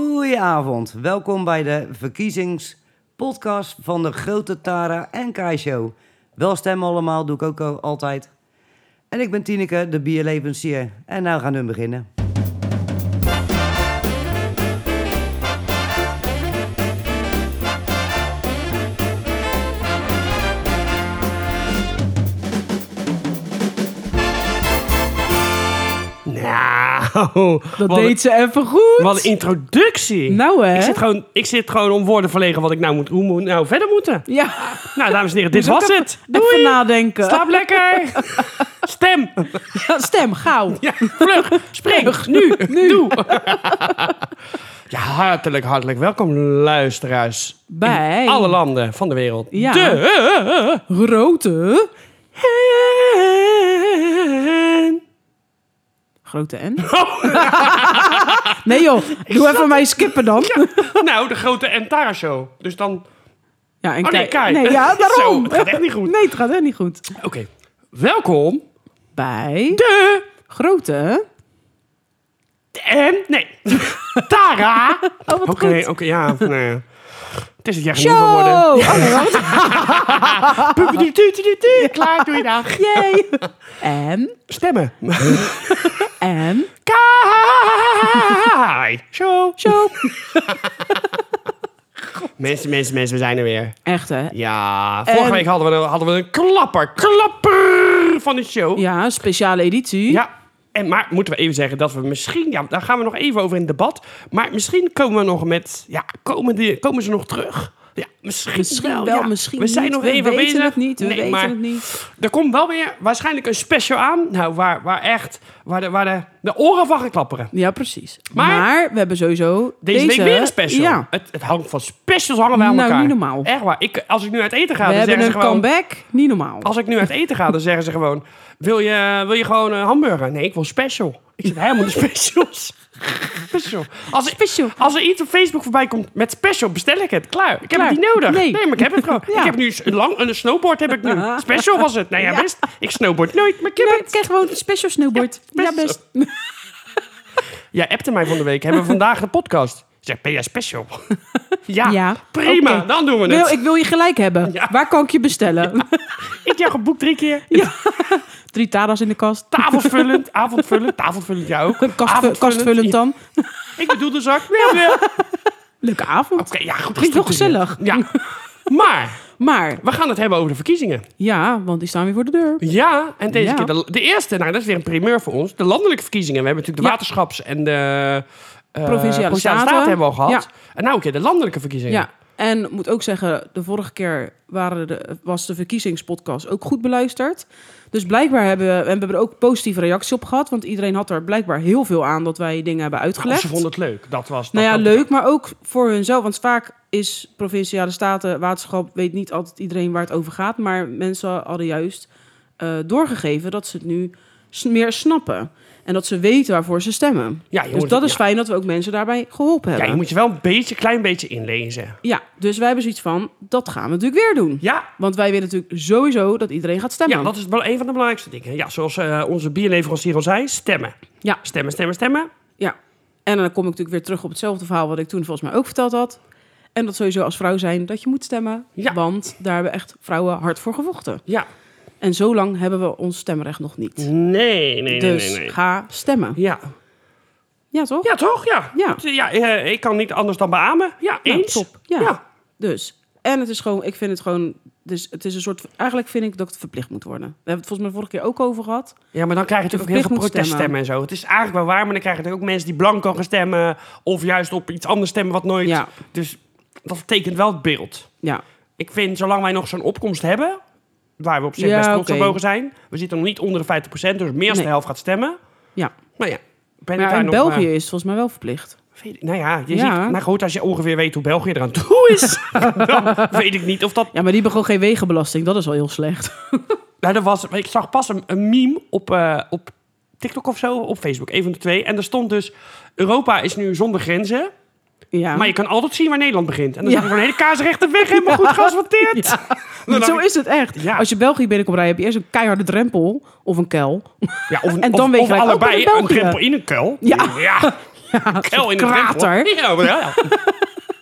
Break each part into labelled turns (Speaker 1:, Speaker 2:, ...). Speaker 1: Goedenavond, welkom bij de verkiezingspodcast van de Grote Tara en Kai Show. Wel stemmen allemaal, doe ik ook al- altijd. En ik ben Tineke, de bierleverancier. En nou gaan we beginnen.
Speaker 2: Nou,
Speaker 3: Dat
Speaker 2: wat,
Speaker 3: deed ze even goed.
Speaker 2: wat een introductie.
Speaker 3: nou hè?
Speaker 2: ik, zit gewoon, ik zit gewoon om woorden verlegen wat ik nou moet, hoe moet nou verder moeten.
Speaker 3: Ja,
Speaker 2: Nou, dames en heren, dit
Speaker 3: Dus ook
Speaker 2: was
Speaker 3: even-
Speaker 2: het. Doei.
Speaker 3: even nadenken.
Speaker 2: Slaap lekker. Stem.
Speaker 3: Stem, gauw.
Speaker 2: Ja, vlug. Spring. Nu.
Speaker 3: Nu.
Speaker 2: Ja, hartelijk, hartelijk welkom, luisteraars.
Speaker 3: Bij
Speaker 2: Alle landen van de eh, wereld.
Speaker 3: Ja.
Speaker 2: De...
Speaker 3: grote... Grote N?
Speaker 2: Oh,
Speaker 3: Nee joh, doe even mij skippen dan. Ja,
Speaker 2: Nou, de grote Entara Show. Dus dan...
Speaker 3: en
Speaker 2: Oh, nee, Kai.
Speaker 3: Nee, ja,
Speaker 2: Zo,
Speaker 3: daarom.
Speaker 2: het gaat echt niet goed.
Speaker 3: Nee, het gaat echt niet goed.
Speaker 2: Oké. Welkom
Speaker 3: Bij...
Speaker 2: de...
Speaker 3: Grote...
Speaker 2: En... Nee. Tara.
Speaker 3: Oh, wat
Speaker 2: Oké,
Speaker 3: goed.
Speaker 2: oké, ja. nee. Het is het jaar genoeg van worden.
Speaker 3: Show! Oh, nee, wacht.
Speaker 2: Pupututututu, Klaar, doe je dag.
Speaker 3: Yay. En...
Speaker 2: Stemmen.
Speaker 3: En...
Speaker 2: Kai. Show.
Speaker 3: Show.
Speaker 2: Mensen, mensen, mensen, we zijn er weer.
Speaker 3: Echt hè?
Speaker 2: Ja, vorige
Speaker 3: En-
Speaker 2: week hadden we, een- hadden we een klapper. Klapper van de show.
Speaker 3: Ja, speciale editie.
Speaker 2: Ja, En, maar moeten we even zeggen dat we misschien... Ja, daar gaan we nog even over in het debat. Maar misschien komen we nog met... Ja, komen, die, komen ze nog terug? Ja, misschien,
Speaker 3: Misschien wel,
Speaker 2: ja.
Speaker 3: misschien
Speaker 2: We zijn
Speaker 3: niet.
Speaker 2: nog
Speaker 3: we
Speaker 2: even
Speaker 3: weten
Speaker 2: bezig.
Speaker 3: het niet, we
Speaker 2: Nee,
Speaker 3: weten
Speaker 2: maar-
Speaker 3: het niet.
Speaker 2: Er komt wel weer waarschijnlijk een special aan. Nou, waar, waar echt waar de, waar de, de oren van gaan klapperen.
Speaker 3: Ja, precies.
Speaker 2: Maar-
Speaker 3: Maar, we hebben sowieso
Speaker 2: Deze,
Speaker 3: deze
Speaker 2: week weer een special.
Speaker 3: Ja,
Speaker 2: Het, het hangt van specials hangen wij aan
Speaker 3: Nou,
Speaker 2: elkaar.
Speaker 3: niet normaal.
Speaker 2: Echt waar. Ik, als ik nu uit eten ga, dan
Speaker 3: we
Speaker 2: zeggen
Speaker 3: hebben
Speaker 2: ze
Speaker 3: een
Speaker 2: gewoon...
Speaker 3: comeback. Niet normaal.
Speaker 2: Als ik nu uit eten ga, dan zeggen ze gewoon... Wil je, wil je gewoon een hamburger? Nee, ik wil special. Ik zit helemaal in de specials. special. Als, ik-
Speaker 3: Special.
Speaker 2: als er iets op Facebook voorbij komt met special, bestel ik het. Klaar. Ik heb
Speaker 3: Klaar.
Speaker 2: het niet nodig.
Speaker 3: Nee.
Speaker 2: maar ik heb het gewoon.
Speaker 3: Ja.
Speaker 2: Ik heb nu een, lang, een snowboard heb ik nu. Special was het. Nou ja,
Speaker 3: Ja.
Speaker 2: best. Ik snowboard nooit, maar ik heb
Speaker 3: Nee,
Speaker 2: het.
Speaker 3: ik krijg gewoon een special snowboard. Ja,
Speaker 2: special.
Speaker 3: best.
Speaker 2: Jij appte mij van de week. Hebben we vandaag de podcast? Ik Zeg, ben jij special? ja,
Speaker 3: Ja,
Speaker 2: prima.
Speaker 3: oké.
Speaker 2: Dan doen we
Speaker 3: Wil,
Speaker 2: het.
Speaker 3: ik wil je gelijk hebben.
Speaker 2: Ja.
Speaker 3: Waar kan ik je bestellen?
Speaker 2: Ik heb geboekt drie keer.
Speaker 3: Drie taras in de kast.
Speaker 2: Tafelvullend, avondvullend, tafelvullend, ja ook.
Speaker 3: Kast, kastvullend dan.
Speaker 2: Ik bedoel de zak. Ja. Ja. Oké,
Speaker 3: Leuke avond.
Speaker 2: ja, goed.
Speaker 3: Klinkt wel
Speaker 2: goed, goed,
Speaker 3: gezellig.
Speaker 2: Ja. Maar,
Speaker 3: Maar
Speaker 2: we gaan het hebben over de verkiezingen.
Speaker 3: ja, want die staan weer voor de deur.
Speaker 2: Ja, en deze
Speaker 3: Ja.
Speaker 2: keer de, de eerste. Nou, dat is weer een primeur voor ons. De landelijke verkiezingen. We hebben natuurlijk de
Speaker 3: Ja.
Speaker 2: waterschaps- en de... eh,
Speaker 3: Provinciale Staten.
Speaker 2: Staten hebben we al gehad.
Speaker 3: Ja.
Speaker 2: En nou een keer de landelijke verkiezingen.
Speaker 3: Ja, en ik moet ook zeggen, de vorige keer waren de, was de verkiezingspodcast ook goed beluisterd. Dus blijkbaar hebben we, en we hebben er ook positieve reacties op gehad. Want iedereen had er blijkbaar heel veel aan dat wij dingen hebben
Speaker 2: Nou,
Speaker 3: uitgelegd.
Speaker 2: ze vonden het leuk. Dat was...
Speaker 3: Nou ja,
Speaker 2: dat-
Speaker 3: leuk, maar ook voor hunzelf. Want vaak is provinciale staten, waterschap, weet niet altijd iedereen waar het over gaat. Maar mensen hadden juist eh, doorgegeven dat ze het nu s- meer snappen. En dat ze weten waarvoor ze stemmen.
Speaker 2: Ja, je
Speaker 3: dus
Speaker 2: moet-
Speaker 3: dat is
Speaker 2: ja.
Speaker 3: fijn dat we ook mensen daarbij geholpen
Speaker 2: Ja,
Speaker 3: hebben.
Speaker 2: je moet je wel een beetje, klein beetje inlezen.
Speaker 3: Ja, dus wij hebben zoiets van, dat gaan we natuurlijk weer doen.
Speaker 2: Ja,
Speaker 3: Want wij willen natuurlijk sowieso dat iedereen gaat stemmen.
Speaker 2: ja dat is wel een van de belangrijkste dingen. Ja, zoals eh, onze bierleverancier al zei, stemmen.
Speaker 3: Ja.
Speaker 2: Stemmen, stemmen, stemmen.
Speaker 3: Ja. En dan kom ik natuurlijk weer terug op hetzelfde verhaal wat ik toen volgens mij ook verteld had. En dat sowieso als vrouw zijn dat je moet stemmen.
Speaker 2: Ja.
Speaker 3: Want daar hebben echt vrouwen hard voor gevochten.
Speaker 2: Ja.
Speaker 3: En zo lang hebben we ons stemrecht nog niet.
Speaker 2: Nee, nee,
Speaker 3: dus
Speaker 2: nee, nee. nee.
Speaker 3: ga stemmen.
Speaker 2: Ja.
Speaker 3: Ja, toch?
Speaker 2: ja, toch? Ja.
Speaker 3: Ja.
Speaker 2: Dat, eh, ja eh, ik kan niet anders dan beamen. Ja,
Speaker 3: Nou,
Speaker 2: eens.
Speaker 3: top. Ja.
Speaker 2: Ja.
Speaker 3: Dus. En het is gewoon, ik vind het gewoon, dus het is een soort, eigenlijk vind ik dat het verplicht moet worden. We hebben het volgens mij vorige keer ook over gehad.
Speaker 2: Ja, maar dan krijg je natuurlijk ook heel
Speaker 3: Verplicht
Speaker 2: veel
Speaker 3: moet
Speaker 2: proteststemmen en zo. Het is eigenlijk wel waar, maar dan krijg je natuurlijk ook mensen die blanco gaan stemmen. Of juist op iets anders stemmen wat nooit...
Speaker 3: Ja.
Speaker 2: Dus dat tekent wel het beeld.
Speaker 3: Ja.
Speaker 2: Ik vind, zolang wij nog zo'n opkomst hebben, waar we op zich
Speaker 3: Ja,
Speaker 2: best trots op
Speaker 3: oké.
Speaker 2: mogen zijn. We zitten nog niet onder de 50%, dus meer dan de
Speaker 3: Nee.
Speaker 2: helft gaat stemmen.
Speaker 3: Ja.
Speaker 2: Nou ja, ben ik
Speaker 3: Maar
Speaker 2: daar
Speaker 3: in
Speaker 2: nog...
Speaker 3: België
Speaker 2: eh,
Speaker 3: is het volgens mij wel verplicht.
Speaker 2: weet ik- nou ja, je
Speaker 3: Ja.
Speaker 2: Ziet, maar goed, als je ongeveer weet hoe België eraan toe is, dan weet ik niet of dat...
Speaker 3: Ja, maar die hebben gewoon geen wegenbelasting. Dat is al heel slecht.
Speaker 2: Nou, dat was, ik zag pas een, een meme op, eh, op TikTok of zo, op Facebook, een van de twee. En daar stond dus, Europa is nu zonder grenzen,
Speaker 3: Ja.
Speaker 2: maar je kan altijd zien waar Nederland begint. En dan
Speaker 3: Ja.
Speaker 2: zag ik zo'n hele kaarsrechte weg, helemaal goed geasfalteerd.
Speaker 3: Ja.
Speaker 2: Dan dacht
Speaker 3: zo
Speaker 2: ik-
Speaker 3: is het echt.
Speaker 2: Ja.
Speaker 3: Als je België binnenkomt rijden, heb je eerst een keiharde drempel of een kuil.
Speaker 2: Ja, of,
Speaker 3: En dan
Speaker 2: of-
Speaker 3: weet je
Speaker 2: of
Speaker 3: gelijk, oh,
Speaker 2: allebei
Speaker 3: ik ben in
Speaker 2: een
Speaker 3: België.
Speaker 2: drempel in een kuil.
Speaker 3: Ja.
Speaker 2: Kel in het
Speaker 3: krater.
Speaker 2: recht, hoor. Ja, maar ja.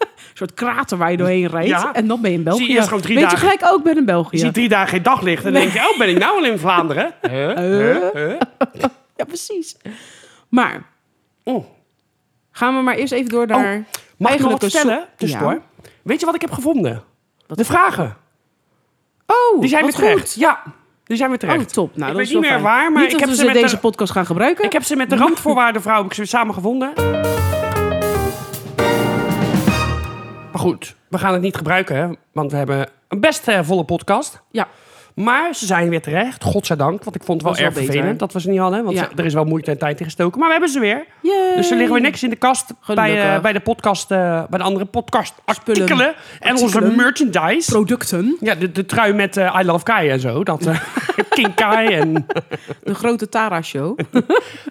Speaker 3: Een soort krater waar je doorheen rijdt.
Speaker 2: Ja.
Speaker 3: En dan ben je in België.
Speaker 2: Zie je eerst gewoon drie
Speaker 3: Weet
Speaker 2: dagen-
Speaker 3: je gelijk ook, ik ben in België.
Speaker 2: Je ziet drie dagen geen daglicht en dan denk je, oh, ben ik nou al in Vlaanderen? Huh? Huh? Huh?
Speaker 3: Ja, precies. Maar
Speaker 2: Oh.
Speaker 3: gaan we maar eerst even door naar...
Speaker 2: Mag ik nog
Speaker 3: Eigenlijk
Speaker 2: wat
Speaker 3: een
Speaker 2: stellen?
Speaker 3: soep-
Speaker 2: Tussendoor.
Speaker 3: Ja.
Speaker 2: Weet je wat ik heb gevonden? de vragen.
Speaker 3: Oh,
Speaker 2: Die zijn
Speaker 3: wat
Speaker 2: weer terecht.
Speaker 3: goed.
Speaker 2: Ja, die zijn weer
Speaker 3: Oh,
Speaker 2: terecht.
Speaker 3: top. Nou,
Speaker 2: ik
Speaker 3: dat
Speaker 2: weet
Speaker 3: is
Speaker 2: niet meer
Speaker 3: wel fijn.
Speaker 2: waar, maar
Speaker 3: Niet
Speaker 2: ik,
Speaker 3: dat
Speaker 2: heb
Speaker 3: we
Speaker 2: ze
Speaker 3: ze
Speaker 2: met
Speaker 3: deze
Speaker 2: de,
Speaker 3: podcast gaan gebruiken.
Speaker 2: ik heb ze met de randvoorwaardenvrouw heb ik ze weer samengevonden. Maar goed, we gaan het niet gebruiken, hè, want we hebben een best eh, volle podcast.
Speaker 3: Ja.
Speaker 2: Maar ze zijn weer terecht, godzijdank. Want ik vond het wel
Speaker 3: Dat is
Speaker 2: erg
Speaker 3: wel beter.
Speaker 2: vervelend dat we ze niet hadden. Want
Speaker 3: Ja.
Speaker 2: ze- er is wel moeite en tijd in gestoken. Maar we hebben ze weer.
Speaker 3: Yay.
Speaker 2: Dus er liggen weer niks in de kast bij, eh,
Speaker 3: Gelukkig.
Speaker 2: bij de podcast, eh, bij de andere podcast artikelen en onze
Speaker 3: Artikelen.
Speaker 2: merchandise.
Speaker 3: Producten.
Speaker 2: ja, de, de trui met eh, I Love Kai en zo. Dat, eh King Kai en...
Speaker 3: De grote Tara-show.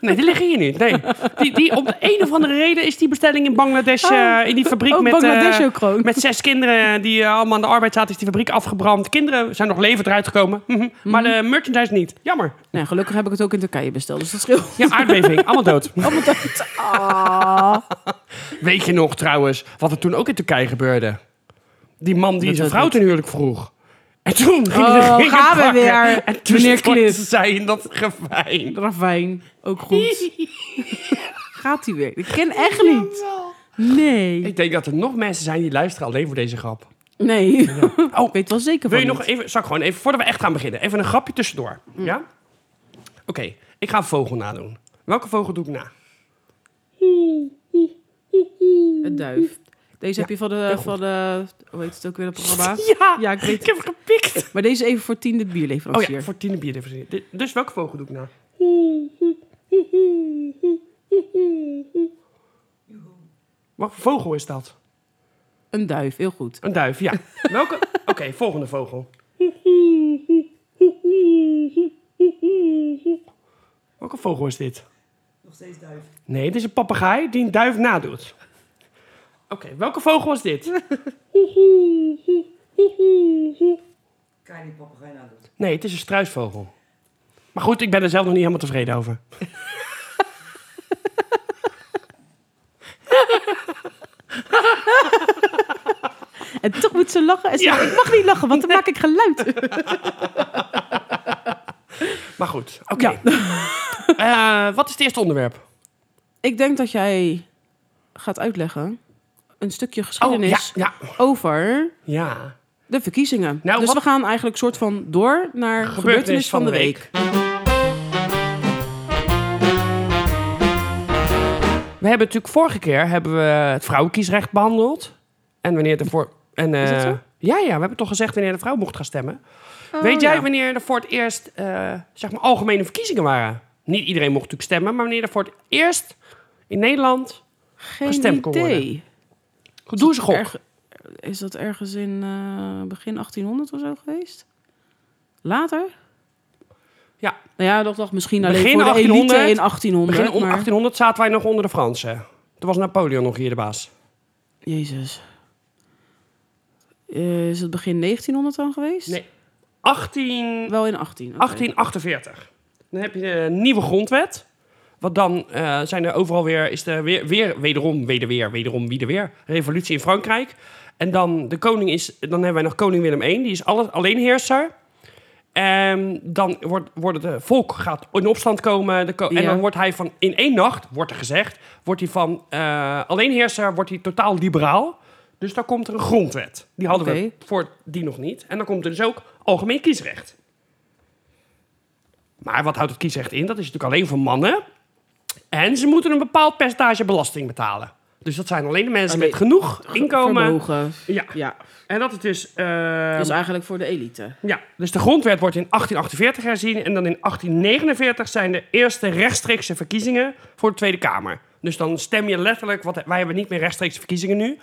Speaker 2: Nee, die liggen hier niet. Nee. Die, die, om de een of andere reden is die bestelling in Bangladesh,
Speaker 3: Oh.
Speaker 2: eh, in die fabriek
Speaker 3: Oh,
Speaker 2: met,
Speaker 3: Bangladesh
Speaker 2: eh,
Speaker 3: ook gewoon.
Speaker 2: met zes kinderen die eh, allemaal aan de arbeid zaten, is die fabriek afgebrand. Kinderen zijn nog levend eruit gekomen, Mhm. maar de merchandise niet. Jammer.
Speaker 3: nou, gelukkig heb ik het ook in Turkije besteld, dus dat scheelt.
Speaker 2: Ja, aardbeving, allemaal dood.
Speaker 3: Allemaal dat. Ah.
Speaker 2: Weet je nog trouwens wat er toen ook in Turkije gebeurde? Die man die
Speaker 3: Dat
Speaker 2: zijn
Speaker 3: weet
Speaker 2: vrouw
Speaker 3: ik.
Speaker 2: ten huwelijk vroeg. En toen ging
Speaker 3: Oh,
Speaker 2: de regen
Speaker 3: gaan we
Speaker 2: bakken.
Speaker 3: weer,
Speaker 2: En toen
Speaker 3: meneer
Speaker 2: stortte
Speaker 3: Cliff.
Speaker 2: zij in dat gevijn.
Speaker 3: Ravijn, ook goed. Gaat hij weer? Ik ken echt niet. Nee.
Speaker 2: Ik denk dat er nog mensen zijn die luisteren alleen voor deze grap.
Speaker 3: Nee. Oh, ik weet wel zeker
Speaker 2: Wil
Speaker 3: van
Speaker 2: je nog
Speaker 3: niet. Mm.
Speaker 2: even, zal ik gewoon even, voordat we echt gaan beginnen, even een grapje tussendoor. Ja? Oké, ik ga een vogel nadoen. Welke vogel doe ik na?
Speaker 3: Een duif. Deze heb je van de, van de... Hoe heet het ook weer, dat programma?
Speaker 2: Ja,
Speaker 3: Ja, ik weet
Speaker 2: heb gepikt.
Speaker 3: Maar deze even voor tiende
Speaker 2: Oh
Speaker 3: bierleverancier.
Speaker 2: ja, voor tien bier even zien. Dus welke vogel doe ik na? Wat voor vogel is dat?
Speaker 3: Een duif, heel goed.
Speaker 2: Een duif, ja. Welke? Oké, volgende vogel. Welke vogel is dit?
Speaker 1: Nog steeds duif.
Speaker 2: Nee, dit is een papegaai die een duif nadoet. Oké, welke vogel is dit?
Speaker 1: Kan je die papegaai nou nadoen?
Speaker 2: Nee, het is een struisvogel. Maar goed, ik ben er zelf nog niet helemaal tevreden over.
Speaker 3: En toch moet ze lachen. En ze
Speaker 2: Ja.
Speaker 3: zegt, ik mag niet lachen, want dan maak ik geluid.
Speaker 2: Maar goed, oké. Eh, wat is het eerste onderwerp?
Speaker 3: Ik denk dat jij gaat uitleggen een stukje geschiedenis
Speaker 2: ja, Oh, ja,
Speaker 3: over
Speaker 2: ja.
Speaker 3: de verkiezingen.
Speaker 2: Nou,
Speaker 3: dus
Speaker 2: wat-
Speaker 3: we gaan eigenlijk soort van door naar gebeurtenis, van, de week.
Speaker 2: We hebben natuurlijk vorige keer hebben we het vrouwenkiesrecht behandeld. En wanneer de voor... En,
Speaker 3: Is dat
Speaker 2: eh,
Speaker 3: zo?
Speaker 2: Ja, ja, we hebben toch gezegd wanneer de vrouw mocht gaan stemmen.
Speaker 3: Oh,
Speaker 2: Weet jij
Speaker 3: ja.
Speaker 2: wanneer er voor het eerst eh, zeg maar, algemene verkiezingen waren? Niet iedereen mocht natuurlijk stemmen, maar wanneer er voor het eerst in Nederland...
Speaker 3: Geen
Speaker 2: gestemd kon
Speaker 3: idee.
Speaker 2: Goed, Doe ze gok.
Speaker 3: Erg- is dat ergens in eh, begin 1800 of zo geweest? Later?
Speaker 2: Ja.
Speaker 3: Nou ja, dat dacht misschien alleen
Speaker 2: Begin
Speaker 3: voor de
Speaker 2: 1800,
Speaker 3: elite in 1800.
Speaker 2: Begin om
Speaker 3: maar-
Speaker 2: 1800 zaten wij nog onder de Fransen. Toen was Napoleon nog hier de baas.
Speaker 3: Jezus. Eh, is het begin 1900 dan geweest?
Speaker 2: Nee. 18...
Speaker 3: Wel in 18. oké.
Speaker 2: 1848. Dan heb je de nieuwe grondwet. Want dan eh, zijn er overal weer, is er weer, weer, wederom, weder weer, wederom, wieder weer, revolutie in Frankrijk. En dan, de koning is, dan hebben wij nog koning Willem I, die is alle, alleenheerser. En dan wordt, wordt het eh, volk gaat in opstand komen. De ko- En
Speaker 3: Ja.
Speaker 2: dan wordt hij van, in één nacht, wordt er gezegd, wordt hij van eh, alleenheerser, wordt hij totaal liberaal. Dus dan komt er een grondwet. Die hadden
Speaker 3: Oké.
Speaker 2: we voor die nog niet. En dan komt er dus ook algemeen kiesrecht. Maar wat houdt het kiesrecht in? Dat is natuurlijk alleen voor mannen. En ze moeten een bepaald percentage belasting betalen. Dus dat zijn alleen de mensen
Speaker 3: Alleen-
Speaker 2: met genoeg inkomen.
Speaker 3: Ah, Vermogen.
Speaker 2: Ja.
Speaker 3: Ja,
Speaker 2: En dat is dus... eh,
Speaker 3: dus eigenlijk voor de elite.
Speaker 2: ja, dus de grondwet wordt in 1848 herzien en dan in 1849 zijn de eerste rechtstreekse verkiezingen voor de Tweede Kamer. Dus dan stem je letterlijk, want wij hebben niet meer rechtstreekse verkiezingen nu,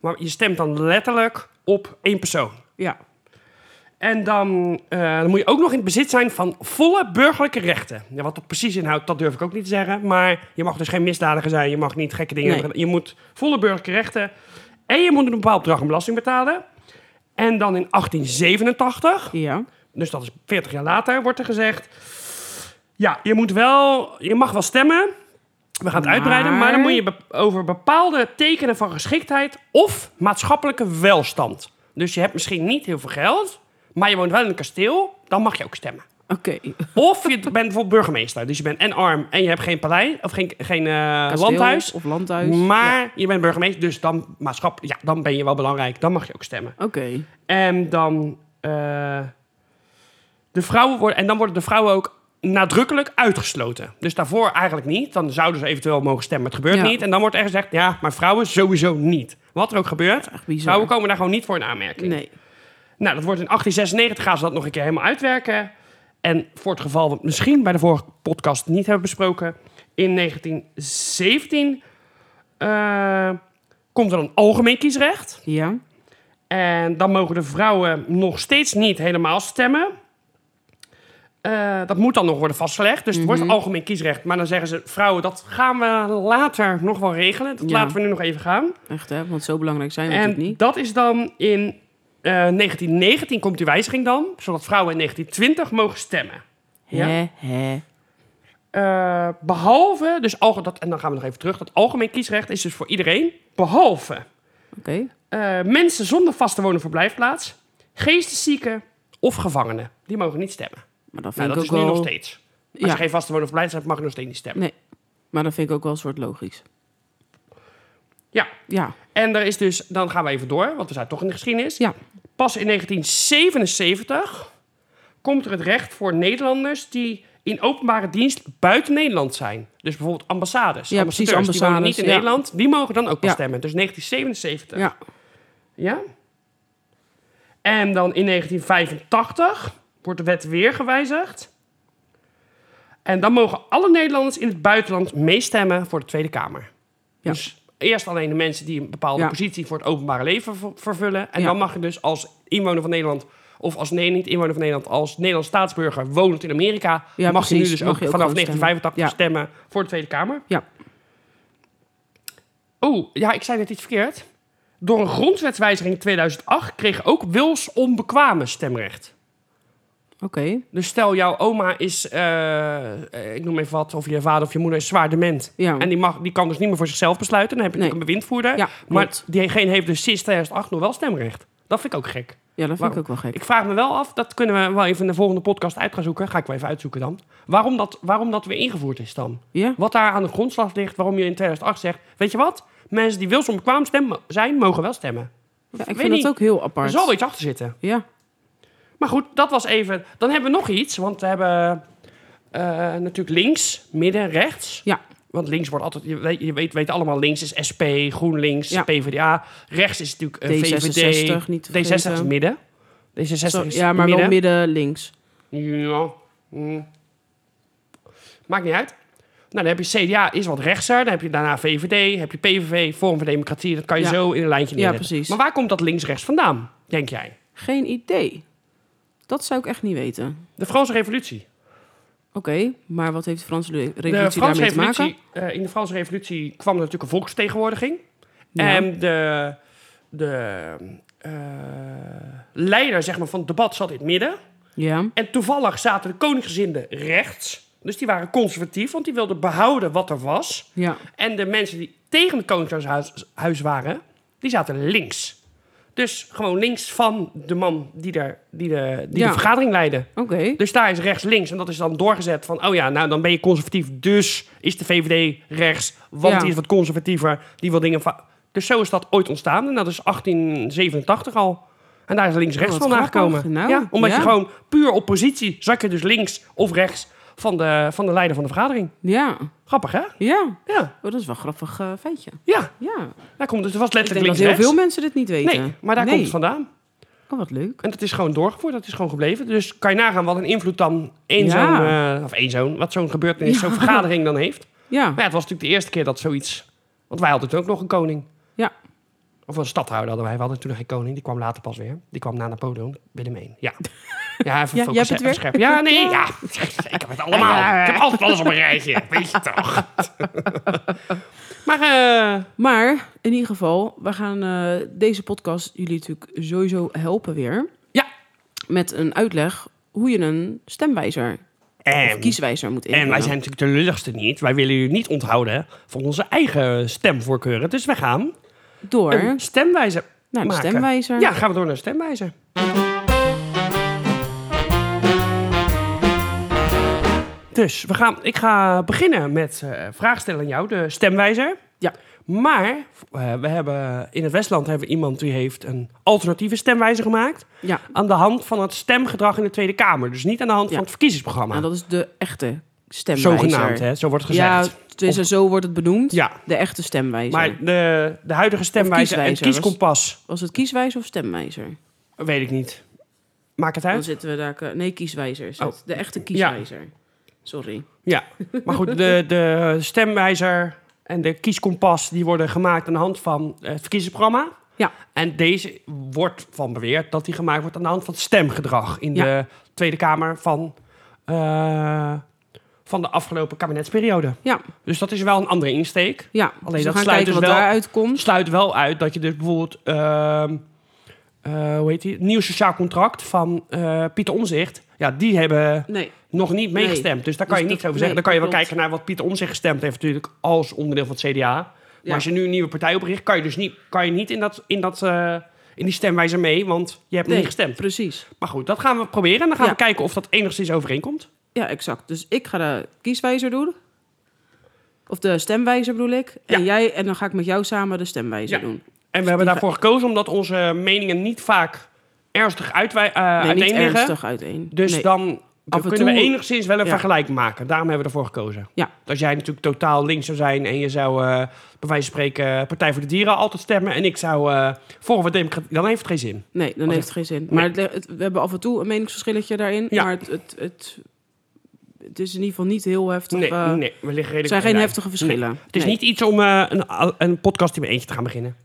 Speaker 2: maar je stemt dan letterlijk op één persoon.
Speaker 3: Ja.
Speaker 2: En dan, eh, dan moet je ook nog in het bezit zijn van volle burgerlijke rechten. Ja, wat dat precies inhoudt, dat durf ik ook niet te zeggen. Maar je mag dus geen misdadiger zijn, je mag niet gekke dingen
Speaker 3: Nee.
Speaker 2: hebben. Je moet volle burgerlijke rechten. En je moet een bepaald bedrag aan belasting betalen. En dan in 1887,
Speaker 3: Ja.
Speaker 2: dus dat is 40 jaar later, wordt er gezegd... Ja, je, moet wel, je mag wel stemmen, We gaan het uitbreiden, maar dan moet je be- over bepaalde tekenen van geschiktheid of maatschappelijke welstand. Dus je hebt misschien niet heel veel geld, maar je woont wel in een kasteel, dan mag je ook stemmen.
Speaker 3: Oké.
Speaker 2: Eh, Of je bent bijvoorbeeld burgemeester, dus je bent en arm en je hebt geen paleis of geen, geen eh,
Speaker 3: Kasteel
Speaker 2: landhuis.
Speaker 3: Of landhuis.
Speaker 2: Maar je bent burgemeester, dus dan maatschappelijk, ja, dan ben je wel belangrijk, dan mag je ook stemmen.
Speaker 3: Oké.
Speaker 2: En dan. eh, de vrouwen worden, en dan worden de vrouwen ook nadrukkelijk uitgesloten. Dus daarvoor eigenlijk niet. Dan zouden ze eventueel mogen stemmen, maar het gebeurt
Speaker 3: Ja.
Speaker 2: niet. En dan wordt er gezegd: ja, maar vrouwen sowieso niet. Wat er ook gebeurt,
Speaker 3: Echt bizar.
Speaker 2: vrouwen komen daar gewoon niet voor in aanmerking.
Speaker 3: Nee.
Speaker 2: Nou, dat wordt in 1896 gaan ze dat nog een keer helemaal uitwerken. En voor het geval we het misschien bij de vorige podcast niet hebben besproken, in 1917 eh, komt er een algemeen kiesrecht.
Speaker 3: Ja.
Speaker 2: En dan mogen de vrouwen nog steeds niet helemaal stemmen. Eh, dat moet dan nog worden vastgelegd. Dus het
Speaker 3: Mhm.
Speaker 2: wordt algemeen kiesrecht. Maar dan zeggen ze, vrouwen, dat gaan we later nog wel regelen. Dat
Speaker 3: Ja.
Speaker 2: laten we nu nog even gaan.
Speaker 3: Echt hè, want zo belangrijk zijn we
Speaker 2: en
Speaker 3: natuurlijk niet.
Speaker 2: dat is dan in eh, 1919 komt die wijziging dan. Zodat vrouwen in 1920 mogen stemmen. Ja.
Speaker 3: Hè, hè.
Speaker 2: Eh, behalve, dus alge- dat, en dan gaan we nog even terug. Dat algemeen kiesrecht is dus voor iedereen. Behalve
Speaker 3: Oké.
Speaker 2: eh, mensen zonder vaste wonen verblijfplaats, geesteszieken of gevangenen. Die mogen niet stemmen.
Speaker 3: Maar dat vind
Speaker 2: Nou,
Speaker 3: ik
Speaker 2: dat
Speaker 3: ook
Speaker 2: is nu
Speaker 3: wel...
Speaker 2: nog steeds. Als
Speaker 3: Ja.
Speaker 2: je geen vaste wonen verblijfplaats hebt, mag je nog steeds niet stemmen.
Speaker 3: Nee. Maar dat vind ik ook wel een soort logisch.
Speaker 2: Ja,
Speaker 3: Ja.
Speaker 2: en er is dus, dan gaan we even door, want we zijn toch in de geschiedenis.
Speaker 3: Ja.
Speaker 2: Pas in 1977 komt er het recht voor Nederlanders die in openbare dienst buiten Nederland zijn. Dus bijvoorbeeld ambassades.
Speaker 3: Ja, precies,
Speaker 2: ambassadeurs, Die wonen
Speaker 3: ambassades,
Speaker 2: niet in
Speaker 3: ja.
Speaker 2: Nederland, die mogen dan ook wel
Speaker 3: Ja.
Speaker 2: stemmen. Dus 1977.
Speaker 3: Ja.
Speaker 2: Ja. En dan in 1985 wordt de wet weer gewijzigd. En dan mogen alle Nederlanders in het buitenland meestemmen voor de Tweede Kamer.
Speaker 3: Ja.
Speaker 2: Dus eerst alleen de mensen die een bepaalde
Speaker 3: Ja.
Speaker 2: positie voor het openbare leven ver- vervullen. En
Speaker 3: Ja.
Speaker 2: dan mag je dus als inwoner van Nederland, of als nee, niet inwoner van Nederland, als Nederlands staatsburger wonend in Amerika,
Speaker 3: Ja,
Speaker 2: mag je nu
Speaker 3: precies.
Speaker 2: dus
Speaker 3: Mag
Speaker 2: ook
Speaker 3: je ook
Speaker 2: vanaf
Speaker 3: gewoon
Speaker 2: 1985 stemmen voor de Tweede Kamer.
Speaker 3: Ja.
Speaker 2: Oh, ja, ik zei net iets verkeerd. Door een grondwetswijziging in 2008 kreeg ook wils onbekwame stemrecht.
Speaker 3: Oké.
Speaker 2: Dus stel, jouw oma is, eh, eh, ik noem even wat, of je vader of je moeder is zwaar dement.
Speaker 3: Ja.
Speaker 2: En die, mag, die kan dus niet meer voor zichzelf besluiten. Dan heb je
Speaker 3: Nee.
Speaker 2: natuurlijk een bewindvoerder.
Speaker 3: Ja,
Speaker 2: maar
Speaker 3: klopt.
Speaker 2: diegene heeft dus sinds 2008 nog wel stemrecht. Dat vind ik ook gek.
Speaker 3: Ja, dat vind ik
Speaker 2: Waarom?
Speaker 3: ook wel gek.
Speaker 2: Ik vraag me wel af, dat kunnen we wel even in de volgende podcast uit gaan zoeken. Ga ik wel even uitzoeken dan. Waarom dat, waarom dat weer ingevoerd is dan.
Speaker 3: Ja.
Speaker 2: Wat daar aan de grondslag ligt, waarom je in 2008 zegt... Weet je wat? Mensen die wilsonbekwaam stemmen zijn, mogen wel stemmen.
Speaker 3: Ja, ik
Speaker 2: weet
Speaker 3: vind
Speaker 2: niet.
Speaker 3: dat ook heel
Speaker 2: Er
Speaker 3: apart.
Speaker 2: zal wel iets achter zitten.
Speaker 3: Ja.
Speaker 2: Maar goed, dat was even... Dan hebben we nog iets, want we hebben eh, natuurlijk links, midden, rechts.
Speaker 3: Ja.
Speaker 2: Want links wordt altijd... Je weet, je weet, weet allemaal, links is SP, GroenLinks,
Speaker 3: Ja.
Speaker 2: PvdA. Rechts is natuurlijk eh,
Speaker 3: D66
Speaker 2: VVD.
Speaker 3: niet te
Speaker 2: D66 is
Speaker 3: vergeten.
Speaker 2: midden. D66
Speaker 3: Zo-
Speaker 2: is
Speaker 3: ja, maar wel midden links.
Speaker 2: Ja. hm. Maakt niet uit. Nou, dan heb je CDA, is wat rechtser. Dan heb je daarna VVD, heb je PVV, Forum voor Democratie. Dat kan je
Speaker 3: Ja.
Speaker 2: zo in een lijntje
Speaker 3: Ja,
Speaker 2: neerzetten.
Speaker 3: precies.
Speaker 2: Maar waar komt dat links-rechts vandaan, denk jij?
Speaker 3: Geen idee. Dat zou ik echt niet weten.
Speaker 2: De Franse Revolutie.
Speaker 3: Oké, maar wat heeft de Franse re-
Speaker 2: De
Speaker 3: revolutie
Speaker 2: Franse
Speaker 3: daarmee te
Speaker 2: Revolutie
Speaker 3: maken?
Speaker 2: eh, in de Franse Revolutie kwam er natuurlijk een volksvertegenwoordiging.
Speaker 3: Ja.
Speaker 2: En de, de eh, leider zeg maar, van het debat zat in het midden.
Speaker 3: Ja,
Speaker 2: En toevallig zaten de koningsgezinden rechts. Dus die waren conservatief, want die wilden behouden wat er was.
Speaker 3: ja.
Speaker 2: En de mensen die tegen het Koningshuis huis waren, die zaten links. Dus gewoon links van de man die, daar, die, de, die
Speaker 3: Ja.
Speaker 2: de vergadering leidde.
Speaker 3: Oké.
Speaker 2: Dus daar is rechts links. En dat is dan doorgezet van, oh ja, nou dan ben je conservatief. Dus is de VVD rechts, want
Speaker 3: Ja.
Speaker 2: die is wat conservatiever. Die wil dingen... va- Dus zo is dat ooit ontstaan. En dat is 1887 al. En daar is links-rechts
Speaker 3: Oh, wat
Speaker 2: van aangekomen.
Speaker 3: grappig. Nou,
Speaker 2: ja, omdat je
Speaker 3: ja.
Speaker 2: gewoon puur op positie zak je dus links of rechts van de, van de leider van de vergadering.
Speaker 3: Ja,
Speaker 2: Grappig, hè?
Speaker 3: ja.
Speaker 2: Ja,
Speaker 3: Oh, dat is wel een grappig eh, feitje.
Speaker 2: ja.
Speaker 3: Ja.
Speaker 2: Daar komt het, het was
Speaker 3: Ik denk
Speaker 2: letterlijk
Speaker 3: dat heel
Speaker 2: links
Speaker 3: veel mensen dit niet weten.
Speaker 2: Nee, maar daar komt het vandaan.
Speaker 3: Oh, wat leuk.
Speaker 2: En dat is gewoon doorgevoerd, dat is gewoon gebleven. Dus kan je nagaan wat een invloed dan één
Speaker 3: Ja.
Speaker 2: zo'n... eh, of één zo'n, wat zo'n gebeurtenis, zo'n vergadering dan heeft.
Speaker 3: Ja,
Speaker 2: Maar ja, het was natuurlijk de eerste keer dat zoiets... Want wij hadden toen ook nog een koning.
Speaker 3: Ja.
Speaker 2: Of een stadhouder hadden wij. We hadden toen nog geen koning, die kwam later pas weer. Die kwam na Napoleon, Willem I. Ja. Ja, even
Speaker 3: jij
Speaker 2: focussen,
Speaker 3: hebt het
Speaker 2: even
Speaker 3: weer?
Speaker 2: scherp. Ja, nee, ja. Ik heb het allemaal. Ik heb altijd alles op een rijtje. Weet je toch. maar eh,
Speaker 3: maar in ieder geval, we gaan eh, deze podcast jullie natuurlijk sowieso helpen weer.
Speaker 2: Ja.
Speaker 3: Met een uitleg hoe je een stemwijzer Of
Speaker 2: En,
Speaker 3: kieswijzer moet invoeren.
Speaker 2: en wij zijn natuurlijk de lulligste niet. Wij willen jullie niet onthouden van onze eigen stemvoorkeuren. Dus we gaan
Speaker 3: Door
Speaker 2: een stemwijzer
Speaker 3: naar de
Speaker 2: maken.
Speaker 3: Nou, stemwijzer.
Speaker 2: Ja, gaan we door naar de stemwijzer. Dus we gaan, ik ga beginnen met eh vraag stellen aan jou, de stemwijzer.
Speaker 3: Ja.
Speaker 2: Maar eh, we hebben, in het Westland hebben we iemand die heeft een alternatieve stemwijzer gemaakt.
Speaker 3: Ja.
Speaker 2: Aan de hand van het stemgedrag in de Tweede Kamer. Dus niet aan de hand
Speaker 3: Ja.
Speaker 2: van het verkiezingsprogramma.
Speaker 3: Nou, dat is de echte stemwijzer.
Speaker 2: Zogenaamd, hè? zo wordt
Speaker 3: Ja,
Speaker 2: gezegd.
Speaker 3: tenminste, zo wordt het benoemd.
Speaker 2: Ja.
Speaker 3: De echte stemwijzer.
Speaker 2: Maar de, de huidige stemwijzer en
Speaker 3: kieswijzer, was-
Speaker 2: kieskompas,
Speaker 3: Was het kieswijzer of stemwijzer?
Speaker 2: weet ik niet. Maakt het
Speaker 3: Dan
Speaker 2: uit?
Speaker 3: zitten we daar... ke- Nee, kieswijzer is het.
Speaker 2: Oh.
Speaker 3: De echte kieswijzer. Sorry.
Speaker 2: Ja, maar goed, de, de stemwijzer en de kieskompas die worden gemaakt aan de hand van het verkiezingsprogramma.
Speaker 3: Ja.
Speaker 2: En deze wordt van beweerd dat die gemaakt wordt aan de hand van het stemgedrag in
Speaker 3: Ja.
Speaker 2: de Tweede Kamer van, eh, van de afgelopen kabinetsperiode.
Speaker 3: Ja,
Speaker 2: Dus dat is wel een andere insteek.
Speaker 3: ja.
Speaker 2: Alleen
Speaker 3: dus
Speaker 2: dat
Speaker 3: we gaan
Speaker 2: sluit
Speaker 3: kijken
Speaker 2: dus
Speaker 3: wat
Speaker 2: wel-
Speaker 3: daaruit komt.
Speaker 2: sluit wel uit dat je dus bijvoorbeeld... ehm, eh, hoe heet die? Het nieuw sociaal contract van eh, Pieter Omzicht. Ja, die hebben
Speaker 3: Nee,
Speaker 2: nog niet
Speaker 3: Nee.
Speaker 2: meegestemd. Dus daar kan
Speaker 3: Dus
Speaker 2: je niks
Speaker 3: dat-
Speaker 2: over zeggen.
Speaker 3: nee,
Speaker 2: dan kan je wel
Speaker 3: klopt.
Speaker 2: kijken naar wat Pieter Omzicht gestemd heeft natuurlijk als onderdeel van het CDA.
Speaker 3: Ja.
Speaker 2: Maar als je nu een nieuwe partij opricht, kan je dus niet, kan je niet in, dat, in, dat, eh, in die stemwijzer mee, want je hebt
Speaker 3: nee,
Speaker 2: niet gestemd.
Speaker 3: precies.
Speaker 2: Maar goed, dat gaan we proberen en dan gaan
Speaker 3: Ja.
Speaker 2: we kijken of dat enigszins overeenkomt.
Speaker 3: Ja, exact. Dus ik ga de kieswijzer doen. Of de stemwijzer bedoel ik. En,
Speaker 2: Ja.
Speaker 3: jij, en dan ga ik met jou samen de stemwijzer
Speaker 2: Ja.
Speaker 3: doen.
Speaker 2: En we hebben daarvoor gekozen omdat onze meningen niet vaak ernstig uitwij- eh,
Speaker 3: Nee, niet
Speaker 2: uiteen liggen.
Speaker 3: ernstig uiteen.
Speaker 2: Dus
Speaker 3: Nee.
Speaker 2: dan
Speaker 3: Af en
Speaker 2: kunnen we
Speaker 3: toe-
Speaker 2: enigszins wel een
Speaker 3: Ja.
Speaker 2: vergelijking maken. Daarom hebben we ervoor gekozen.
Speaker 3: Ja.
Speaker 2: Dat jij natuurlijk totaal links zou zijn en je zou eh, bij wijze van spreken Partij voor de Dieren altijd stemmen. En ik zou eh voor wat democratie. Dan heeft het geen zin.
Speaker 3: Nee, dan heeft het geen zin. Maar het, het- we hebben af en toe een meningsverschilletje daarin.
Speaker 2: Ja.
Speaker 3: Maar het, het, het, het is in ieder geval niet heel heftig.
Speaker 2: Nee,
Speaker 3: eh,
Speaker 2: nee, we liggen redelijk.
Speaker 3: Er zijn geen
Speaker 2: gelijk.
Speaker 3: heftige verschillen.
Speaker 2: Het is
Speaker 3: Nee.
Speaker 2: niet iets om eh, een, al- een podcast in mijn eentje te gaan beginnen.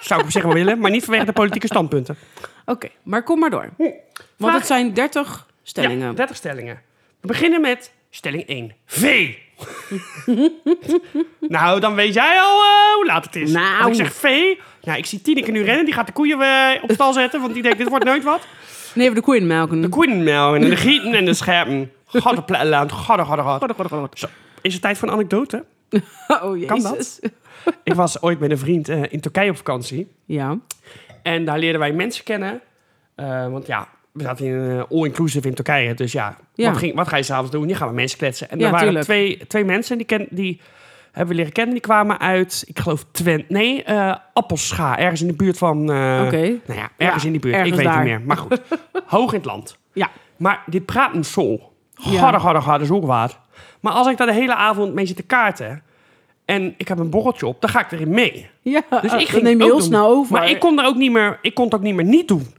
Speaker 2: zou ik op zich wel willen, maar niet vanwege de politieke standpunten.
Speaker 3: Oké, maar kom maar door. Want
Speaker 2: Hm. Vraag-
Speaker 3: het zijn 30 stellingen.
Speaker 2: Ja, 30 stellingen. We beginnen met stelling 1. V. nou, dan weet jij al eh, hoe laat het is.
Speaker 3: Nou.
Speaker 2: Als ik zeg V, nou, ik zie Tineke nu rennen. Die gaat de koeien eh, op stal zetten, want die denkt, dit wordt nooit wat.
Speaker 3: Nee, we de koeien melken.
Speaker 2: De koeien melken en de gieten en de scherpen. Gadde platteland, gadde, gadde, gadde.
Speaker 3: Godde, godde, godde, godde.
Speaker 2: oh, Zo, is het tijd voor een anekdote?
Speaker 3: Oh, jezus.
Speaker 2: Kan dat? Ik was ooit met een vriend eh, in Turkije op vakantie.
Speaker 3: Ja.
Speaker 2: En daar leerden wij mensen kennen. Eh, want ja, we zaten in eh, all-inclusive in Turkije. Dus ja,
Speaker 3: Ja.
Speaker 2: Wat, ging, wat ga je s'avonds doen? Je gaat met mensen kletsen. En
Speaker 3: Ja,
Speaker 2: er waren
Speaker 3: tuurlijk.
Speaker 2: twee, twee mensen die, ken, die hebben we leren kennen. Die kwamen uit, ik geloof, Twent. Nee, eh Appelscha. Ergens in de buurt van... eh,
Speaker 3: Oké.
Speaker 2: Nou ja, ergens
Speaker 3: Ja,
Speaker 2: in die buurt. Ik
Speaker 3: ergens
Speaker 2: weet
Speaker 3: daar.
Speaker 2: het niet meer. Maar goed, hoog in het land.
Speaker 3: Ja.
Speaker 2: Maar dit praat een sol.
Speaker 3: Ja.
Speaker 2: Gadde, gadde, gadde, is ook waard. Maar als ik daar de hele avond mee zit te kaarten... en ik heb een borreltje op, dan ga ik erin mee.
Speaker 3: Ja,
Speaker 2: Dus ik
Speaker 3: Ah, dat
Speaker 2: ging
Speaker 3: neem je
Speaker 2: het ook
Speaker 3: heel
Speaker 2: doen.
Speaker 3: snel over.
Speaker 2: Maar ik kon, er ook niet meer, ik kon het ook niet meer niet doen.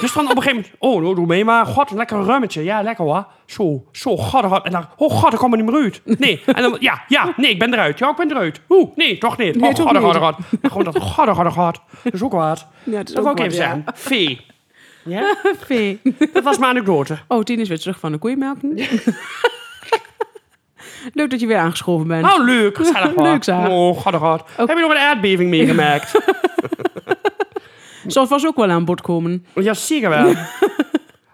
Speaker 2: dus dan op een gegeven moment... Oh, doe- doe mee, maar god, een lekker rummetje. Ja, lekker hoor. Zo, zo, god, god. En dan... Oh, god, ik kom er niet meer uit. Nee. En dan... Ja, ja, nee, ik ben eruit. Ja, ik ben eruit. Oeh, nee, toch niet.
Speaker 3: Nee,
Speaker 2: oh,
Speaker 3: toch
Speaker 2: god,
Speaker 3: niet.
Speaker 2: god, god. En Gewoon dat oh, god, god, god. Dat is ook wat.
Speaker 3: Ja, dat
Speaker 2: dat
Speaker 3: is
Speaker 2: wil
Speaker 3: ook
Speaker 2: ik even
Speaker 3: wat, ja.
Speaker 2: zeggen. Vee. Ja?
Speaker 3: Vee.
Speaker 2: Dat was mijn anekdote.
Speaker 3: Oh, Tien is weer terug van de koeienmelken. Leuk dat je weer aangeschoven bent.
Speaker 2: Nou, leuk. Gezellig hoor.
Speaker 3: Leuk, zeg.
Speaker 2: Oh, god, god. Heb je nog een aardbeving meegemaakt?
Speaker 3: Zal vast ook wel aan bod komen.
Speaker 2: Ja, zeker wel.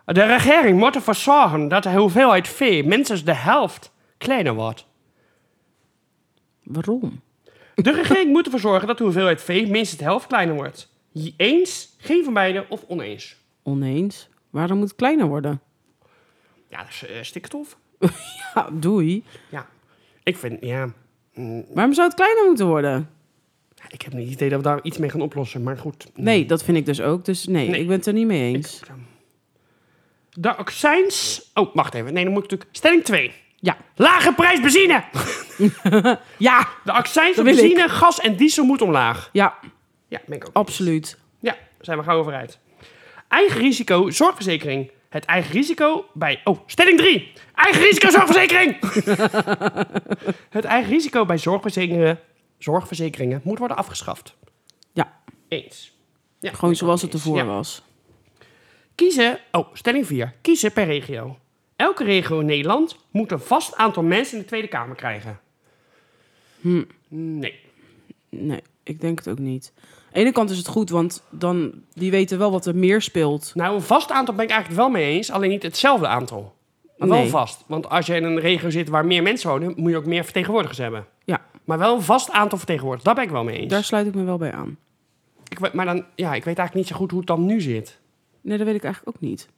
Speaker 2: de regering moet ervoor zorgen dat de hoeveelheid vee minstens de helft kleiner wordt.
Speaker 3: Waarom?
Speaker 2: De regering moet ervoor zorgen dat de hoeveelheid vee minstens de helft kleiner wordt. Je Eens, geen van beide of oneens.
Speaker 3: Oneens. Waarom moet het kleiner worden?
Speaker 2: Ja, dat is eh, stikstof.
Speaker 3: Ja, doei.
Speaker 2: Ja, ik vind, ja. mm,
Speaker 3: Waarom zou het kleiner moeten worden?
Speaker 2: Ik heb niet het idee dat we daar iets mee gaan oplossen, maar goed.
Speaker 3: Nee, dat vind ik dus ook. Dus nee,
Speaker 2: Nee.
Speaker 3: ik ben het er niet mee eens.
Speaker 2: De accijns. Oh, wacht even. Nee, dan moet ik natuurlijk. Stelling 2.
Speaker 3: Ja.
Speaker 2: Lage prijs benzine!
Speaker 3: Ja.
Speaker 2: De accijns op
Speaker 3: wil ik.
Speaker 2: benzine, gas en diesel moet omlaag.
Speaker 3: Ja,
Speaker 2: Ja, ben ik ook.
Speaker 3: absoluut.
Speaker 2: Ja, zijn we gauw over uit. Eigen risico zorgverzekering. Het eigen risico bij... Oh, stelling 3. Eigen risico zorgverzekering. het eigen risico bij zorgverzekeringen, zorgverzekeringen moet worden afgeschaft.
Speaker 3: Ja,
Speaker 2: Eens. Ja,
Speaker 3: gewoon
Speaker 2: ik
Speaker 3: zoals
Speaker 2: ook
Speaker 3: het
Speaker 2: eens.
Speaker 3: ervoor
Speaker 2: Ja.
Speaker 3: was.
Speaker 2: Kiezen... Oh, stelling 4. Kiezen per regio. Elke regio in Nederland moet een vast aantal mensen in de Tweede Kamer krijgen. Nee.
Speaker 3: Nee, ik denk het ook niet. Aan de ene kant is het goed, want dan, die weten wel wat er meer speelt.
Speaker 2: Nou, een vast aantal ben ik eigenlijk wel mee eens. Alleen niet hetzelfde aantal. Maar wel
Speaker 3: Nee.
Speaker 2: vast. Want als je in een regio zit waar meer mensen wonen, moet je ook meer vertegenwoordigers hebben.
Speaker 3: Ja.
Speaker 2: Maar wel een vast aantal vertegenwoordigers. Daar ben ik wel mee eens.
Speaker 3: Daar sluit ik me wel bij aan.
Speaker 2: Ik, weet- maar dan, ja, ik weet eigenlijk niet zo goed hoe het dan nu zit.
Speaker 3: Nee, dat weet ik eigenlijk ook niet.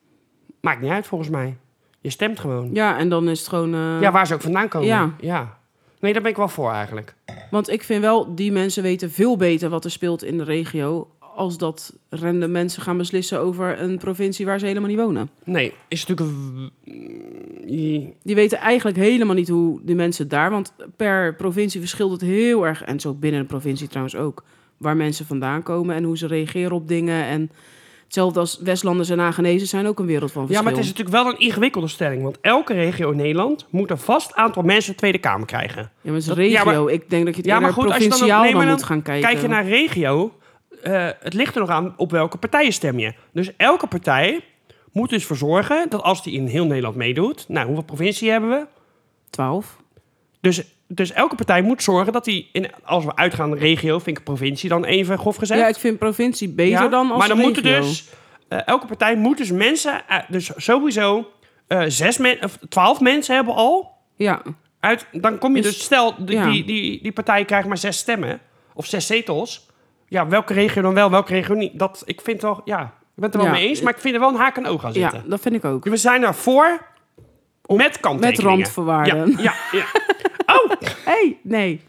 Speaker 2: Maakt niet uit volgens mij. Je stemt gewoon.
Speaker 3: Ja, en dan is het gewoon... eh,
Speaker 2: Ja, waar ze ook vandaan komen.
Speaker 3: Ja.
Speaker 2: Nee, daar ben ik wel voor eigenlijk.
Speaker 3: Want ik vind wel, die mensen weten veel beter wat er speelt in de regio... als dat random mensen gaan beslissen over een provincie waar ze helemaal niet wonen.
Speaker 2: Nee, is natuurlijk... een w- mm, i-
Speaker 3: Die weten eigenlijk helemaal niet hoe de mensen daar... want per provincie verschilt het heel erg... en zo binnen de provincie trouwens ook... waar mensen vandaan komen en hoe ze reageren op dingen... en hetzelfde als Westlanders en Hagenezen zijn ook een wereld van
Speaker 2: Ja,
Speaker 3: verschil.
Speaker 2: maar het is natuurlijk wel een ingewikkelde stelling. Want elke regio in Nederland moet een vast aantal mensen de Tweede Kamer krijgen.
Speaker 3: Ja, maar het is
Speaker 2: Dat-
Speaker 3: regio.
Speaker 2: ja, maar-
Speaker 3: ik denk dat je het
Speaker 2: Ja, maar
Speaker 3: eerder
Speaker 2: goed, als je dan
Speaker 3: provinciaal
Speaker 2: ook-
Speaker 3: dan,
Speaker 2: nee, maar dan
Speaker 3: moet gaan kijken.
Speaker 2: Kijk je naar regio, eh, het ligt er nog aan op welke partijen stem je. Dus elke partij moet dus voor zorgen dat als die in heel Nederland meedoet... Nou, hoeveel provincie hebben we?
Speaker 3: 12.
Speaker 2: Dus, dus elke partij moet zorgen dat die, in, als we uitgaan regio, vind ik provincie dan even grof gezegd.
Speaker 3: Ja, ik vind provincie beter
Speaker 2: Ja,
Speaker 3: dan als
Speaker 2: Maar dan
Speaker 3: regio.
Speaker 2: moeten dus, eh, elke partij moet dus mensen, uit- dus sowieso eh, zes men, of twaalf mensen hebben al.
Speaker 3: Ja,
Speaker 2: Uit, dan kom je dus,
Speaker 3: Dus-
Speaker 2: stel die,
Speaker 3: ja.
Speaker 2: die, die, die partij krijgt maar zes stemmen of zes zetels. Ja, welke regio dan wel, welke regio niet. Dat, ik vind wel, ja, ik ben het er wel
Speaker 3: Ja.
Speaker 2: mee eens, maar ik vind er wel een haak en oog aan
Speaker 3: ja,
Speaker 2: zitten. Dus
Speaker 3: dat vind ik ook.
Speaker 2: We zijn daarvoor met kanttekeningen.
Speaker 3: Met randvoorwaarden.
Speaker 2: Ja, ja, ja.
Speaker 3: hey, nee.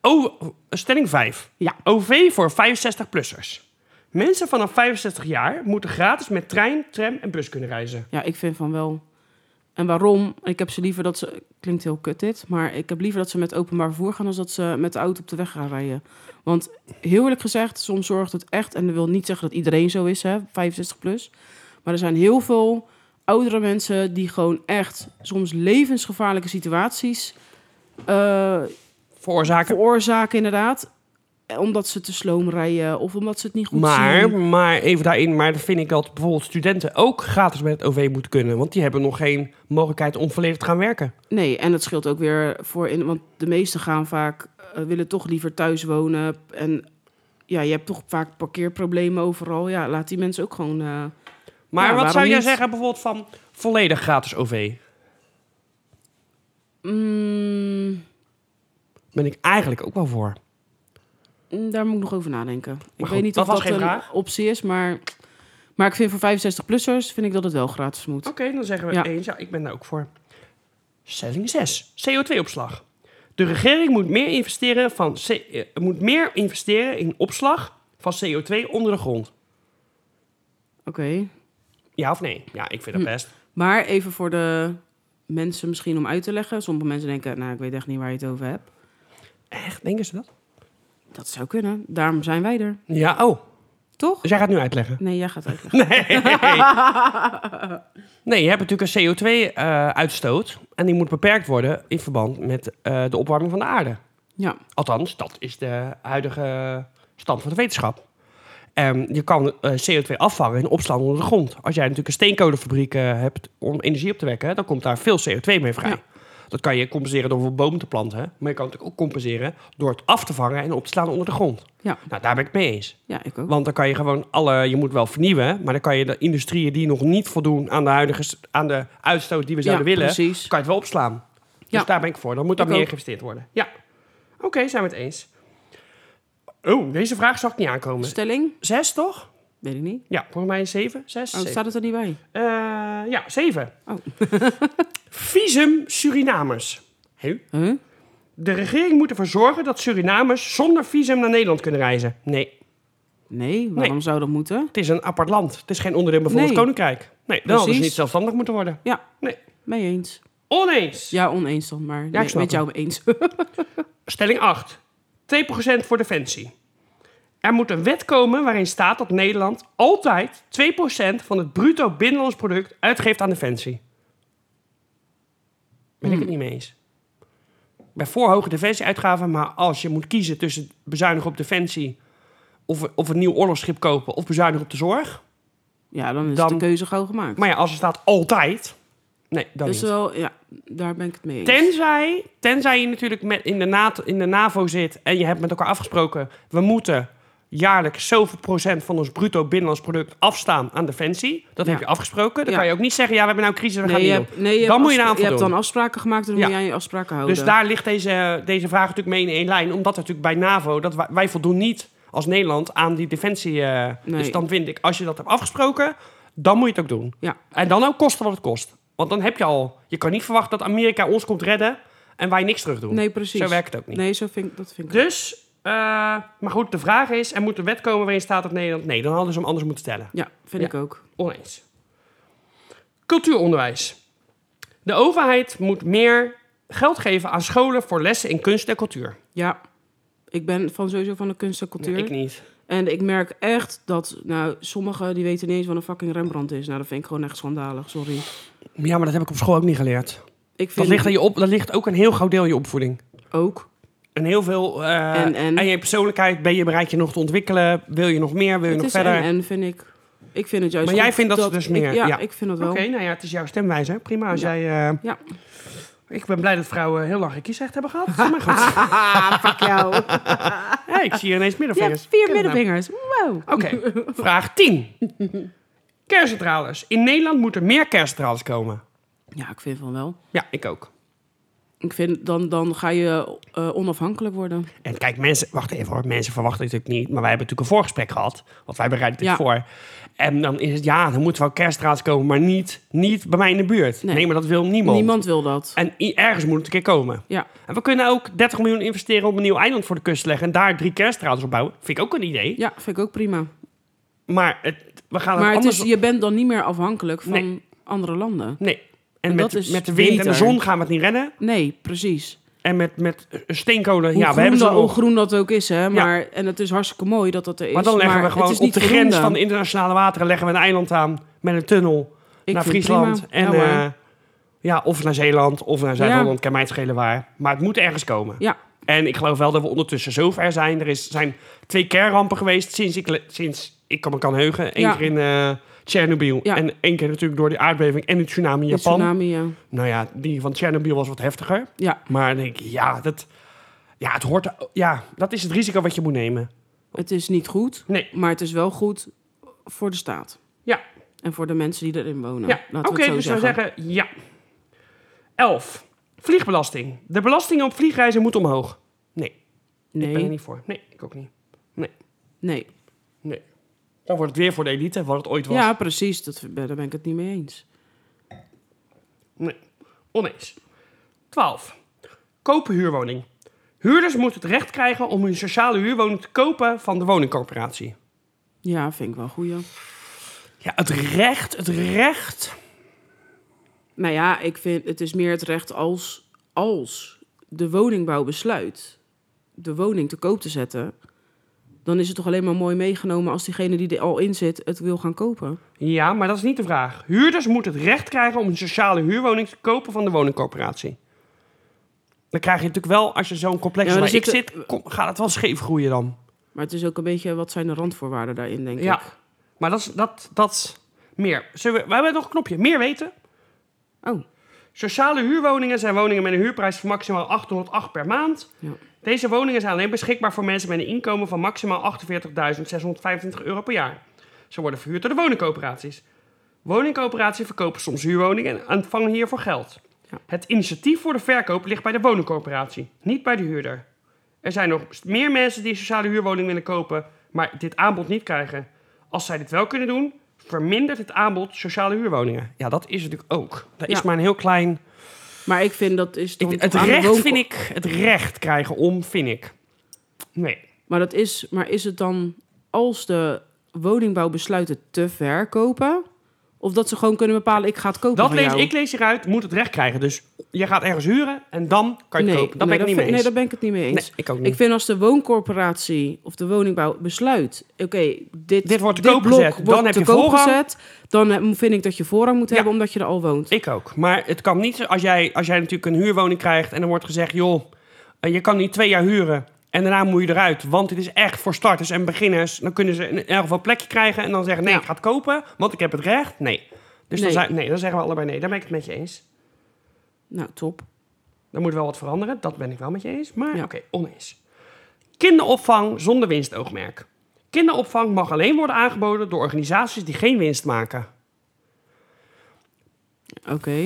Speaker 2: O, Oh, stelling 5.
Speaker 3: Ja.
Speaker 2: OV voor 65-plussers. Mensen vanaf 65 jaar moeten gratis met trein, tram en bus kunnen reizen.
Speaker 3: Ja, ik vind van wel. En waarom? Ik heb ze liever dat ze... Klinkt heel kut dit, maar ik heb liever dat ze met openbaar vervoer gaan... dan dat ze met de auto op de weg gaan rijden. Want heel eerlijk gezegd, soms zorgt het echt... en dat wil niet zeggen dat iedereen zo is, hè, 65 plus. Maar er zijn heel veel oudere mensen die gewoon echt... soms levensgevaarlijke situaties eh,
Speaker 2: Veroorzaken.
Speaker 3: veroorzaken inderdaad. Omdat ze te sloom rijden of omdat ze het niet goed
Speaker 2: Maar,
Speaker 3: zien.
Speaker 2: maar even daarin, maar dan vind ik dat bijvoorbeeld studenten ook gratis met het OV moeten kunnen. Want die hebben nog geen mogelijkheid om volledig te gaan werken.
Speaker 3: Nee, en dat scheelt ook weer voor in. Want de meesten gaan vaak, eh, willen toch liever thuis wonen. En ja, je hebt toch vaak parkeerproblemen overal. Ja, laat die mensen ook gewoon. eh,
Speaker 2: Maar wat
Speaker 3: Ja, waarom
Speaker 2: zou jij
Speaker 3: niet?
Speaker 2: zeggen bijvoorbeeld van volledig gratis OV?
Speaker 3: mm,
Speaker 2: Ben ik eigenlijk ook wel voor.
Speaker 3: mm, daar moet ik nog over nadenken. ik
Speaker 2: goed,
Speaker 3: weet niet
Speaker 2: dat
Speaker 3: of
Speaker 2: was
Speaker 3: dat
Speaker 2: geen
Speaker 3: een
Speaker 2: vraag.
Speaker 3: optie is, maar. Maar ik vind voor 65-plussers vind ik dat het wel gratis moet.
Speaker 2: Oké, dan zeggen we
Speaker 3: Ja.
Speaker 2: eens. Ja, ik ben daar ook voor. Stelling 6. CO2-opslag. De regering moet meer, investeren van C- eh, moet meer investeren in opslag van CO2 onder de grond.
Speaker 3: Oké.
Speaker 2: Ja of nee? Ja, ik vind dat best.
Speaker 3: Maar even voor de mensen misschien om uit te leggen. Sommige mensen denken, nou, ik weet echt niet waar je het over hebt.
Speaker 2: Echt? Denken ze dat?
Speaker 3: Dat zou kunnen. Daarom zijn wij er,
Speaker 2: Ja, oh.
Speaker 3: toch?
Speaker 2: Dus jij gaat nu uitleggen.
Speaker 3: Nee, jij gaat uitleggen.
Speaker 2: Nee. nee, je hebt natuurlijk een CO2-uitstoot. eh, en die moet beperkt worden in verband met eh, de opwarming van de aarde.
Speaker 3: Ja.
Speaker 2: Althans, dat is de huidige stand van de wetenschap. Ehm, je kan eh, CO2 afvangen en opslaan onder de grond. Als jij natuurlijk een steenkolenfabriek eh, hebt om energie op te wekken, dan komt daar veel CO2 mee vrij.
Speaker 3: Ja.
Speaker 2: Dat kan je compenseren door bijvoorbeeld bomen te planten. Maar je kan het natuurlijk ook compenseren door het af te vangen en op te slaan onder de grond.
Speaker 3: Ja.
Speaker 2: Nou, daar ben ik het mee eens.
Speaker 3: ja, ik ook.
Speaker 2: Want dan kan je gewoon alle, je moet wel vernieuwen, maar dan kan je de industrieën die nog niet voldoen aan de huidige s- aan de uitstoot die we zouden
Speaker 3: ja,
Speaker 2: willen,
Speaker 3: Precies.
Speaker 2: kan je het wel opslaan. Dus
Speaker 3: Ja.
Speaker 2: daar ben ik voor. Dan moet daar
Speaker 3: Ik
Speaker 2: meer
Speaker 3: ook.
Speaker 2: geïnvesteerd worden. Ja. Oké, zijn we het eens. Oh, deze vraag zag ik niet aankomen.
Speaker 3: Stelling?
Speaker 2: Zes, toch?
Speaker 3: Weet ik niet.
Speaker 2: Ja, volgens mij zeven. Zes,
Speaker 3: Oh,
Speaker 2: zeven.
Speaker 3: staat het er niet bij?
Speaker 2: Eh, ja, zeven.
Speaker 3: Oh.
Speaker 2: Visum Surinamers. Hé?
Speaker 3: Huh?
Speaker 2: De regering moet ervoor zorgen dat Surinamers zonder visum naar Nederland kunnen reizen. Nee,
Speaker 3: Nee, waarom
Speaker 2: Nee.
Speaker 3: zou dat moeten?
Speaker 2: het is een apart land. Het is geen onderdeel van het
Speaker 3: Nee.
Speaker 2: Koninkrijk. Nee, dan hadden ze
Speaker 3: Precies.
Speaker 2: niet zelfstandig moeten worden.
Speaker 3: Ja.
Speaker 2: Nee.
Speaker 3: Mee eens.
Speaker 2: Oneens.
Speaker 3: Ja, oneens dan, maar
Speaker 2: snap
Speaker 3: nee, met
Speaker 2: het.
Speaker 3: jou eens.
Speaker 2: Stelling 8. 2% voor defensie. Er moet een wet komen waarin staat dat Nederland altijd 2% van het bruto binnenlands product uitgeeft aan defensie. Ben
Speaker 3: Hmm.
Speaker 2: ik het niet mee eens. Bij voor hoge defensieuitgaven, maar als je moet kiezen tussen bezuinigen op defensie of, of een nieuw oorlogsschip kopen of bezuinigen op de zorg.
Speaker 3: ja, dan is
Speaker 2: Dan-
Speaker 3: de keuze gauw gemaakt.
Speaker 2: Maar ja, als er staat altijd. Nee, dan
Speaker 3: dus
Speaker 2: niet.
Speaker 3: wel, ja, daar ben ik het mee eens.
Speaker 2: Tenzij, tenzij je natuurlijk met in, de NATO, in de NAVO zit en je hebt met elkaar afgesproken... we moeten jaarlijks zoveel procent van ons bruto binnenlands product afstaan aan defensie. Dat
Speaker 3: Ja.
Speaker 2: heb je afgesproken. Dan
Speaker 3: Ja.
Speaker 2: kan je ook niet zeggen, ja, we hebben nou crisis, we gaan
Speaker 3: nee, je
Speaker 2: niet
Speaker 3: hebt, nee, je
Speaker 2: Dan
Speaker 3: hebt
Speaker 2: moet je
Speaker 3: afspra-
Speaker 2: een aanval
Speaker 3: Je hebt
Speaker 2: doen.
Speaker 3: dan afspraken gemaakt en dan
Speaker 2: Ja.
Speaker 3: moet jij je afspraken houden.
Speaker 2: Dus daar ligt deze, deze vraag natuurlijk mee in één lijn. Omdat er natuurlijk bij NAVO, dat wij, wij voldoen niet als Nederland aan die defensie. eh,
Speaker 3: Nee.
Speaker 2: Dus dan vind ik, als je dat hebt afgesproken, dan moet je het ook doen.
Speaker 3: Ja.
Speaker 2: En dan ook kosten wat het kost. Want dan heb je al, je kan niet verwachten dat Amerika ons komt redden en wij niks terug doen.
Speaker 3: Nee, precies.
Speaker 2: Zo werkt het ook niet.
Speaker 3: Nee, zo vind, ik- dat vind ik
Speaker 2: Dus, eh, maar goed, de vraag is, er moet een wet komen waarin staat dat Nederland... Nee, dan hadden ze hem anders moeten stellen.
Speaker 3: Ja, vind
Speaker 2: Ja.
Speaker 3: ik ook.
Speaker 2: Oneens. Cultuuronderwijs. De overheid moet meer geld geven aan scholen voor lessen in kunst en cultuur.
Speaker 3: Ja, ik ben van sowieso van de kunst en cultuur.
Speaker 2: Nee, ik niet.
Speaker 3: En ik merk echt dat, nou, sommigen die weten niet eens wat een fucking Rembrandt is. Nou, dat vind ik gewoon echt schandalig, sorry.
Speaker 2: Ja, maar dat heb ik op school ook niet geleerd.
Speaker 3: Ik
Speaker 2: Dat
Speaker 3: vind
Speaker 2: ligt, aan je op, dat ligt ook een heel groot deel aan je opvoeding.
Speaker 3: ook.
Speaker 2: En heel veel eh,
Speaker 3: En- en?
Speaker 2: aan je persoonlijkheid. Ben je bereid je nog te ontwikkelen? Wil je nog meer? Wil je
Speaker 3: het
Speaker 2: nog
Speaker 3: is
Speaker 2: verder?
Speaker 3: en, en vind ik. Ik vind het juist
Speaker 2: Maar jij
Speaker 3: goed
Speaker 2: vindt dat ze dus
Speaker 3: ik-
Speaker 2: meer-
Speaker 3: ja,
Speaker 2: ja.
Speaker 3: ik vind dat
Speaker 2: Oké,
Speaker 3: wel.
Speaker 2: nou ja, het is jouw stemwijze. Prima als
Speaker 3: Ja.
Speaker 2: jij... eh,
Speaker 3: Ja.
Speaker 2: Ik ben blij dat vrouwen heel lang geen kiesrecht hebben gehad. Maar goed.
Speaker 3: Haha, fuck jou.
Speaker 2: Hey, ik zie hier ineens
Speaker 3: Je hebt
Speaker 2: middenvingers.
Speaker 3: vier
Speaker 2: Ken je dat nou?
Speaker 3: middenvingers. Wow.
Speaker 2: Oké, vraag 10. Kerncentrales. In Nederland moeten meer kerncentrales komen.
Speaker 3: Ja, ik vind van wel.
Speaker 2: Ja, ik ook.
Speaker 3: Ik vind, dan, dan ga je eh, onafhankelijk worden.
Speaker 2: En kijk, mensen, wacht even hoor, mensen verwachten het natuurlijk niet. Maar wij hebben natuurlijk een voorgesprek gehad, want wij bereiden dit
Speaker 3: Ja.
Speaker 2: voor. En dan is het, ja, dan moeten wel kerncentrales komen, maar niet, niet bij mij in de buurt. Nee,
Speaker 3: Nee.
Speaker 2: maar dat wil niemand.
Speaker 3: Niemand wil dat.
Speaker 2: En i- ergens moet het een keer komen.
Speaker 3: Ja,
Speaker 2: En we kunnen ook 30 miljoen investeren om een nieuw eiland voor de kust te leggen. En daar drie kerncentrales op bouwen. Vind ik ook een idee.
Speaker 3: ja vind ik ook prima.
Speaker 2: Maar het, we gaan het
Speaker 3: Maar het
Speaker 2: anders...
Speaker 3: is, je bent dan niet meer afhankelijk van
Speaker 2: Nee.
Speaker 3: andere landen.
Speaker 2: Nee. En
Speaker 3: En
Speaker 2: met,
Speaker 3: dat is
Speaker 2: met de wind en
Speaker 3: beter.
Speaker 2: de zon gaan we het niet redden.
Speaker 3: Nee, precies.
Speaker 2: En met, met steenkolen,
Speaker 3: Hoe,
Speaker 2: ja, we
Speaker 3: groen,
Speaker 2: hebben ze
Speaker 3: dat, hoe
Speaker 2: nog.
Speaker 3: groen dat ook is, hè. Maar, En het is hartstikke mooi dat dat er is.
Speaker 2: Maar dan leggen we
Speaker 3: het
Speaker 2: gewoon
Speaker 3: is
Speaker 2: op
Speaker 3: niet
Speaker 2: de
Speaker 3: voldoende.
Speaker 2: grens van internationale wateren leggen we een eiland aan met een tunnel
Speaker 3: Ik
Speaker 2: naar
Speaker 3: vind het
Speaker 2: Friesland.
Speaker 3: prima.
Speaker 2: En eh,
Speaker 3: Ja, hoor.
Speaker 2: ja, ja, of naar Zeeland of naar Zuid-Holland, kan mij het schelen waar. Maar het moet ergens komen.
Speaker 3: Ja.
Speaker 2: En ik geloof wel dat we ondertussen zo ver zijn. Er is, zijn twee kernrampen geweest sinds ik, le- sinds ik me kan heugen. Eén
Speaker 3: Ja.
Speaker 2: keer in eh Tsjernobyl
Speaker 3: Ja.
Speaker 2: en één keer natuurlijk door de aardbeving en de tsunami in
Speaker 3: De
Speaker 2: Japan.
Speaker 3: tsunami, ja.
Speaker 2: Nou ja, die van Tsjernobyl was wat heftiger.
Speaker 3: Ja,
Speaker 2: Maar dan denk ik, ja, dat, ja, het hoort, ja, dat is het risico wat je moet nemen.
Speaker 3: het is niet goed.
Speaker 2: Nee.
Speaker 3: Maar het is wel goed voor de staat.
Speaker 2: Ja.
Speaker 3: En voor de mensen die erin wonen.
Speaker 2: Ja,
Speaker 3: Nou, Laten
Speaker 2: oké,
Speaker 3: we het zo
Speaker 2: dus we
Speaker 3: zeggen.
Speaker 2: zeggen ja. 11. Vliegbelasting. De belasting op vliegreizen moet omhoog. Nee, ik ben er
Speaker 3: Nee,
Speaker 2: niet voor. Nee, ik ook niet.
Speaker 3: nee.
Speaker 2: Nee. Dan wordt het weer voor de elite, wat het ooit was.
Speaker 3: Ja, precies. Dat, daar ben ik het niet mee eens.
Speaker 2: Nee, oneens. 12. Kopen huurwoning. Huurders moeten het recht krijgen om hun sociale huurwoning te kopen van de woningcorporatie.
Speaker 3: Ja, vind ik wel goeie.
Speaker 2: Ja, het recht, het recht.
Speaker 3: Nou ja, ik vind het is meer het recht als, als de woningbouw besluit de woning te koop te zetten. Dan is het toch alleen maar mooi meegenomen als diegene die er al in zit het wil gaan kopen.
Speaker 2: Ja, maar dat is niet de vraag. Huurders moeten het recht krijgen om een sociale huurwoning te kopen van de woningcorporatie. Dan krijg je natuurlijk wel, als je zo'n complex
Speaker 3: Ja, maar
Speaker 2: waar
Speaker 3: dan
Speaker 2: ik
Speaker 3: zitten-
Speaker 2: zit, kom, gaat het wel scheef groeien dan.
Speaker 3: Maar het is ook een beetje wat zijn de randvoorwaarden daarin, denk
Speaker 2: Ja,
Speaker 3: ik.
Speaker 2: maar dat is, dat, dat is meer. Zullen we, we hebben nog een knopje. Meer weten?
Speaker 3: Oh,
Speaker 2: Sociale huurwoningen zijn woningen met een huurprijs van maximaal 808 per maand.
Speaker 3: Ja.
Speaker 2: Deze woningen zijn alleen beschikbaar voor mensen met een inkomen van maximaal 48.625 euro per jaar. Ze worden verhuurd door de woningcoöperaties. Woningcoöperaties verkopen soms huurwoningen en ontvangen hiervoor geld.
Speaker 3: Ja.
Speaker 2: Het initiatief voor de verkoop ligt bij de woningcoöperatie, niet bij de huurder. Er zijn nog meer mensen die een sociale huurwoning willen kopen, maar dit aanbod niet krijgen. Als zij dit wel kunnen doen, vermindert het aanbod sociale huurwoningen. Ja, dat is het natuurlijk ook. Dat is
Speaker 3: Ja.
Speaker 2: maar een heel klein
Speaker 3: maar ik vind dat is dan
Speaker 2: ik, het
Speaker 3: aan de
Speaker 2: recht
Speaker 3: woonko-
Speaker 2: vind ik, het recht krijgen om, vind ik. Nee.
Speaker 3: Maar dat is, maar is het dan als de woningbouw besluit het te verkopen, of dat ze gewoon kunnen bepalen ik ga het kopen
Speaker 2: Dat
Speaker 3: van
Speaker 2: lees,
Speaker 3: jou?
Speaker 2: ik lees hieruit, moet het recht krijgen. Dus je gaat ergens huren en dan kan je het kopen. Dat ben ik niet mee
Speaker 3: dat vind-
Speaker 2: eens.
Speaker 3: Nee, daar ben ik het niet mee eens.
Speaker 2: Nee, ik ook niet.
Speaker 3: Ik vind als de wooncorporatie of de woningbouw besluit... oké, dit,
Speaker 2: Dit wordt te koop
Speaker 3: blok
Speaker 2: gezet,
Speaker 3: wordt
Speaker 2: dan heb
Speaker 3: te
Speaker 2: je
Speaker 3: koop
Speaker 2: voorrang.
Speaker 3: gezet... dan eh, vind ik dat je voorrang moet
Speaker 2: Ja.
Speaker 3: hebben omdat je er al woont.
Speaker 2: Ik ook. Maar het kan niet, zo- als jij, als jij natuurlijk een huurwoning krijgt en er wordt gezegd, joh, eh, je kan niet twee jaar huren en daarna moet je eruit. Want dit is echt voor starters en beginners. Dan kunnen ze in elk geval een plekje krijgen en dan zeggen, nee,
Speaker 3: Ja.
Speaker 2: ik ga het kopen, want ik heb het recht. Nee. Dus Dan,
Speaker 3: Nee.
Speaker 2: zei- nee, dan zeggen we allebei nee. Daar ben ik het met je eens.
Speaker 3: Nou, top.
Speaker 2: Er moet wel wat veranderen, dat ben ik wel met je eens. Maar
Speaker 3: Ja.
Speaker 2: oké, oneens. Kinderopvang zonder winstoogmerk. Kinderopvang mag alleen worden aangeboden door organisaties die geen winst maken.
Speaker 3: Oké.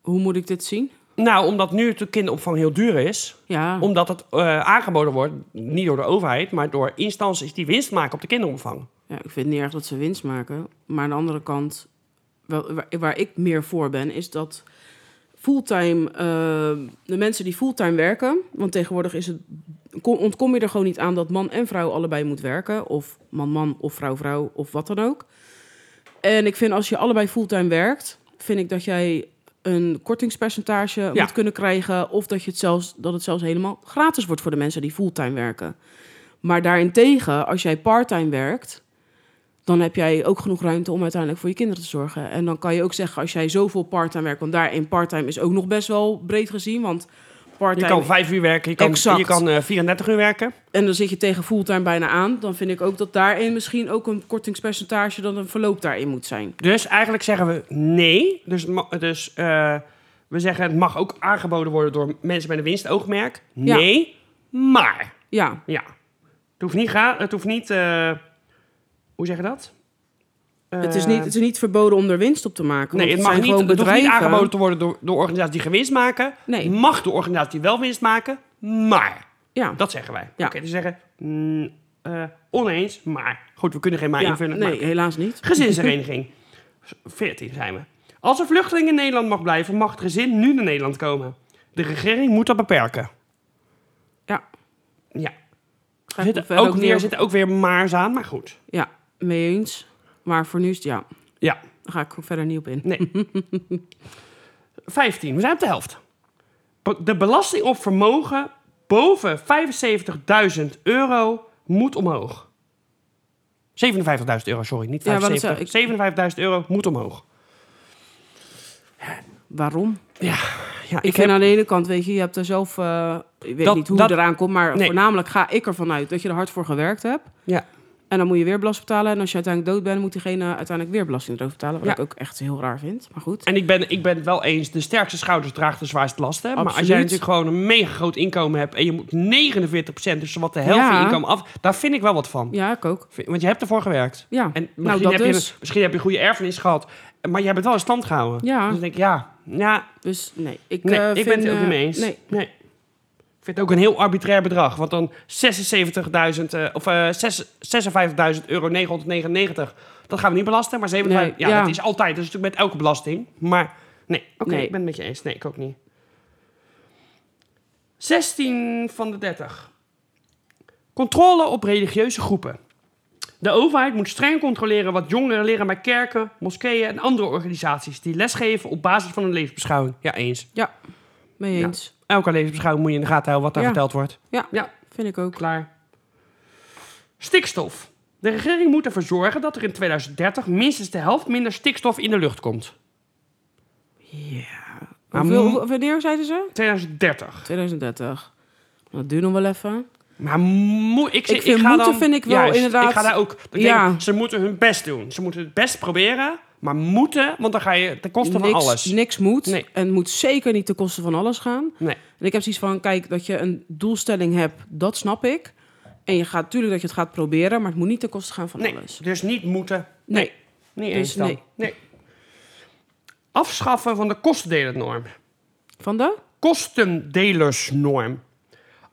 Speaker 3: Hoe moet ik dit zien?
Speaker 2: Nou, omdat nu natuurlijk kinderopvang heel duur is.
Speaker 3: Ja.
Speaker 2: Omdat het eh, aangeboden wordt, niet door de overheid, maar door instanties die winst maken op de kinderopvang.
Speaker 3: ja, ik vind het niet erg dat ze winst maken. Maar aan de andere kant, wel- waar, waar ik meer voor ben, is dat fulltime, eh, de mensen die fulltime werken, want tegenwoordig is het, kom- ontkom je er gewoon niet aan dat man en vrouw allebei moet werken, of man-man of vrouw-vrouw of wat dan ook. En ik vind als je allebei fulltime werkt, vind ik dat jij een kortingspercentage
Speaker 2: Ja.
Speaker 3: moet kunnen krijgen, of dat, je het zelfs, dat het zelfs helemaal gratis wordt voor de mensen die fulltime werken. Maar daarentegen, als jij parttime werkt, dan heb jij ook genoeg ruimte om uiteindelijk voor je kinderen te zorgen. En dan kan je ook zeggen, als jij zoveel parttime werkt, want daarin parttime is ook nog best wel breed gezien, want
Speaker 2: Je
Speaker 3: parttime
Speaker 2: kan vijf uur werken, je kan,
Speaker 3: Exact.
Speaker 2: je kan eh, 34 uur werken.
Speaker 3: en dan zit je tegen fulltime bijna aan, dan vind ik ook dat daarin misschien ook een kortingspercentage dan een verloop daarin moet zijn.
Speaker 2: Dus eigenlijk zeggen we nee. Dus, ma- dus eh, we zeggen het mag ook aangeboden worden door mensen met een winstoogmerk.
Speaker 3: Ja.
Speaker 2: Nee, maar.
Speaker 3: Ja,
Speaker 2: Ja. Het hoeft niet... Ga, het hoeft niet eh, hoe zeg je dat? Eh,
Speaker 3: het, is niet, het is niet verboden om er winst op te maken.
Speaker 2: Nee,
Speaker 3: want
Speaker 2: het mag
Speaker 3: zijn
Speaker 2: niet,
Speaker 3: gewoon
Speaker 2: het hoeft niet
Speaker 3: bedrijven.
Speaker 2: aangeboden te worden door, door organisaties die geen winst maken.
Speaker 3: Nee.
Speaker 2: Mag de organisatie die wel winst maken, maar.
Speaker 3: Ja,
Speaker 2: Dat zeggen wij.
Speaker 3: Ja.
Speaker 2: Oké, dus zeggen mm, eh, oneens, maar. Goed, we kunnen geen maar
Speaker 3: ja,
Speaker 2: invullen.
Speaker 3: nee,
Speaker 2: maar.
Speaker 3: helaas niet.
Speaker 2: Gezinshereniging. 14 zijn we. Als een vluchteling in Nederland mag blijven, mag het gezin nu naar Nederland komen. De regering moet dat beperken.
Speaker 3: Ja,
Speaker 2: Ja.
Speaker 3: ga ik
Speaker 2: Zit
Speaker 3: nog
Speaker 2: er
Speaker 3: verder
Speaker 2: ook
Speaker 3: niet
Speaker 2: weer,
Speaker 3: op-
Speaker 2: zit er ook weer maars aan, maar goed.
Speaker 3: Ja, mee eens. Maar voor nu is het ja.
Speaker 2: Ja,
Speaker 3: Daar ga ik ook verder niet op in.
Speaker 2: nee. 15, we zijn op de helft. Be- De belasting op vermogen boven 75.000 euro moet omhoog. 57.000 euro, sorry, niet
Speaker 3: Ja, wat
Speaker 2: 75.
Speaker 3: ik zei, ik-
Speaker 2: 57.000 euro moet omhoog.
Speaker 3: Waarom?
Speaker 2: Ja,
Speaker 3: Ik, vind aan de ene kant, weet je, je hebt er zelf, eh ik weet
Speaker 2: Dat-
Speaker 3: niet hoe
Speaker 2: dat-
Speaker 3: het eraan komt, maar
Speaker 2: Nee.
Speaker 3: voornamelijk ga ik ervan uit dat je er hard voor gewerkt hebt.
Speaker 2: Ja.
Speaker 3: En dan moet je weer belasting betalen. En als je uiteindelijk dood bent, moet diegene uiteindelijk weer belasting erover betalen. Wat
Speaker 2: Ja.
Speaker 3: ik ook echt heel raar vind. Maar goed.
Speaker 2: En ik ben, ik ben het wel eens, de sterkste schouders draagt de zwaarste lasten. Maar als
Speaker 3: Absoluut.
Speaker 2: jij natuurlijk gewoon een mega groot inkomen hebt en je moet 49%, dus wat de helft van je
Speaker 3: Ja.
Speaker 2: inkomen af, daar vind ik wel wat van.
Speaker 3: Ja, ik ook.
Speaker 2: Vind- Want je hebt ervoor gewerkt.
Speaker 3: Ja.
Speaker 2: En misschien,
Speaker 3: nou, dat
Speaker 2: heb
Speaker 3: dus.
Speaker 2: je, misschien heb je een goede erfenis gehad, maar je hebt het wel in stand gehouden.
Speaker 3: Ja.
Speaker 2: Dus dan denk ik, ja, ja
Speaker 3: Dus nee, ik,
Speaker 2: nee,
Speaker 3: eh,
Speaker 2: ik
Speaker 3: vind,
Speaker 2: ben het ook
Speaker 3: eh,
Speaker 2: niet mee eens.
Speaker 3: Nee,
Speaker 2: Ik vind het ook een heel arbitrair bedrag, want dan 76.000 eh, of eh, zes- 56.000 euro 999, dat gaan we niet belasten, maar 57,
Speaker 3: Nee,
Speaker 2: ja,
Speaker 3: ja.
Speaker 2: dat is altijd, dat is natuurlijk met elke belasting. Maar nee, oké,
Speaker 3: Nee.
Speaker 2: ik ben het met je eens. Nee, ik ook niet. 16 van de 30. Controle op religieuze groepen. De overheid moet streng controleren wat jongeren leren bij kerken, moskeeën en andere organisaties die lesgeven op basis van hun levensbeschouwing. Ja, eens.
Speaker 3: ja, mee
Speaker 2: Ja.
Speaker 3: eens.
Speaker 2: Elke levensbeschouwing moet je in de gaten houden wat daar
Speaker 3: Ja.
Speaker 2: verteld wordt.
Speaker 3: Ja.
Speaker 2: ja,
Speaker 3: Vind ik ook.
Speaker 2: klaar. Stikstof. De regering moet ervoor zorgen dat er in 2030 minstens de helft minder stikstof in de lucht komt.
Speaker 3: Ja.
Speaker 2: Maar
Speaker 3: Hoeveel,
Speaker 2: mo-
Speaker 3: hoe- wanneer zeiden ze?
Speaker 2: 2030.
Speaker 3: 2030. Dat duurt nog wel even.
Speaker 2: Maar moet ik, zeg-
Speaker 3: Ik vind
Speaker 2: ga
Speaker 3: moeten
Speaker 2: dan,
Speaker 3: vind ik wel inderdaad-
Speaker 2: Ik ga daar ook. Ik
Speaker 3: Ja.
Speaker 2: denk, ze moeten hun best doen. Ze moeten het best proberen, maar moeten, want dan ga je ten koste van
Speaker 3: niks,
Speaker 2: alles.
Speaker 3: niks moet.
Speaker 2: Nee.
Speaker 3: En het moet zeker niet ten koste van alles gaan.
Speaker 2: Nee.
Speaker 3: En ik heb zoiets van, kijk, dat je een doelstelling hebt, dat snap ik. En je gaat, tuurlijk dat je het gaat proberen, maar het moet niet ten koste gaan van
Speaker 2: nee,
Speaker 3: alles.
Speaker 2: dus niet moeten.
Speaker 3: Nee.
Speaker 2: Niet
Speaker 3: Dus
Speaker 2: eens dan.
Speaker 3: nee.
Speaker 2: nee. Afschaffen van de kostendelennorm.
Speaker 3: Van de?
Speaker 2: kostendelersnorm.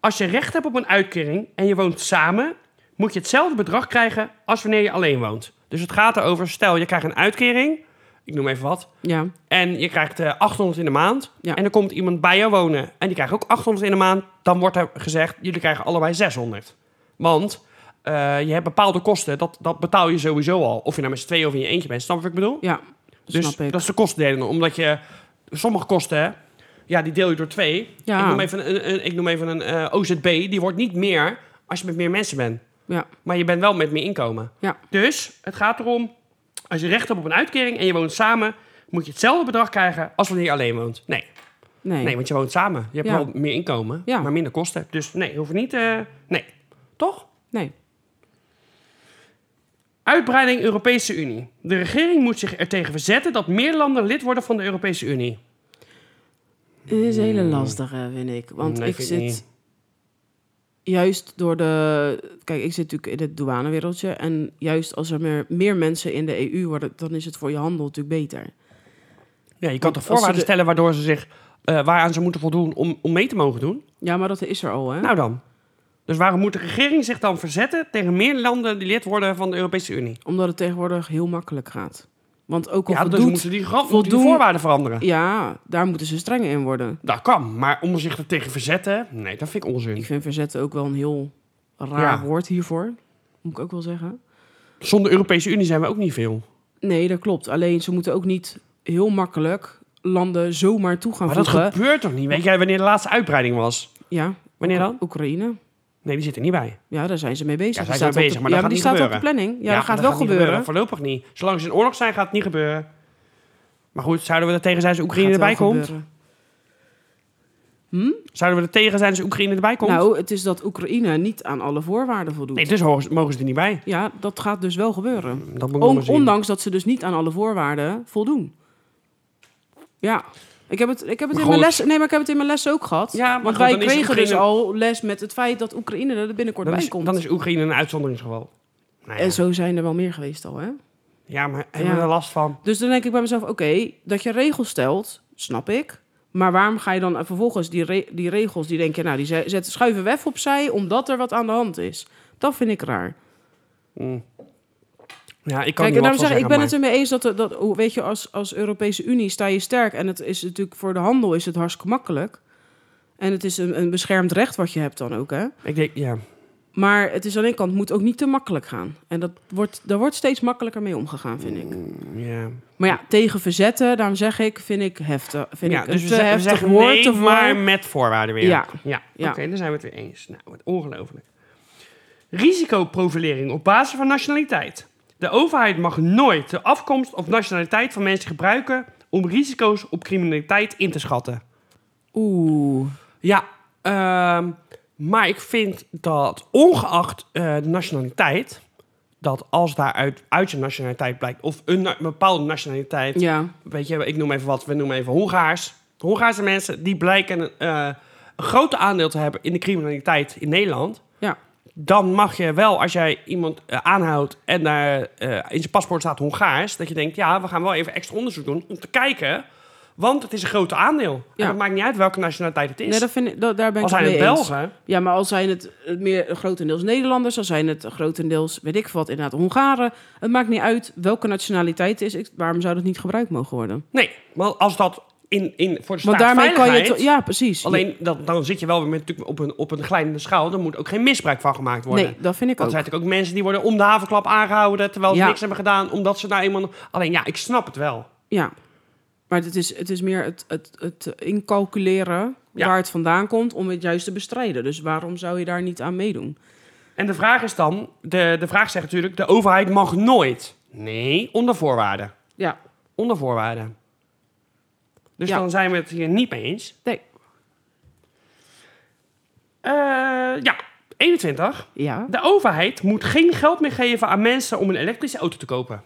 Speaker 2: Als je recht hebt op een uitkering en je woont samen, moet je hetzelfde bedrag krijgen als wanneer je alleen woont. Dus het gaat erover, stel je krijgt een uitkering, ik noem even wat,
Speaker 3: Ja.
Speaker 2: en je krijgt eh, 800 in de maand.
Speaker 3: Ja.
Speaker 2: En er komt iemand bij jou wonen en die krijgt ook 800 in de maand. Dan wordt er gezegd, jullie krijgen allebei 600. Want eh, je hebt bepaalde kosten, dat, dat betaal je sowieso al. Of je nou met z'n tweeën of in je eentje bent, snap je wat ik bedoel?
Speaker 3: Ja, dat
Speaker 2: Dus
Speaker 3: snap ik.
Speaker 2: dat is de kostendeling. Omdat je sommige kosten, ja, die deel je door twee.
Speaker 3: Ja.
Speaker 2: Ik noem even een, een- ik noem even een eh, OZB. Die wordt niet meer als je met meer mensen bent.
Speaker 3: Ja.
Speaker 2: Maar je bent wel met meer inkomen.
Speaker 3: Ja.
Speaker 2: Dus het gaat erom, als je recht hebt op een uitkering en je woont samen, moet je hetzelfde bedrag krijgen als wanneer je alleen woont. Nee,
Speaker 3: Nee.
Speaker 2: nee want je woont samen. Je hebt
Speaker 3: Ja.
Speaker 2: wel meer inkomen,
Speaker 3: Ja.
Speaker 2: maar minder kosten. Dus nee, hoeft niet. eh, nee, toch?
Speaker 3: Nee.
Speaker 2: Uitbreiding Europese Unie. De regering moet zich ertegen verzetten dat meer landen lid worden van de Europese Unie.
Speaker 3: Dit is een hele lastige, vind ik. Want
Speaker 2: Nee,
Speaker 3: ik
Speaker 2: vind
Speaker 3: zit...
Speaker 2: ik niet.
Speaker 3: juist door de. Kijk, ik zit natuurlijk in het douanewereldje. En juist als er meer, meer mensen in de EU worden, dan is het voor je handel natuurlijk beter.
Speaker 2: Ja, je kan
Speaker 3: Want
Speaker 2: toch
Speaker 3: als ze
Speaker 2: voorwaarden
Speaker 3: de-
Speaker 2: stellen waardoor ze zich, eh, waaraan ze moeten voldoen om, om mee te mogen doen?
Speaker 3: Ja, maar dat is er al, hè?
Speaker 2: Nou dan. Dus waarom moet de regering zich dan verzetten tegen meer landen die lid worden van de Europese Unie?
Speaker 3: Omdat het tegenwoordig heel makkelijk gaat. Want ook al
Speaker 2: Ja, dus
Speaker 3: voldoet...
Speaker 2: moeten die, gra- moeten die
Speaker 3: voldoen-
Speaker 2: voorwaarden veranderen.
Speaker 3: Ja, daar moeten ze strenger in worden.
Speaker 2: Dat kan, maar om zich er tegen verzetten, nee, dat vind ik
Speaker 3: Ik
Speaker 2: onzin.
Speaker 3: vind verzetten ook wel een heel raar
Speaker 2: Ja.
Speaker 3: woord hiervoor. Moet ik ook wel zeggen.
Speaker 2: Zonder Europese Unie zijn we ook niet veel.
Speaker 3: Nee, dat klopt. Alleen ze moeten ook niet heel makkelijk landen zomaar toe gaan
Speaker 2: Maar dat
Speaker 3: voegen.
Speaker 2: gebeurt toch niet? Weet jij wanneer de laatste uitbreiding was?
Speaker 3: Ja.
Speaker 2: Wanneer
Speaker 3: Oek-
Speaker 2: dan?
Speaker 3: Oekraïne.
Speaker 2: Nee, die zit er niet bij.
Speaker 3: Ja, daar zijn ze mee bezig.
Speaker 2: Ja,
Speaker 3: Die
Speaker 2: zijn ze mee bezig,
Speaker 3: staat op de-
Speaker 2: maar dat
Speaker 3: ja,
Speaker 2: gaat
Speaker 3: die
Speaker 2: niet
Speaker 3: staat op de
Speaker 2: gebeuren.
Speaker 3: planning. Ja, dat gaat
Speaker 2: maar
Speaker 3: wel
Speaker 2: niet
Speaker 3: gebeuren.
Speaker 2: Voorlopig niet. Zolang ze in oorlog zijn, gaat het niet gebeuren. Maar goed, zouden we er tegen zijn als Oekraïne
Speaker 3: Gaat wel
Speaker 2: erbij komt?
Speaker 3: gebeuren.
Speaker 2: Zouden we er tegen zijn als Oekraïne erbij komt?
Speaker 3: Nou, het is dat Oekraïne niet aan alle voorwaarden voldoet.
Speaker 2: nee, dus horen ze- mogen ze er niet bij.
Speaker 3: Ja, dat gaat dus wel
Speaker 2: Dat
Speaker 3: gebeuren.
Speaker 2: moet ik nog maar
Speaker 3: On-
Speaker 2: zien.
Speaker 3: ondanks dat ze dus niet aan alle voorwaarden voldoen. Ja. Ik heb het, ik heb het
Speaker 2: Maar
Speaker 3: in mijn
Speaker 2: goed.
Speaker 3: les. Nee, maar ik heb het in mijn les ook gehad.
Speaker 2: Ja, maar
Speaker 3: Want
Speaker 2: goed,
Speaker 3: wij
Speaker 2: dan is
Speaker 3: kregen dus
Speaker 2: Oekraïne-
Speaker 3: al les met het feit dat Oekraïne er binnenkort
Speaker 2: dan
Speaker 3: bij
Speaker 2: is,
Speaker 3: komt.
Speaker 2: dan is Oekraïne een uitzonderingsgeval. Nou ja.
Speaker 3: En zo zijn er wel meer geweest al, hè?
Speaker 2: ja, maar hebben we
Speaker 3: Ja.
Speaker 2: er last van?
Speaker 3: Dus dan denk ik bij mezelf, oké, dat je regels stelt, snap ik. Maar waarom ga je dan eh, vervolgens die, re- die regels, die denk je, nou, die ze- zetten, schuiven we even opzij omdat er wat aan de hand is. Dat vind ik raar.
Speaker 2: Mm. Ja, ik kan niet
Speaker 3: Kijk,
Speaker 2: wat
Speaker 3: en daarom
Speaker 2: van
Speaker 3: zeg ik,
Speaker 2: zeggen,
Speaker 3: ik ben
Speaker 2: maar-
Speaker 3: het ermee eens dat, er- dat hoe- weet je, als, als Europese Unie sta je sterk. En het is natuurlijk voor de handel is het hartstikke makkelijk. En het is een, een beschermd recht wat je hebt dan ook, hè.
Speaker 2: Ik denk, ja.
Speaker 3: Maar het is aan de ene kant, het moet ook niet te makkelijk gaan. En dat wordt, daar wordt steeds makkelijker mee omgegaan,
Speaker 2: Mm.
Speaker 3: vind ik.
Speaker 2: ja.
Speaker 3: Maar ja, tegen verzetten, daarom zeg ik, vind ik heftig. Vind
Speaker 2: ja
Speaker 3: ik
Speaker 2: dus
Speaker 3: een
Speaker 2: we
Speaker 3: te
Speaker 2: zeggen, we
Speaker 3: heftig
Speaker 2: zeggen
Speaker 3: woord
Speaker 2: nee,
Speaker 3: ervoor.
Speaker 2: maar met voorwaarden weer.
Speaker 3: Ja.
Speaker 2: Oké,
Speaker 3: Ja.
Speaker 2: daar zijn we het weer eens. Nou, wat ongelooflijk. Risicoprofilering op basis van nationaliteit. De overheid mag nooit de afkomst of nationaliteit van mensen gebruiken om risico's op criminaliteit in te schatten.
Speaker 3: Oeh.
Speaker 2: Ja, ehm, maar ik vind dat ongeacht eh, de nationaliteit, dat als daaruit uit zijn nationaliteit blijkt, of een na- bepaalde nationaliteit
Speaker 3: Ja.
Speaker 2: weet je, ik noem even wat, we noemen even Hongaars. Hongaarse mensen, die blijken eh, een groot aandeel te hebben in de criminaliteit in Nederland.
Speaker 3: Ja.
Speaker 2: Dan mag je wel, als jij iemand eh, aanhoudt en daar eh, in zijn paspoort staat Hongaars, dat je denkt, ja, we gaan wel even extra onderzoek doen om te kijken, want het is een groot aandeel. En
Speaker 3: Ja.
Speaker 2: het maakt niet uit welke nationaliteit het is.
Speaker 3: Nee, dat vind ik, dat, daar ben
Speaker 2: als
Speaker 3: ik
Speaker 2: hij
Speaker 3: het
Speaker 2: het
Speaker 3: mee eens.
Speaker 2: Belgen,
Speaker 3: Ja, maar al zijn het meer grotendeels Nederlanders, al zijn het grotendeels, weet ik wat, inderdaad Hongaren. Het maakt niet uit welke nationaliteit het is. Ik- waarom zou dat niet gebruikt mogen worden?
Speaker 2: nee, maar als dat in, in, voor de staat
Speaker 3: Want daarmee kan je...
Speaker 2: veiligheid,
Speaker 3: to- Ja, precies.
Speaker 2: Alleen dat, dan zit je wel weer met, natuurlijk op, een, op een glijdende schaal. Er moet ook geen misbruik van gemaakt worden.
Speaker 3: nee, dat vind ik
Speaker 2: Want
Speaker 3: ook.
Speaker 2: er zijn natuurlijk ook mensen die worden om de havenklap aangehouden... terwijl ze
Speaker 3: Ja.
Speaker 2: niks hebben gedaan, omdat ze nou eenmaal... Alleen ja, ik snap het wel.
Speaker 3: Ja. Maar het is, het is meer het, het, het incalculeren
Speaker 2: Ja.
Speaker 3: waar het vandaan komt om het juist te bestrijden. Dus waarom zou je daar niet aan meedoen?
Speaker 2: En de vraag is dan... De, de vraag zegt natuurlijk, de overheid mag nooit. Nee, onder voorwaarden.
Speaker 3: Ja.
Speaker 2: Onder voorwaarden. Dus
Speaker 3: Ja.
Speaker 2: dan zijn we het hier niet mee eens.
Speaker 3: Nee.
Speaker 2: Eh, ja, 21.
Speaker 3: Ja.
Speaker 2: De overheid moet geen geld meer geven aan mensen om een elektrische auto te kopen.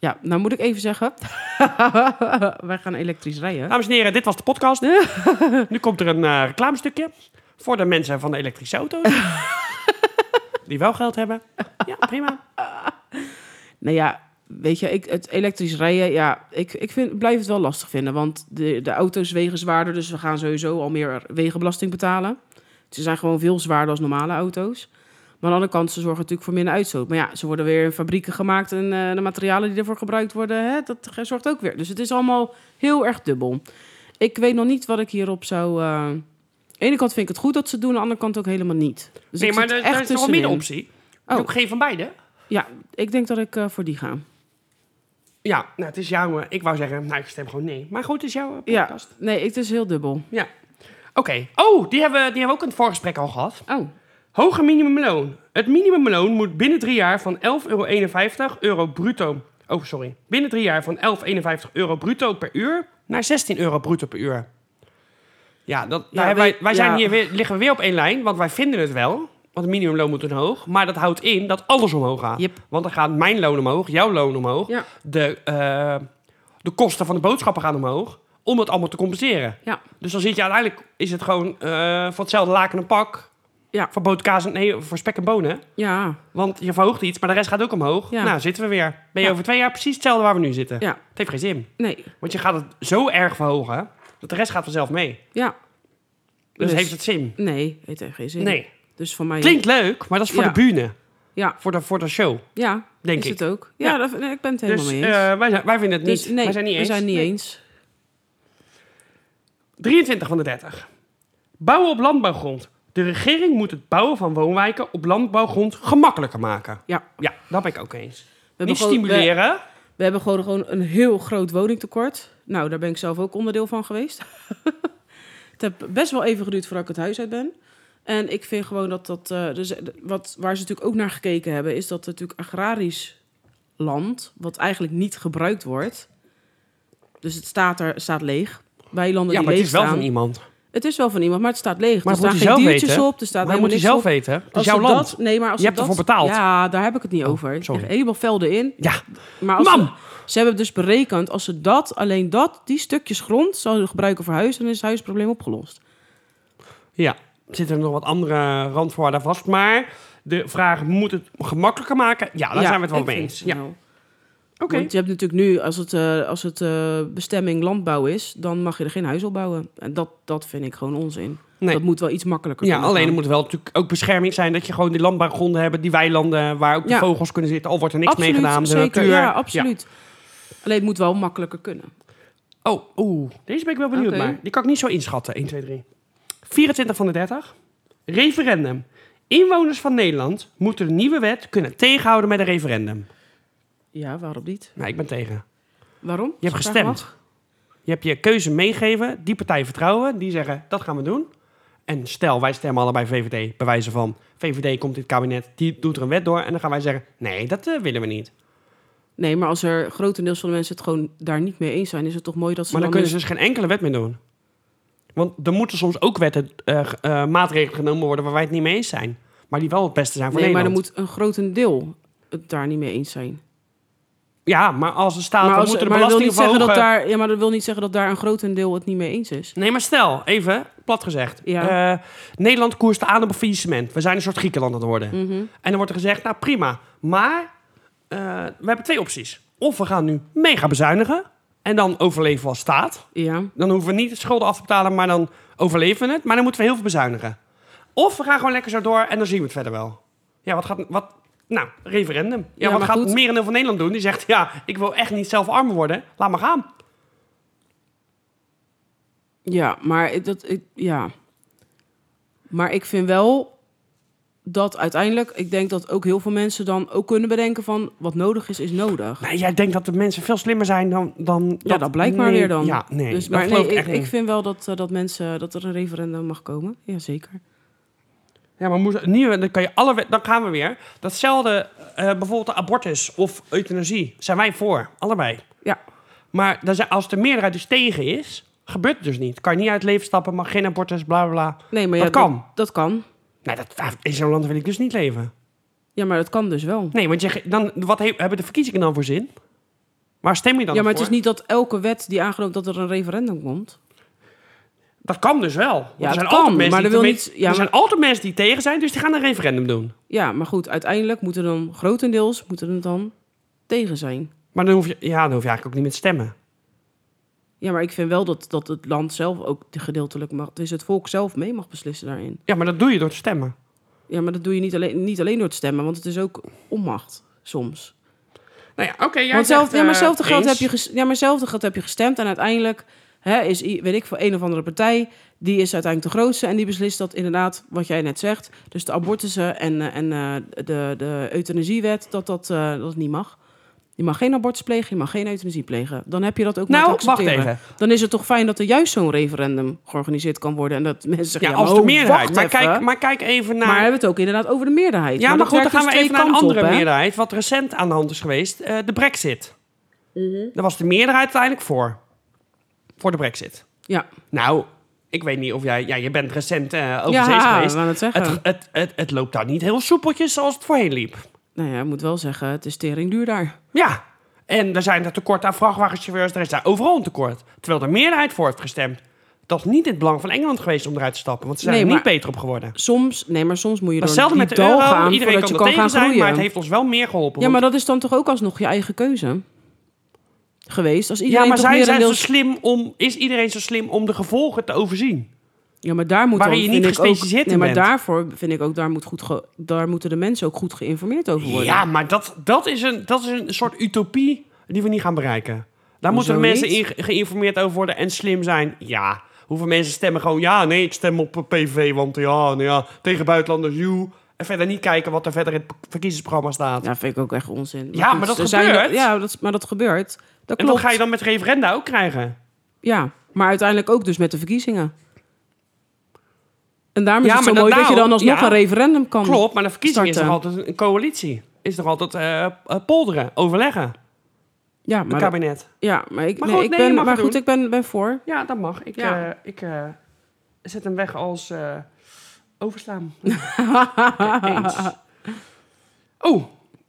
Speaker 3: Ja, nou moet ik even zeggen. Wij gaan elektrisch rijden.
Speaker 2: Dames en heren, dit was de podcast. nu komt er een eh, reclamestukje voor de mensen van de elektrische auto's. die wel geld hebben. Ja, prima.
Speaker 3: Nou ja, weet je, ik, het elektrisch rijden, ja, ik, ik vind, blijf het wel lastig vinden. Want de, de auto's wegen zwaarder, dus we gaan sowieso al meer wegenbelasting betalen. Ze zijn gewoon veel zwaarder als normale auto's. Maar aan de andere kant, ze zorgen natuurlijk voor minder uitstoot. Maar ja, ze worden weer in fabrieken gemaakt en eh, de materialen die ervoor gebruikt worden, hè, dat ge- zorgt ook weer. Dus het is allemaal heel erg dubbel. Ik weet nog niet wat ik hierop zou... eh, aan de ene kant vind ik het goed dat ze het doen, aan de andere kant ook helemaal niet. Dus
Speaker 2: nee,
Speaker 3: ik
Speaker 2: maar
Speaker 3: zit
Speaker 2: er, daar is nog een
Speaker 3: tussenin.
Speaker 2: middenoptie. Er is
Speaker 3: Oh.
Speaker 2: Ook geen van beide.
Speaker 3: Ja, ik denk dat ik eh, voor die ga.
Speaker 2: Ja, nou, het is jouw... eh, ik wou zeggen, nou, ik stem gewoon nee. Maar goed, het is jouw eh,
Speaker 3: Ja,
Speaker 2: podcast.
Speaker 3: nee, het is heel dubbel.
Speaker 2: Ja. Oké. Oh, die hebben, we- die hebben we ook in het voorgesprek al gehad.
Speaker 3: Oh,
Speaker 2: Hoger minimumloon. Het minimumloon moet binnen drie jaar van 11,51 euro bruto... Oh, sorry. Binnen drie jaar van 11,51 euro bruto per uur naar 16 euro bruto per uur. Ja, dat, daar
Speaker 3: Ja,
Speaker 2: hebben wij,
Speaker 3: wij-
Speaker 2: wij zijn
Speaker 3: ja.
Speaker 2: hier weer, liggen we weer op één lijn, want wij vinden het wel. Want het minimumloon moet omhoog. Maar dat houdt in dat alles omhoog gaat.
Speaker 3: Yep.
Speaker 2: Want dan gaat mijn loon omhoog, jouw loon omhoog.
Speaker 3: Ja.
Speaker 2: De, eh, de kosten van de boodschappen gaan omhoog. Om dat allemaal te compenseren.
Speaker 3: ja.
Speaker 2: Dus dan zit je uiteindelijk, is het gewoon eh, voor hetzelfde laken een pak.
Speaker 3: Ja.
Speaker 2: Verbood kaas en... Nee, voor spek en bonen. hè?
Speaker 3: Ja,
Speaker 2: Want je verhoogt iets, maar de rest gaat ook omhoog.
Speaker 3: Ja.
Speaker 2: Nou, zitten we weer. Ben je
Speaker 3: Ja.
Speaker 2: over twee jaar precies hetzelfde waar we nu zitten.
Speaker 3: Ja.
Speaker 2: Het heeft geen zin.
Speaker 3: nee.
Speaker 2: Want je gaat het zo erg verhogen, dat de rest gaat vanzelf mee.
Speaker 3: Ja,
Speaker 2: Dus,
Speaker 3: Dus-
Speaker 2: heeft het zin?
Speaker 3: nee. Heeft echt geen zin.
Speaker 2: Nee.
Speaker 3: Dus van mij...
Speaker 2: Klinkt leuk, maar dat is voor
Speaker 3: Ja.
Speaker 2: de bühne.
Speaker 3: Ja.
Speaker 2: Voor de, voor de show.
Speaker 3: Ja,
Speaker 2: Denk
Speaker 3: is
Speaker 2: ik.
Speaker 3: het ook. Ja,
Speaker 2: Ja.
Speaker 3: Dat, nee, ik ben het helemaal
Speaker 2: Dus
Speaker 3: mee eens.
Speaker 2: eh, wij, zijn- wij vinden het niet.
Speaker 3: Dus nee,
Speaker 2: wij zijn niet
Speaker 3: we
Speaker 2: eens.
Speaker 3: zijn niet eens.
Speaker 2: 23 van de 30. Bouwen op landbouwgrond. De regering moet het bouwen van woonwijken op landbouwgrond gemakkelijker maken.
Speaker 3: Ja.
Speaker 2: Ja, dat ben ik ook eens.
Speaker 3: We
Speaker 2: niet
Speaker 3: gewoon- we-
Speaker 2: stimuleren.
Speaker 3: We, hebben gewoon, gewoon een heel groot woningtekort. Nou, daar ben ik zelf ook onderdeel van geweest. het heeft best wel even geduurd voordat ik het huis uit ben. En ik vind gewoon dat dat... eh, dus, eh, wat, waar ze natuurlijk ook naar gekeken hebben... is dat er natuurlijk agrarisch land... wat eigenlijk niet gebruikt wordt... dus het staat, er, staat leeg... Bij landen
Speaker 2: ja,
Speaker 3: die
Speaker 2: maar het
Speaker 3: leeg
Speaker 2: is wel
Speaker 3: staan.
Speaker 2: van iemand.
Speaker 3: Het is wel van iemand, maar het staat leeg.
Speaker 2: Maar
Speaker 3: er
Speaker 2: dat moet
Speaker 3: staan
Speaker 2: hij
Speaker 3: geen
Speaker 2: zelf
Speaker 3: diertjes
Speaker 2: weten.
Speaker 3: op, er staat
Speaker 2: Maar dat moet je
Speaker 3: helemaal
Speaker 2: zelf
Speaker 3: niks op.
Speaker 2: weten. hè? Het is
Speaker 3: Als
Speaker 2: jouw
Speaker 3: ze
Speaker 2: land.
Speaker 3: dat- nee, maar
Speaker 2: Je
Speaker 3: als ze
Speaker 2: hebt
Speaker 3: dat,
Speaker 2: ervoor betaald. Oh,
Speaker 3: Ja, daar heb ik het niet over. Er
Speaker 2: sorry.
Speaker 3: liggen helemaal velden in.
Speaker 2: Ja,
Speaker 3: Maar als
Speaker 2: Mam!
Speaker 3: Ze, ze hebben dus berekend, als ze dat, alleen dat, die stukjes grond zouden gebruiken voor huis, dan is het huisprobleem opgelost.
Speaker 2: Ah, Ja, er zitten nog wat andere randvoorwaarden vast. Maar de vraag, moet het gemakkelijker maken? Ja, daar zijn we het wel
Speaker 3: ik
Speaker 2: mee
Speaker 3: vind
Speaker 2: eens.
Speaker 3: het
Speaker 2: Ja,
Speaker 3: wel.
Speaker 2: oké.
Speaker 3: Want je hebt natuurlijk nu, als het, eh, als het eh, bestemming landbouw is, dan mag je er geen huis op bouwen. En dat, dat vind ik gewoon onzin.
Speaker 2: Nee.
Speaker 3: Dat moet wel iets makkelijker
Speaker 2: Ja,
Speaker 3: kunnen
Speaker 2: alleen er
Speaker 3: gaan.
Speaker 2: moet wel natuurlijk ook bescherming zijn dat je gewoon die landbouwgronden hebt, die weilanden, waar ook de
Speaker 3: Ja.
Speaker 2: vogels kunnen zitten. Al wordt er niks
Speaker 3: absoluut,
Speaker 2: mee gedaan. de
Speaker 3: zeker,
Speaker 2: natuur.
Speaker 3: Ja, absoluut. Alleen het moet wel makkelijker kunnen.
Speaker 2: Ja. Oh, oeh. Deze ben ik wel benieuwd
Speaker 3: Oké.
Speaker 2: naar. Die kan ik niet zo inschatten. 1, 2, 3. 24 van de 30. Referendum. Inwoners van Nederland moeten de nieuwe wet kunnen tegenhouden met een referendum.
Speaker 3: Ja, waarom niet?
Speaker 2: Nou, ik ben tegen.
Speaker 3: Waarom?
Speaker 2: Je hebt
Speaker 3: Vraag
Speaker 2: gestemd.
Speaker 3: mag.
Speaker 2: Je hebt je keuze meegeven, die partij vertrouwen, die zeggen dat gaan we doen. En stel, wij stemmen allebei VVD, bij wijze van VVD komt dit kabinet, die doet er een wet door en dan gaan wij zeggen, nee, dat eh, willen we niet.
Speaker 3: Nee, maar als er grotendeels van de mensen het gewoon daar niet mee eens zijn, is het toch mooi dat ze
Speaker 2: Maar dan
Speaker 3: dan
Speaker 2: kunnen ze
Speaker 3: eens-
Speaker 2: dus geen enkele wet meer doen. Want er moeten soms ook wetten, eh, g- eh, maatregelen genomen worden waar wij het niet mee eens zijn. Maar die wel het beste zijn voor
Speaker 3: Nee, maar dan
Speaker 2: Nederland.
Speaker 3: moet een grotendeel het daar niet mee eens zijn.
Speaker 2: Ja, maar als de staat,
Speaker 3: maar
Speaker 2: dan
Speaker 3: als,
Speaker 2: moeten de
Speaker 3: maar dat wil
Speaker 2: belastingen
Speaker 3: niet zeggen dat
Speaker 2: verhogen.
Speaker 3: daar, ja, maar dat wil niet zeggen dat daar een grotendeel het niet mee eens is.
Speaker 2: Nee, maar stel, even plat gezegd.
Speaker 3: Ja.
Speaker 2: Eh, Nederland koerst aan op een faillissement. We zijn een soort Griekenland aan het worden.
Speaker 3: Mhm.
Speaker 2: En dan wordt er gezegd, nou prima. Maar eh, we hebben twee opties. Of we gaan nu mega bezuinigen. En dan overleven we als staat.
Speaker 3: Ja.
Speaker 2: Dan hoeven we niet de schulden af te betalen, maar dan overleven we het. Maar dan moeten we heel veel bezuinigen. Of we gaan gewoon lekker zo door en dan zien we het verder wel. Ja, wat gaat... Wat, nou, referendum. Ja,
Speaker 3: Ja,
Speaker 2: wat
Speaker 3: maar
Speaker 2: gaat
Speaker 3: goed.
Speaker 2: het merendeel van Nederland doen? Die zegt, ja, ik wil echt niet zelf arm worden. Laat maar gaan.
Speaker 3: Ja, maar ik- dat ik, ja. Maar ik vind wel dat uiteindelijk, ik denk dat ook heel veel mensen dan ook kunnen bedenken van wat nodig is, is nodig.
Speaker 2: Nee, jij denkt dat de mensen veel slimmer zijn dan... dan
Speaker 3: Ja, dat, blijkt maar
Speaker 2: nee,
Speaker 3: weer dan.
Speaker 2: Ja, nee,
Speaker 3: dus,
Speaker 2: dat
Speaker 3: maar
Speaker 2: geloof
Speaker 3: nee,
Speaker 2: ik
Speaker 3: ik,
Speaker 2: echt
Speaker 3: ik
Speaker 2: niet.
Speaker 3: vind wel dat, eh, dat mensen dat er een referendum mag komen. Jazeker.
Speaker 2: Ja, maar moest, nieuwe, dan, kan je alle, wet- dan gaan we weer. Datzelfde, eh, bijvoorbeeld de abortus of euthanasie, zijn wij voor. Allebei.
Speaker 3: Ja.
Speaker 2: Maar dan zijn- als de meerderheid dus tegen is, gebeurt het dus niet. Kan je niet uit het leven stappen, mag geen abortus, bla bla bla.
Speaker 3: Nee, maar
Speaker 2: Dat
Speaker 3: ja,
Speaker 2: kan.
Speaker 3: Dat, dat kan.
Speaker 2: Nee, dat, daar- in zo'n land wil ik dus niet leven.
Speaker 3: Ja, maar dat kan dus wel.
Speaker 2: Nee, want je, ge- dan, wat he- hebben de verkiezingen dan voor zin? Waar stem je dan
Speaker 3: ja, maar het
Speaker 2: voor?
Speaker 3: is niet dat elke wet die aangenomen dat er een referendum komt.
Speaker 2: Dat kan dus wel. Want
Speaker 3: Ja,
Speaker 2: er
Speaker 3: het
Speaker 2: zijn
Speaker 3: kan,
Speaker 2: altijd mensen
Speaker 3: maar
Speaker 2: die
Speaker 3: dat wil
Speaker 2: te-
Speaker 3: niet- ja,
Speaker 2: er zijn altijd mensen die tegen zijn, dus die gaan een referendum doen.
Speaker 3: Ja, maar goed, uiteindelijk moeten dan grotendeels moeten het dan tegen zijn.
Speaker 2: Maar dan hoef je, ja, dan hoef je eigenlijk ook niet meer te stemmen.
Speaker 3: Ja, maar ik vind wel dat, dat het land zelf ook gedeeltelijk mag, dus het volk zelf mee mag beslissen daarin.
Speaker 2: Ja, maar dat doe je door te stemmen.
Speaker 3: Ja, maar dat doe je niet alleen, niet alleen door het stemmen, want het is ook onmacht soms.
Speaker 2: Nou ja, oké. jij
Speaker 3: Want
Speaker 2: zegt,
Speaker 3: zelf, ja, maar
Speaker 2: eh,
Speaker 3: hetzelfde geld
Speaker 2: eens.
Speaker 3: heb je ges- ja, maar hetzelfde geld heb je gestemd en uiteindelijk hè, is, i- weet ik voor een of andere partij, die is uiteindelijk de grootste en die beslist dat inderdaad, wat jij net zegt, dus de abortussen en, eh, en eh, de, de euthanasiewet, dat dat, eh, dat het niet mag. Je mag geen abortus plegen, je mag geen euthanasie plegen. Dan heb je dat ook maar te
Speaker 2: Nou, wacht
Speaker 3: accepteren.
Speaker 2: even.
Speaker 3: Dan is het toch fijn dat er juist zo'n referendum georganiseerd kan worden en dat mensen
Speaker 2: Ja,
Speaker 3: zeggen,
Speaker 2: als
Speaker 3: maar
Speaker 2: de
Speaker 3: oh,
Speaker 2: meerderheid.
Speaker 3: wacht
Speaker 2: Maar
Speaker 3: even.
Speaker 2: kijk, maar kijk even naar...
Speaker 3: Maar we hebben het ook inderdaad over de meerderheid.
Speaker 2: ja, maar,
Speaker 3: dat
Speaker 2: goed, dan
Speaker 3: werkt
Speaker 2: gaan we
Speaker 3: dus
Speaker 2: even
Speaker 3: twee
Speaker 2: naar een
Speaker 3: kanten
Speaker 2: andere
Speaker 3: op, hè?
Speaker 2: meerderheid. Wat recent aan de hand is geweest. eh, de brexit.
Speaker 3: Mhm.
Speaker 2: Daar was de meerderheid uiteindelijk voor. Voor de brexit.
Speaker 3: Ja,
Speaker 2: Nou, ik weet niet of jij... Ja, je bent recent eh overzees
Speaker 3: ja
Speaker 2: geweest.
Speaker 3: we gaan het zeggen.
Speaker 2: Het, het, het, het loopt daar niet heel soepeltjes zoals het voorheen liep.
Speaker 3: Nou ja, ik moet wel zeggen, het is tering duur daar.
Speaker 2: Ja. En er zijn er tekort aan vrachtwagenchauffeurs. Er is daar overal een tekort. Terwijl de meerderheid voor heeft gestemd. toch niet in het belang van Engeland geweest om eruit te stappen. Want ze zijn
Speaker 3: Nee,
Speaker 2: er niet
Speaker 3: maar-
Speaker 2: beter op geworden.
Speaker 3: Soms, nee, maar soms moet je
Speaker 2: Maar
Speaker 3: door
Speaker 2: hetzelfde
Speaker 3: die
Speaker 2: met de
Speaker 3: dal
Speaker 2: euro.
Speaker 3: gaan
Speaker 2: Iedereen kan
Speaker 3: voordat je
Speaker 2: er
Speaker 3: kan
Speaker 2: tegen
Speaker 3: gaan
Speaker 2: zijn,
Speaker 3: groeien.
Speaker 2: maar het heeft ons wel meer geholpen.
Speaker 3: Ja,
Speaker 2: want-
Speaker 3: maar dat is dan toch ook alsnog je eigen keuze geweest? Als
Speaker 2: ja,
Speaker 3: iedereen
Speaker 2: maar
Speaker 3: toch
Speaker 2: zijn, dus
Speaker 3: meer
Speaker 2: zijn
Speaker 3: een
Speaker 2: zo slim om, is iedereen zo slim om de gevolgen te overzien?
Speaker 3: Ja, maar daar moet
Speaker 2: Waarin
Speaker 3: dan,
Speaker 2: je niet
Speaker 3: vind ik ook-
Speaker 2: gespecialiseerd in
Speaker 3: Nee, maar
Speaker 2: bent.
Speaker 3: daarvoor vind ik ook, daar, moet goed ge- daar moeten de mensen ook goed geïnformeerd over worden.
Speaker 2: Ja, maar dat, dat, is een, dat is een soort utopie die we niet gaan bereiken. Daar
Speaker 3: Hoezo
Speaker 2: moeten de mensen in,
Speaker 3: niet?
Speaker 2: geïnformeerd over worden en slim zijn. Ja, hoeveel mensen stemmen gewoon... Ja, nee, ik stem op eh, PVV, want ja, nou ja, tegen buitenlanders, joe. En verder niet kijken wat er verder in het verkiezingsprogramma staat.
Speaker 3: Ja, vind ik ook echt onzin.
Speaker 2: Ja, maar
Speaker 3: goed,
Speaker 2: dat
Speaker 3: er zijn er-
Speaker 2: gebeurt.
Speaker 3: ja, dat, maar dat gebeurt. Dat
Speaker 2: en dat
Speaker 3: klopt.
Speaker 2: ga je dan met referenda ook krijgen.
Speaker 3: Ja, maar uiteindelijk ook dus met de verkiezingen. En daarom is
Speaker 2: Ja,
Speaker 3: het zo
Speaker 2: maar
Speaker 3: mooi
Speaker 2: dan
Speaker 3: dat je
Speaker 2: nou-
Speaker 3: dan alsnog
Speaker 2: ja.
Speaker 3: een referendum kan.
Speaker 2: Klopt, maar de verkiezing is
Speaker 3: starten.
Speaker 2: er altijd een- een coalitie. Is er altijd eh, eh, polderen, overleggen,
Speaker 3: Ja,
Speaker 2: het
Speaker 3: maar, dat-
Speaker 2: kabinet.
Speaker 3: ja, maar ik,
Speaker 2: Maar
Speaker 3: nee,
Speaker 2: goed,
Speaker 3: ik
Speaker 2: nee, je
Speaker 3: ben,
Speaker 2: mag
Speaker 3: maar
Speaker 2: het
Speaker 3: goed,
Speaker 2: doen.
Speaker 3: ik ben, ben voor.
Speaker 2: Ja, dat mag. Ik,
Speaker 3: Ja.
Speaker 2: eh, ik eh, zet hem weg als eh, overslaan. Eens. Oh,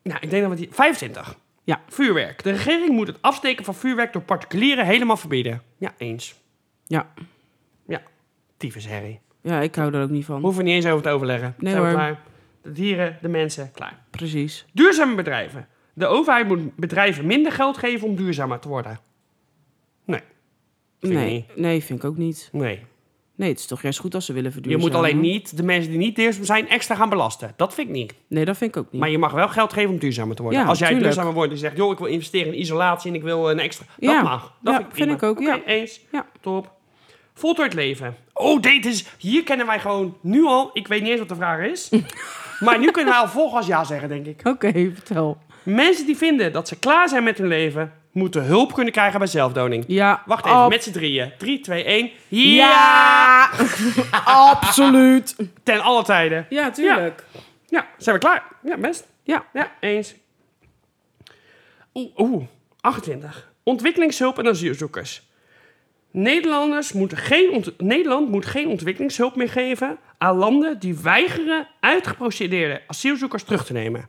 Speaker 2: nou, ik denk dat we die... 25.
Speaker 3: Ja.
Speaker 2: Vuurwerk. De regering moet het afsteken van vuurwerk door particulieren helemaal verbieden. Ja, eens.
Speaker 3: Ja.
Speaker 2: Ja. Tyfus, Harry.
Speaker 3: Ja, ik hou er ook niet van.
Speaker 2: Hoeven we niet eens over te overleggen.
Speaker 3: Nee,
Speaker 2: Zijn we
Speaker 3: hoor.
Speaker 2: klaar? De dieren, de mensen, klaar.
Speaker 3: Precies.
Speaker 2: Duurzame bedrijven. De overheid moet bedrijven minder geld geven om duurzamer te worden. Nee. Vind ik
Speaker 3: Nee,
Speaker 2: niet.
Speaker 3: nee, vind ik ook niet.
Speaker 2: Nee.
Speaker 3: Nee, het is toch juist goed als ze willen
Speaker 2: Je
Speaker 3: verduurzamen.
Speaker 2: moet alleen niet de mensen die niet duurzaam zijn extra gaan belasten. Dat vind ik niet.
Speaker 3: Nee, dat vind ik ook niet.
Speaker 2: Maar je mag wel geld geven om duurzamer te worden.
Speaker 3: Ja,
Speaker 2: Als jij
Speaker 3: tuurlijk.
Speaker 2: duurzamer wordt en je zegt, joh, ik wil investeren in isolatie en ik wil eh, een extra. Dat
Speaker 3: Ja.
Speaker 2: mag. Dat vind
Speaker 3: Ja,
Speaker 2: ik prima.
Speaker 3: vind ik ook,
Speaker 2: Oké,
Speaker 3: ja.
Speaker 2: eens.
Speaker 3: Ja.
Speaker 2: Top. Voltooid leven. Oh, dit is... Hier kennen wij gewoon nu al... Ik weet niet eens wat de vraag is. maar nu kunnen wij al volgens ja zeggen, denk ik.
Speaker 3: Oké, vertel.
Speaker 2: Mensen die vinden dat ze klaar zijn met hun leven, moeten hulp kunnen krijgen bij zelfdoning.
Speaker 3: Ja,
Speaker 2: Wacht even,
Speaker 3: ab-
Speaker 2: met z'n drieën. 3, 2, 1.
Speaker 3: Ja! absoluut.
Speaker 2: Ten alle tijden.
Speaker 3: Ja,
Speaker 2: tuurlijk.
Speaker 3: tuurlijk.
Speaker 2: Ja, zijn we klaar? Ja, best.
Speaker 3: Ja.
Speaker 2: Ja, eens. Oeh, oeh, 28. Ontwikkelingshulp en asielzoekers. Nederlanders moeten geen ont- Nederland moet geen ontwikkelingshulp meer geven aan landen die weigeren uitgeprocedeerde asielzoekers terug te nemen.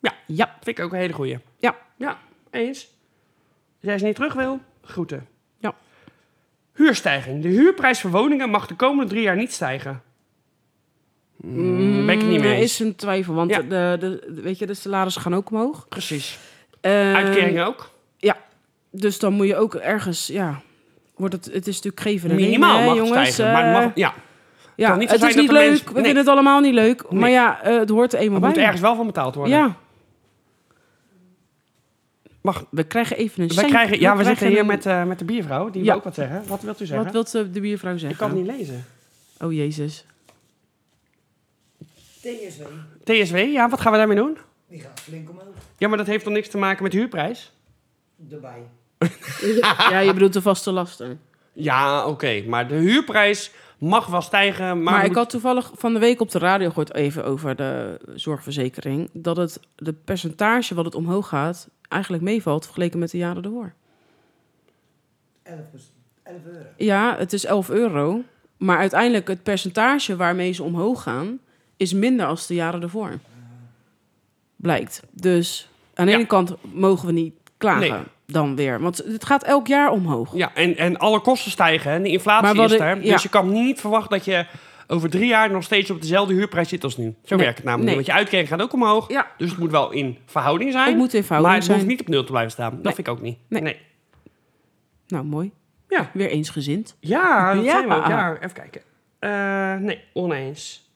Speaker 2: Ja,
Speaker 3: Ja.
Speaker 2: vind ik ook een hele goeie.
Speaker 3: Ja.
Speaker 2: Ja, eens. Als jij ze niet terug wil, groeten.
Speaker 3: Ja.
Speaker 2: Huurstijging. De huurprijs voor woningen mag de komende drie jaar niet stijgen. Mm, ben ik het niet mee
Speaker 3: Er
Speaker 2: eens.
Speaker 3: is een twijfel, want
Speaker 2: Ja.
Speaker 3: de, de, weet je, de salarissen gaan ook omhoog.
Speaker 2: Precies.
Speaker 3: Eh,
Speaker 2: Uitkeringen ook.
Speaker 3: Dus dan moet je ook ergens, ja... Wordt het, het is natuurlijk geven en
Speaker 2: Minimaal
Speaker 3: nemen,
Speaker 2: mag
Speaker 3: hè,
Speaker 2: het
Speaker 3: jongens.
Speaker 2: stijgen. Maar
Speaker 3: Eh,
Speaker 2: het mag, ja,
Speaker 3: ja,
Speaker 2: kan niet zo
Speaker 3: het is
Speaker 2: zijn
Speaker 3: niet
Speaker 2: dat de
Speaker 3: leuk.
Speaker 2: mensen-
Speaker 3: We
Speaker 2: Nee.
Speaker 3: vinden het allemaal niet leuk. Maar
Speaker 2: Nee.
Speaker 3: ja, eh, het hoort er eenmaal
Speaker 2: er
Speaker 3: bij.
Speaker 2: moet ergens wel van betaald worden.
Speaker 3: Ja.
Speaker 2: Mag-
Speaker 3: We krijgen even een
Speaker 2: Wij
Speaker 3: cent-
Speaker 2: krijgen, ja, we,
Speaker 3: krijgen
Speaker 2: zitten hier
Speaker 3: een-
Speaker 2: met, eh, met de biervrouw. Die
Speaker 3: Ja.
Speaker 2: wil ook wat zeggen. Wat wilt u zeggen?
Speaker 3: Wat wil de de biervrouw zeggen?
Speaker 2: ik kan het niet lezen.
Speaker 3: Oh, jezus.
Speaker 1: TSW,
Speaker 2: TSW, ja, wat gaan we daarmee doen?
Speaker 1: die gaat flink omhoog.
Speaker 2: Ja, maar dat heeft toch niks te maken met de huurprijs?
Speaker 1: Erbij.
Speaker 3: ja, je bedoelt de vaste lasten.
Speaker 2: Ja, oké. Maar de huurprijs mag wel stijgen. Maar,
Speaker 3: Maar,
Speaker 2: moet-
Speaker 3: ik had toevallig van de week op de radio gehoord even over de zorgverzekering. Dat het de percentage wat het omhoog gaat eigenlijk meevalt vergeleken met de jaren ervoor.
Speaker 1: 11, 11 euro.
Speaker 3: Ja, het is 11 euro. Maar uiteindelijk het percentage waarmee ze omhoog gaan is minder als de jaren ervoor. Blijkt. Dus aan de
Speaker 2: Ja.
Speaker 3: ene kant mogen we niet klagen
Speaker 2: Nee.
Speaker 3: dan weer. Want het gaat elk jaar omhoog.
Speaker 2: Ja, en, en alle kosten stijgen en de inflatie
Speaker 3: Maar wat
Speaker 2: is
Speaker 3: ik-
Speaker 2: er.
Speaker 3: ja.
Speaker 2: Dus je kan niet verwachten dat je over drie jaar nog steeds op dezelfde huurprijs zit als nu. Zo
Speaker 3: Nee,
Speaker 2: werkt het namelijk.
Speaker 3: nee.
Speaker 2: niet, Want je uitkering gaat ook omhoog.
Speaker 3: Ja.
Speaker 2: Dus het moet wel in verhouding zijn.
Speaker 3: Het moet in verhouding
Speaker 2: maar het
Speaker 3: zijn.
Speaker 2: hoeft niet op nul te blijven staan. Dat vind ik ook niet.
Speaker 3: Nee. Nou, mooi.
Speaker 2: Ja.
Speaker 3: Weer eensgezind.
Speaker 2: Ja, dat
Speaker 3: Ja.
Speaker 2: zijn we ook. Ja, even kijken. Eh, nee, oneens.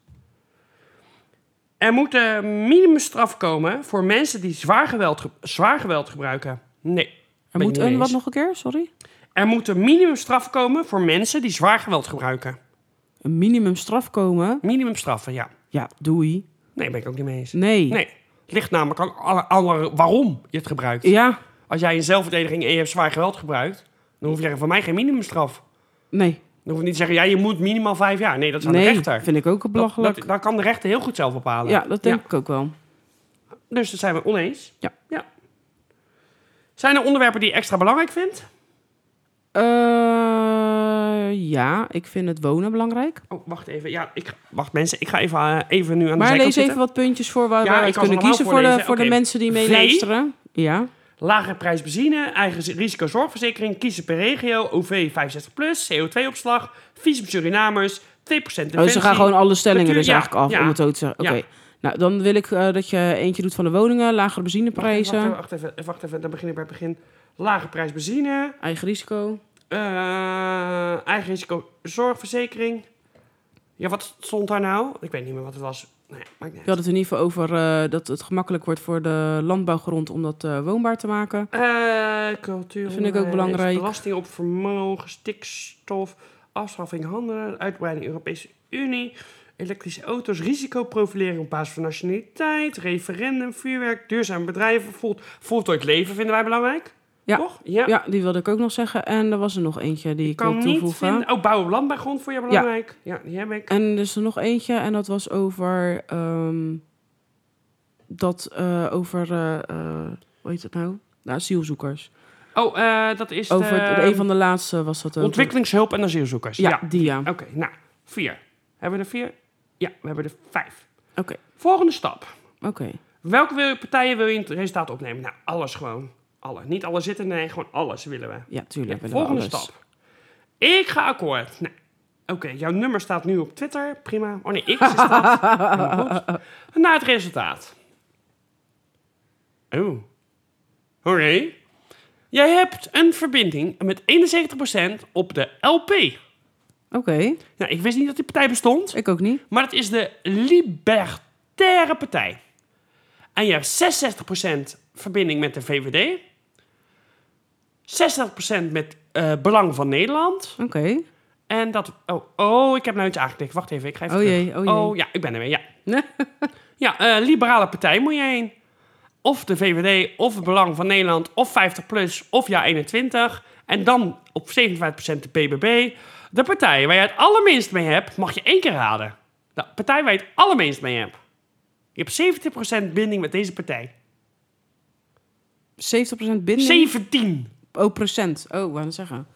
Speaker 2: Er moet een minimumstraf komen voor mensen die zwaar geweld, ge- zwaar geweld gebruiken. Nee.
Speaker 3: Er
Speaker 2: ben ik niet
Speaker 3: moet een,
Speaker 2: mee
Speaker 3: wat
Speaker 2: eens.
Speaker 3: nog een keer, sorry?
Speaker 2: Er moet een minimumstraf komen voor mensen die zwaar geweld gebruiken.
Speaker 3: Een minimumstraf komen.
Speaker 2: Minimumstraffen, ja.
Speaker 3: Ja, doei.
Speaker 2: Nee, ben ik ook niet mee eens.
Speaker 3: Nee.
Speaker 2: Nee. Het ligt namelijk aan alle, alle- waarom je het gebruikt.
Speaker 3: Ja,
Speaker 2: Als jij in zelfverdediging en je hebt zwaar geweld gebruikt, dan hoef je te zeggen, van mij geen minimumstraf.
Speaker 3: nee.
Speaker 2: Dan hoef je niet te zeggen, ja, je moet minimaal vijf jaar. Nee, dat is aan de
Speaker 3: nee,
Speaker 2: rechter.
Speaker 3: vind ik ook
Speaker 2: Dat,
Speaker 3: belachelijk.
Speaker 2: dat- daar kan de rechter heel goed zelf bepalen.
Speaker 3: ja, dat denk ik ook wel.
Speaker 2: Dus daar zijn we oneens.
Speaker 3: Ja.
Speaker 2: Zijn er onderwerpen die je extra belangrijk vindt?
Speaker 3: Eh, ja, ik vind het wonen belangrijk.
Speaker 2: Oh, wacht even. Ja, ik, wacht mensen. Ik ga even, eh, even nu aan de
Speaker 3: Maar
Speaker 2: zijkant
Speaker 3: lees even
Speaker 2: zitten.
Speaker 3: wat puntjes voor waar
Speaker 2: Ja,
Speaker 3: we
Speaker 2: ik
Speaker 3: uit
Speaker 2: kan ze
Speaker 3: kunnen
Speaker 2: allemaal
Speaker 3: kiezen voor de,
Speaker 2: voorlezen.
Speaker 3: voor de
Speaker 2: Oké.
Speaker 3: mensen die mee
Speaker 2: Vee.
Speaker 3: luisteren. Ja. Oh,
Speaker 2: Lagere prijs benzine, eigen z- risico zorgverzekering, kiezen per regio, OV 65+, CO2-opslag, visum Surinamers, 2% defensie.
Speaker 3: Oh, ze gaan gewoon alle stellingen
Speaker 2: Natuurlijk,
Speaker 3: dus
Speaker 2: ja,
Speaker 3: eigenlijk af,
Speaker 2: ja.
Speaker 3: om het zo te zeggen. Oké.
Speaker 2: Ja.
Speaker 3: Nou, dan wil ik eh, dat je eentje doet van de woningen, lagere
Speaker 2: Wacht even, wacht
Speaker 3: benzineprijzen,
Speaker 2: even, wacht even, wacht even, dan begin ik bij het begin. Lage prijs benzine,
Speaker 3: eigen risico.
Speaker 2: eh, eigen risico zorgverzekering. Ja, wat stond daar nou? Ik weet niet meer wat het was. Nee, maakt niet
Speaker 3: Je had het in ieder geval over eh, dat het gemakkelijk wordt voor de landbouwgrond om dat eh, woonbaar te maken.
Speaker 2: uit. Eh, cultuur.
Speaker 3: Vind ik ook
Speaker 2: onderwijs,
Speaker 3: belangrijk.
Speaker 2: Belasting op vermogen, stikstof, afschaffing handelen, uitbreiding Europese Unie, elektrische auto's, risicoprofilering op basis van nationaliteit, referendum, vuurwerk, duurzame bedrijven, vol, voltooid leven vinden wij belangrijk.
Speaker 3: Ja.
Speaker 2: Toch?
Speaker 3: Ja. die wilde ik ook nog zeggen. En er was er nog eentje die ik,
Speaker 2: kan
Speaker 3: wil
Speaker 2: niet
Speaker 3: toevoegen.
Speaker 2: vinden. Oh, bouw op landbouwgrond voor je belangrijk. Ja, die heb ik.
Speaker 3: En er is er nog eentje en dat was over... ehm, dat eh, over... eh, eh, hoe heet dat nou? De asielzoekers.
Speaker 2: Oh, eh, dat is
Speaker 3: Over
Speaker 2: de,
Speaker 3: het- een van de laatste was dat ook.
Speaker 2: ontwikkelingshulp en asielzoekers.
Speaker 3: eh, Ja, die ja.
Speaker 2: Oké, nou, vier. Hebben we er vier? Ja, we hebben er vijf.
Speaker 3: Oké,
Speaker 2: Volgende stap.
Speaker 3: oké.
Speaker 2: Welke wil- partijen wil je in het resultaat opnemen? Nou, alles gewoon. Alle. Niet alle zitten, nee, gewoon alles willen we.
Speaker 3: Ja, tuurlijk.
Speaker 2: Ja,
Speaker 3: willen we
Speaker 2: volgende
Speaker 3: alles.
Speaker 2: stap. Ik ga akkoord. Nou, Oké, jouw nummer staat nu op Twitter. Prima. Oh nee, X is dat. Helemaal goed. Naar het resultaat. Oh. Hooray. Jij hebt een verbinding met 71% op de LP.
Speaker 3: Oké,
Speaker 2: Nou, ik wist niet dat die partij bestond.
Speaker 3: ik ook niet.
Speaker 2: Maar het is de Libertaire Partij. En je hebt 66% verbinding met de VVD. 60% met eh, Belang van Nederland.
Speaker 3: Oké.
Speaker 2: En dat... Oh, oh, ik heb nou iets aangeklikt. Wacht even, ik ga even
Speaker 3: Oh
Speaker 2: terug.
Speaker 3: jee, oh jee.
Speaker 2: ja, ik ben er weer, ja. Ja, eh, Liberale Partij moet je heen. Of de VVD, of het Belang van Nederland, of 50PLUS, of Ja 21. En dan op 57% de BBB. De partij waar je het allerminst mee hebt, mag je één keer raden. De partij waar je het allerminst mee hebt. Je hebt 70% binding met deze partij.
Speaker 3: 70% binnen.
Speaker 2: 17!
Speaker 3: Oh, procent. Oh, wou ik zeggen.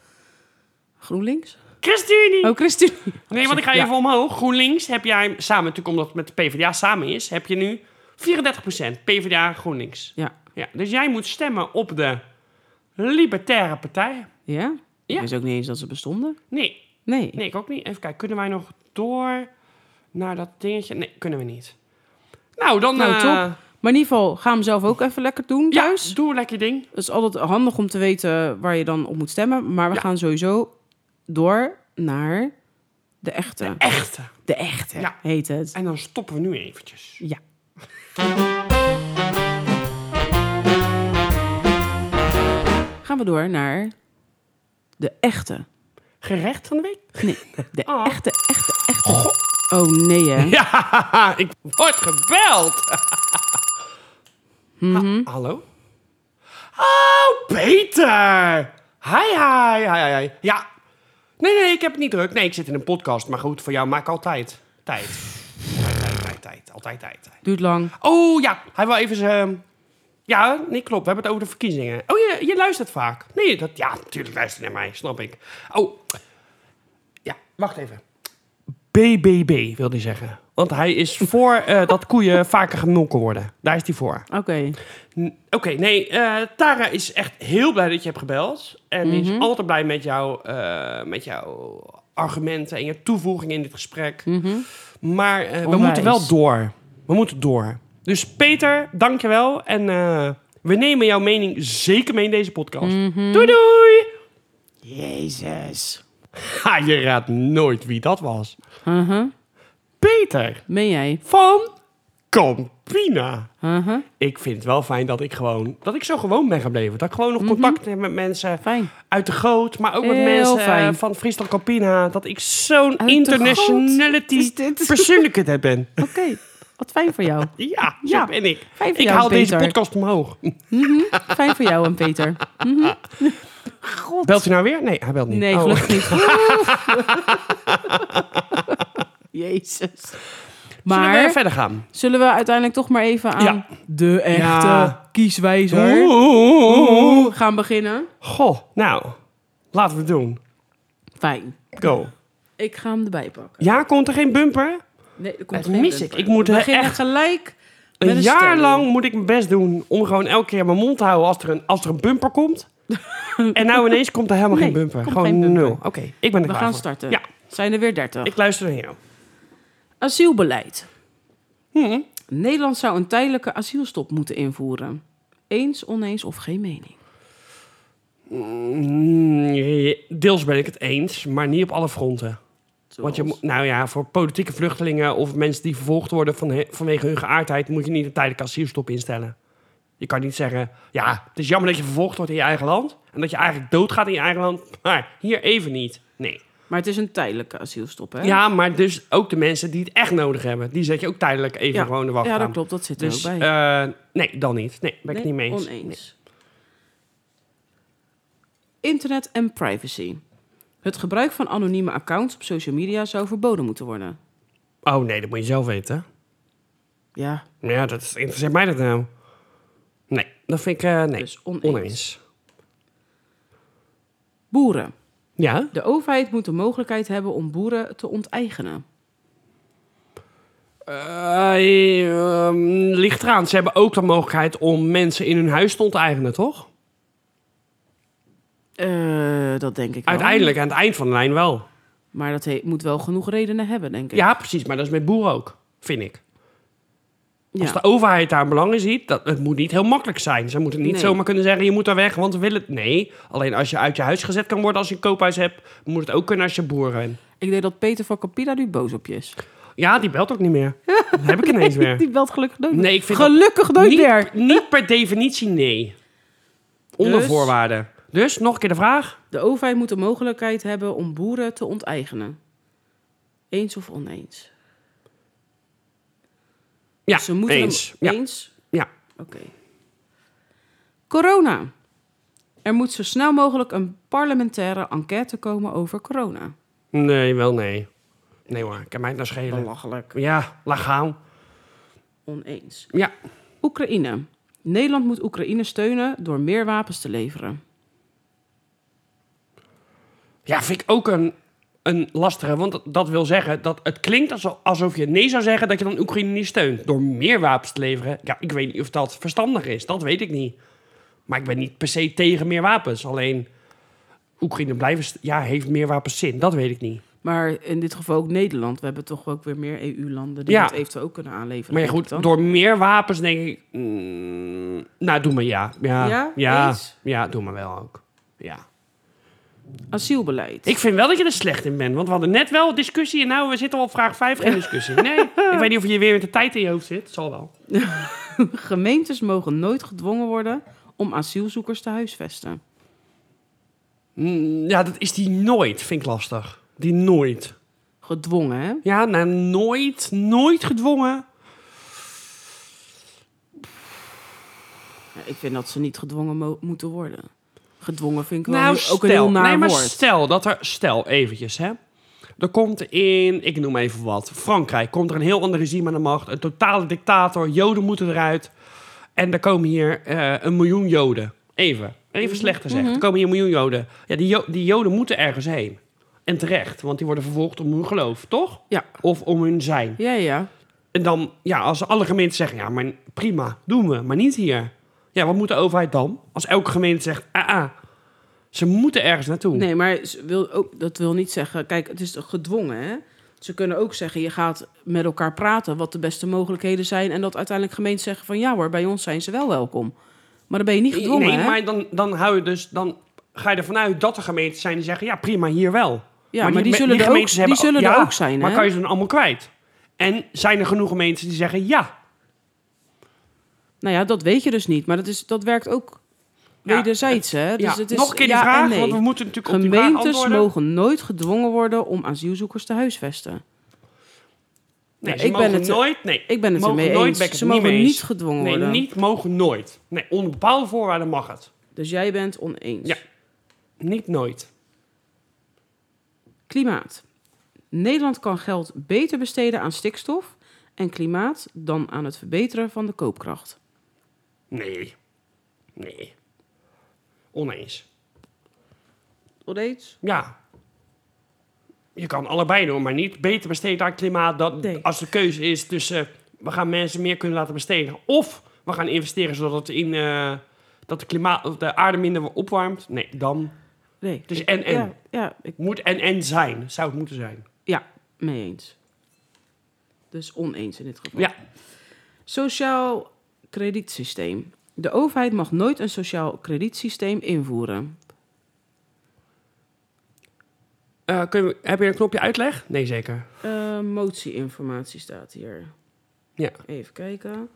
Speaker 3: GroenLinks?
Speaker 2: ChristenUnie!
Speaker 3: Oh, ChristenUnie.
Speaker 2: Nee, want ik ga
Speaker 3: Ja.
Speaker 2: even omhoog. GroenLinks heb jij samen, natuurlijk omdat het met de PvdA samen is, heb je nu 34% PvdA GroenLinks.
Speaker 3: Ja.
Speaker 2: Ja, dus jij moet stemmen op de Libertaire Partij.
Speaker 3: Ja?
Speaker 2: Ja.
Speaker 3: Ik wist ook niet eens dat ze bestonden.
Speaker 2: Nee,
Speaker 3: Nee.
Speaker 2: nee, ik ook niet. Even kijken, kunnen wij nog door naar dat dingetje? Nee, kunnen we niet. Nou, dan...
Speaker 3: Nou,
Speaker 2: eh,
Speaker 3: top. Maar in ieder geval, ga hem zelf ook even lekker doen
Speaker 2: Ja,
Speaker 3: thuis.
Speaker 2: doe een lekker ding.
Speaker 3: Het is altijd handig om te weten waar je dan op moet stemmen. Maar we gaan sowieso door naar de echte. De,
Speaker 2: Echte.
Speaker 3: echte
Speaker 2: Ja.
Speaker 3: heet het.
Speaker 2: En dan stoppen we nu eventjes.
Speaker 3: Ja. Gaan we door naar de echte.
Speaker 2: Gerecht van de week?
Speaker 3: Nee, de
Speaker 2: Oh.
Speaker 3: echte, echte, echte. Oh nee, hè?
Speaker 2: Ja, ik word gebeld. Ha- hallo? Oh, Peter! Hi, hi, hi, hi. Ja. Nee, nee, ik heb het niet druk. Nee, ik zit in een podcast. Maar goed, voor jou maak ik altijd tijd. Tijd, tijd, tijd, tijd. Altijd tijd. tijd.
Speaker 3: Duurt lang.
Speaker 2: Oh, ja. Hij wil even zijn... ehm, Ja, nee, klopt. We hebben het over de verkiezingen. Oh, je, je luistert vaak. Nee, dat... Ja, natuurlijk luister je naar mij. Snap ik. Oh. Ja, wacht even. BBB, wil hij zeggen. Want hij is voor eh, dat koeien vaker gemolken worden. Daar is hij voor.
Speaker 3: Oké.
Speaker 2: N- Oké, nee, eh, Tara is echt heel blij dat je hebt gebeld. En die is altijd blij met, jou, eh, met jouw argumenten en je toevoegingen in dit gesprek. Maar eh, we
Speaker 3: Onwijs.
Speaker 2: moeten wel door. We moeten door. Dus Peter, dankjewel. En eh, we nemen jouw mening zeker mee in deze podcast. Doei doei!
Speaker 3: Jezus.
Speaker 2: Ha, je raadt nooit wie dat was. Peter
Speaker 3: Uh-huh. Ben jij?
Speaker 2: van Campina.
Speaker 3: Uh-huh.
Speaker 2: Ik vind het wel fijn dat ik gewoon, dat ik zo gewoon ben gebleven. Dat ik gewoon nog contact heb met mensen
Speaker 3: Fijn.
Speaker 2: uit de goot, maar ook met
Speaker 3: Mhm. Heel
Speaker 2: mensen eh,
Speaker 3: fijn.
Speaker 2: van Friesland Campina. Dat ik zo'n
Speaker 3: Uit de
Speaker 2: internationality
Speaker 3: goot is dit.
Speaker 2: persoonlijkheid ben.
Speaker 3: Oké. Wat fijn voor jou.
Speaker 2: Ja, zo
Speaker 3: Ja.
Speaker 2: ben ik.
Speaker 3: Fijn voor
Speaker 2: Ik
Speaker 3: jou,
Speaker 2: haal deze
Speaker 3: Peter. Mhm,
Speaker 2: podcast omhoog.
Speaker 3: Fijn voor jou en Peter. Mhm. God.
Speaker 2: Belt hij nou weer? Nee, hij belt niet.
Speaker 3: Nee,
Speaker 2: Oh.
Speaker 3: gelukkig niet. Jezus.
Speaker 2: Zullen we weer
Speaker 3: Maar
Speaker 2: verder gaan?
Speaker 3: zullen we uiteindelijk toch maar even aan
Speaker 2: Ja.
Speaker 3: de echte
Speaker 2: Ja.
Speaker 3: kieswijzer
Speaker 2: Oeh.
Speaker 3: gaan beginnen?
Speaker 2: Goh, nou, laten we het doen.
Speaker 3: Fijn.
Speaker 2: Go.
Speaker 3: Ik ga hem erbij pakken.
Speaker 2: Ja, komt er geen bumper?
Speaker 3: Nee, er komt
Speaker 2: Dat mis ik. Ik moet
Speaker 3: We beginnen
Speaker 2: echt-
Speaker 3: gelijk
Speaker 2: Een,
Speaker 3: Met een
Speaker 2: jaar
Speaker 3: stelling.
Speaker 2: lang moet ik mijn best doen om gewoon elke keer mijn mond te houden als er een, als er een bumper komt. en nou ineens komt er helemaal geen
Speaker 3: Nee,
Speaker 2: bumper.
Speaker 3: komt
Speaker 2: Gewoon
Speaker 3: geen bumper.
Speaker 2: nul. Oké, ik ben er
Speaker 3: We
Speaker 2: klaar
Speaker 3: gaan
Speaker 2: voor.
Speaker 3: starten.
Speaker 2: Ja.
Speaker 3: Zijn er weer 30.
Speaker 2: Ik luister naar jou.
Speaker 3: Asielbeleid.
Speaker 2: Hm.
Speaker 3: Nederland zou een tijdelijke asielstop moeten invoeren. Eens, oneens of geen mening.
Speaker 2: Mm, Deels ben ik het eens, maar niet op alle fronten. Want je,
Speaker 3: Zoals-
Speaker 2: moet- nou ja, voor politieke vluchtelingen of mensen die vervolgd worden van, vanwege hun geaardheid, moet je niet een tijdelijke asielstop instellen. Je kan niet zeggen, ja, het is jammer dat je vervolgd wordt in je eigen land en dat je eigenlijk doodgaat in je eigen land, maar hier even niet. Nee.
Speaker 3: Maar het is een tijdelijke asielstop, hè?
Speaker 2: Ja, maar dus ook de mensen die het echt nodig hebben, die zet je ook tijdelijk even
Speaker 3: Ja.
Speaker 2: gewoon de wacht
Speaker 3: Ja, dat
Speaker 2: aan.
Speaker 3: klopt. Dat zit er
Speaker 2: Dus
Speaker 3: ook bij.
Speaker 2: eh, nee, dan niet. Nee, ben ik
Speaker 3: Nee,
Speaker 2: niet mee eens.
Speaker 3: Oneens. Internet en privacy. Het gebruik van anonieme accounts op social media zou verboden moeten worden.
Speaker 2: Nee. Oh nee, dat moet je zelf weten.
Speaker 3: Ja,
Speaker 2: Ja, dat is, interesseert mij dat nou. Nee, dat vind ik eh, nee.
Speaker 3: dus oneens.
Speaker 2: oneens.
Speaker 3: Boeren.
Speaker 2: Ja?
Speaker 3: De overheid moet de mogelijkheid hebben om boeren te onteigenen.
Speaker 2: Eh, ehm, ligt eraan. Ze hebben ook de mogelijkheid om mensen in hun huis te onteigenen, toch?
Speaker 3: Eh, dat denk ik wel.
Speaker 2: Uiteindelijk, aan het eind van de lijn wel.
Speaker 3: Maar dat he- moet wel genoeg redenen hebben, denk ik.
Speaker 2: Ja, precies. Maar dat is met boeren ook, vind ik.
Speaker 3: Ja.
Speaker 2: Als de overheid daar belang in ziet, dat, het moet niet heel makkelijk zijn. Ze moeten niet
Speaker 3: Nee.
Speaker 2: zomaar kunnen zeggen, je moet daar weg, want we willen het. Nee, alleen als je uit je huis gezet kan worden als je een koophuis hebt, moet het ook kunnen als je boer bent.
Speaker 3: Ik denk dat Peter van Capilla nu boos op je is.
Speaker 2: Ja, die belt ook niet meer. Dat heb ik ineens meer.
Speaker 3: Die belt gelukkig nooit
Speaker 2: Nee, ik vind dat-
Speaker 3: Gelukkig nooit
Speaker 2: niet,
Speaker 3: meer.
Speaker 2: Niet per definitie nee. Onder
Speaker 3: Dus?
Speaker 2: voorwaarden. Dus, nog een keer de vraag.
Speaker 3: De overheid moet de mogelijkheid hebben om boeren te onteigenen. Eens of oneens?
Speaker 2: Ja,
Speaker 3: Ze moeten hem-
Speaker 2: eens. Ja.
Speaker 3: Eens?
Speaker 2: Ja.
Speaker 3: Oké. Corona. Er moet zo snel mogelijk een parlementaire enquête komen over corona.
Speaker 2: Nee, wel nee. Nee hoor, kan mij het nou schelen.
Speaker 3: Belachelijk.
Speaker 2: Ja, laat gaan.
Speaker 3: Oneens.
Speaker 2: Ja.
Speaker 3: Oekraïne. Nederland moet Oekraïne steunen door meer wapens te leveren.
Speaker 2: ja, vind ik ook een, een lastige. Want dat, dat wil zeggen, dat het klinkt alsof, alsof je nee zou zeggen dat je dan Oekraïne niet steunt. Door meer wapens te leveren. Ja, ik weet niet of dat verstandig is. Dat weet ik niet. Maar ik ben niet per se tegen meer wapens. Alleen, Oekraïne blijven... st- Ja, heeft meer wapens zin? Dat weet ik niet.
Speaker 3: Maar in dit geval ook Nederland. We hebben toch ook weer meer EU-landen die
Speaker 2: Ja.
Speaker 3: dat eventueel ook kunnen aanleveren.
Speaker 2: Maar ja,
Speaker 3: denk ik
Speaker 2: goed,
Speaker 3: dan.
Speaker 2: door meer wapens denk ik... mm, nou, doe maar ja. Ja,
Speaker 3: Ja?
Speaker 2: ja,
Speaker 3: Eens?
Speaker 2: ja, doe maar wel ook. Ja.
Speaker 3: Asielbeleid.
Speaker 2: Ik vind wel dat je er slecht in bent. Want we hadden net wel discussie en nou, we zitten al op vraag 5, geen discussie. Nee, ik weet niet of je weer met de tijd in je hoofd zit. Zal wel.
Speaker 3: Gemeentes mogen nooit gedwongen worden om asielzoekers te huisvesten.
Speaker 2: Mm, ja, dat is die nooit, vind ik lastig. Die nooit.
Speaker 3: Gedwongen, hè?
Speaker 2: Ja, nou, nooit, nooit gedwongen.
Speaker 3: Ja, ik vind dat ze niet gedwongen mo- moeten worden. Gedwongen vind ik wel
Speaker 2: nou,
Speaker 3: heel- ook een heel naar
Speaker 2: nee, maar
Speaker 3: woord.
Speaker 2: stel dat er, stel eventjes, hè. Er komt in, ik noem even wat, Frankrijk komt er een heel ander regime aan de macht. Een totale dictator, Joden moeten eruit. En er komen hier eh, een miljoen Joden. Even, even slecht gezegd.
Speaker 3: Mhm.
Speaker 2: Er komen hier een miljoen Joden. Ja, die, Jo- die Joden moeten ergens heen. En terecht, want die worden vervolgd om hun geloof, toch?
Speaker 3: Ja.
Speaker 2: Of om hun zijn.
Speaker 3: Ja, ja.
Speaker 2: En dan, ja, als alle gemeenten zeggen, ja, maar prima, doen we, maar niet hier. Ja, wat moet de overheid dan? Als elke gemeente zegt, ah, ah ze moeten ergens naartoe.
Speaker 3: Nee, maar ze wil ook, dat wil niet zeggen... Kijk, het is gedwongen, hè? Ze kunnen ook zeggen, je gaat met elkaar praten... wat de beste mogelijkheden zijn... en dat uiteindelijk gemeenten zeggen van... ja hoor, bij ons zijn ze wel welkom. Maar dan ben je niet gedwongen,
Speaker 2: nee,
Speaker 3: hè?
Speaker 2: maar dan, dan hou je dus, dan ga je ervan uit dat er gemeenten zijn die zeggen, ja, prima, hier wel.
Speaker 3: Ja, maar die
Speaker 2: me-
Speaker 3: zullen er ook-
Speaker 2: gemeentes
Speaker 3: die zullen er ook zijn,
Speaker 2: Maar
Speaker 3: hè?
Speaker 2: kan je ze dan allemaal kwijt? En zijn er genoeg gemeenten die zeggen, ja,
Speaker 3: Nou ja, dat weet je dus niet. Maar dat, is, dat werkt ook
Speaker 2: Ja,
Speaker 3: wederzijds, hè? Dus
Speaker 2: ja.
Speaker 3: het is
Speaker 2: nog een keer die
Speaker 3: ja
Speaker 2: vraag,
Speaker 3: en nee.
Speaker 2: want we moeten natuurlijk op die vraag
Speaker 3: Gemeentes
Speaker 2: antwoorden.
Speaker 3: mogen nooit gedwongen worden om asielzoekers te huisvesten.
Speaker 2: Nee,
Speaker 3: Ja,
Speaker 2: ze
Speaker 3: ik ben
Speaker 2: mogen
Speaker 3: het-
Speaker 2: nooit, nee,
Speaker 3: Ik ben het
Speaker 2: mogen
Speaker 3: ermee
Speaker 2: nooit,
Speaker 3: eens.
Speaker 2: ben ik het
Speaker 3: Ze
Speaker 2: niet
Speaker 3: mogen
Speaker 2: mee eens.
Speaker 3: niet gedwongen
Speaker 2: nee,
Speaker 3: worden.
Speaker 2: niet mogen nooit. Nee, onder bepaalde voorwaarden mag het.
Speaker 3: Dus jij bent oneens.
Speaker 2: Ja. Niet nooit.
Speaker 3: Klimaat. Nederland kan geld beter besteden aan stikstof en klimaat dan aan het verbeteren van de koopkracht.
Speaker 2: Nee. Nee. Oneens.
Speaker 3: Oneens?
Speaker 2: Ja. Je kan allebei doen, maar niet beter besteden aan klimaat dan
Speaker 3: Nee.
Speaker 2: als de keuze is tussen eh, we gaan mensen meer kunnen laten besteden. Of we gaan investeren zodat het in, eh, dat de, klimaat, of de aarde minder opwarmt. Nee, dan.
Speaker 3: Nee.
Speaker 2: Dus en en.
Speaker 3: Ja, ja, ik
Speaker 2: Moet en en zijn. Zou het moeten zijn.
Speaker 3: mee eens. Dus oneens in dit geval.
Speaker 2: Ja.
Speaker 3: Sociaal kredietsysteem. De overheid mag nooit een sociaal kredietsysteem invoeren.
Speaker 2: Eh, kun je, heb je een knopje uitleg? Nee, zeker.
Speaker 3: Eh, motieinformatie staat hier.
Speaker 2: Ja.
Speaker 3: Even kijken.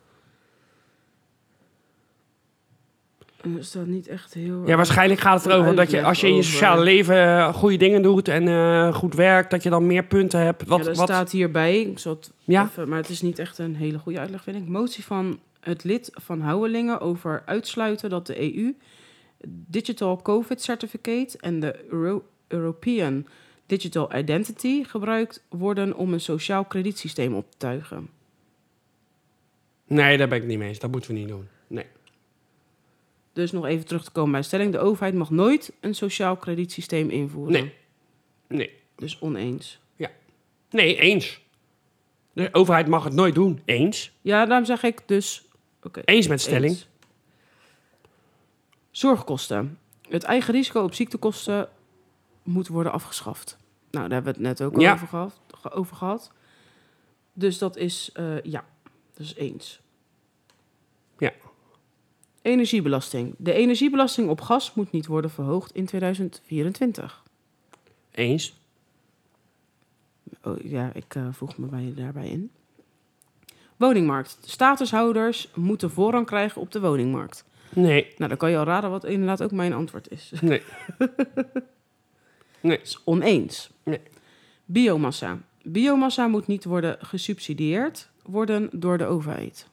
Speaker 3: Er staat niet echt heel...
Speaker 2: Ja, waarschijnlijk gaat het erover dat je, als je in je sociale leven eh, goede dingen doet en eh, goed werkt, dat je dan meer punten hebt. Wat,
Speaker 3: ja, dat
Speaker 2: wat,
Speaker 3: staat hierbij. Ik zal het
Speaker 2: ja?
Speaker 3: Even- maar het is niet echt een hele goede uitleg, vind ik. Motie van het lid van Houwelingen over uitsluiten dat de EU Digital COVID Certificate en de Euro- European Digital Identity gebruikt worden om een sociaal kredietsysteem op te tuigen.
Speaker 2: Nee, daar ben ik niet mee eens. Dat moeten we niet doen. Nee.
Speaker 3: Dus nog even terug te komen bij de stelling: de overheid mag nooit een sociaal kredietsysteem invoeren.
Speaker 2: Nee. Nee.
Speaker 3: Dus oneens.
Speaker 2: Nee, eens. De overheid mag het nooit doen. Eens.
Speaker 3: Ja, daarom zeg ik dus. Oké.
Speaker 2: Eens met de stelling.
Speaker 3: Eens. Zorgkosten. Het eigen risico op ziektekosten moet worden afgeschaft. Nou, daar hebben we het net ook al
Speaker 2: Ja.
Speaker 3: over, gehad, ge- over gehad. Dus dat is eh, ja, dus eens.
Speaker 2: Ja.
Speaker 3: Energiebelasting. De energiebelasting op gas moet niet worden verhoogd in 2024.
Speaker 2: Eens.
Speaker 3: Oh, ja, ik eh, voeg me bij, daarbij in. Woningmarkt. Statushouders moeten voorrang krijgen op de woningmarkt.
Speaker 2: Nee.
Speaker 3: Nou, dan kan je al raden wat inderdaad ook mijn antwoord is.
Speaker 2: Nee. nee.
Speaker 3: is oneens.
Speaker 2: Nee.
Speaker 3: Biomassa. Biomassa moet niet worden gesubsidieerd worden door de overheid.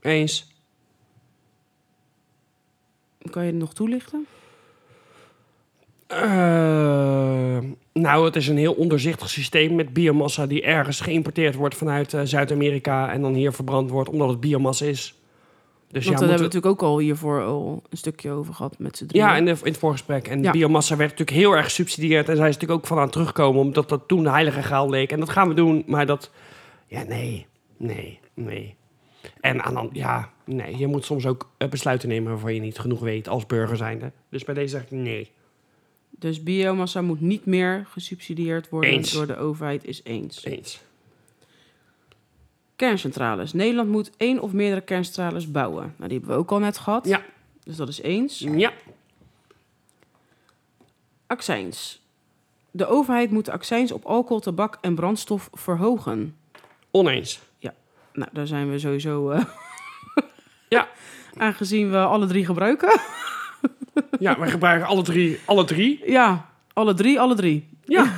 Speaker 2: Eens.
Speaker 3: Kan je het nog toelichten?
Speaker 2: Eh, nou, het is een heel onderzichtig systeem met biomassa die ergens geïmporteerd wordt vanuit eh, Zuid-Amerika en dan hier verbrand wordt omdat het biomassa is. Dus
Speaker 3: Want daar
Speaker 2: moeten-
Speaker 3: hebben we natuurlijk ook al hiervoor al een stukje over gehad met z'n drieën.
Speaker 2: Ja, in, de, in het voorgesprek. En
Speaker 3: Ja.
Speaker 2: biomassa werd natuurlijk heel erg gesubsidieerd. En zij is natuurlijk ook van aan het terugkomen, omdat dat toen de heilige graal leek. En dat gaan we doen, maar dat... Ja, nee, nee, nee. En aan dan, ja, nee. Je moet soms ook eh, besluiten nemen waarvan je niet genoeg weet als burger zijnde. Dus bij deze zeg ik nee.
Speaker 3: Dus biomassa moet niet meer gesubsidieerd worden
Speaker 2: Eens.
Speaker 3: door de overheid is eens.
Speaker 2: Eens.
Speaker 3: Kerncentrales. Nederland moet één of meerdere kerncentrales bouwen. Nou, die hebben we ook al net gehad.
Speaker 2: Ja.
Speaker 3: Dus dat is eens.
Speaker 2: Ja,
Speaker 3: Accijns. De overheid moet de accijns op alcohol, tabak en brandstof verhogen.
Speaker 2: oneens.
Speaker 3: Nou, daar zijn we sowieso. eh,
Speaker 2: Ja.
Speaker 3: Aangezien we alle drie gebruiken.
Speaker 2: Ja, we gebruiken alle drie, alle drie.
Speaker 3: ja, alle drie, alle drie.
Speaker 2: Ja.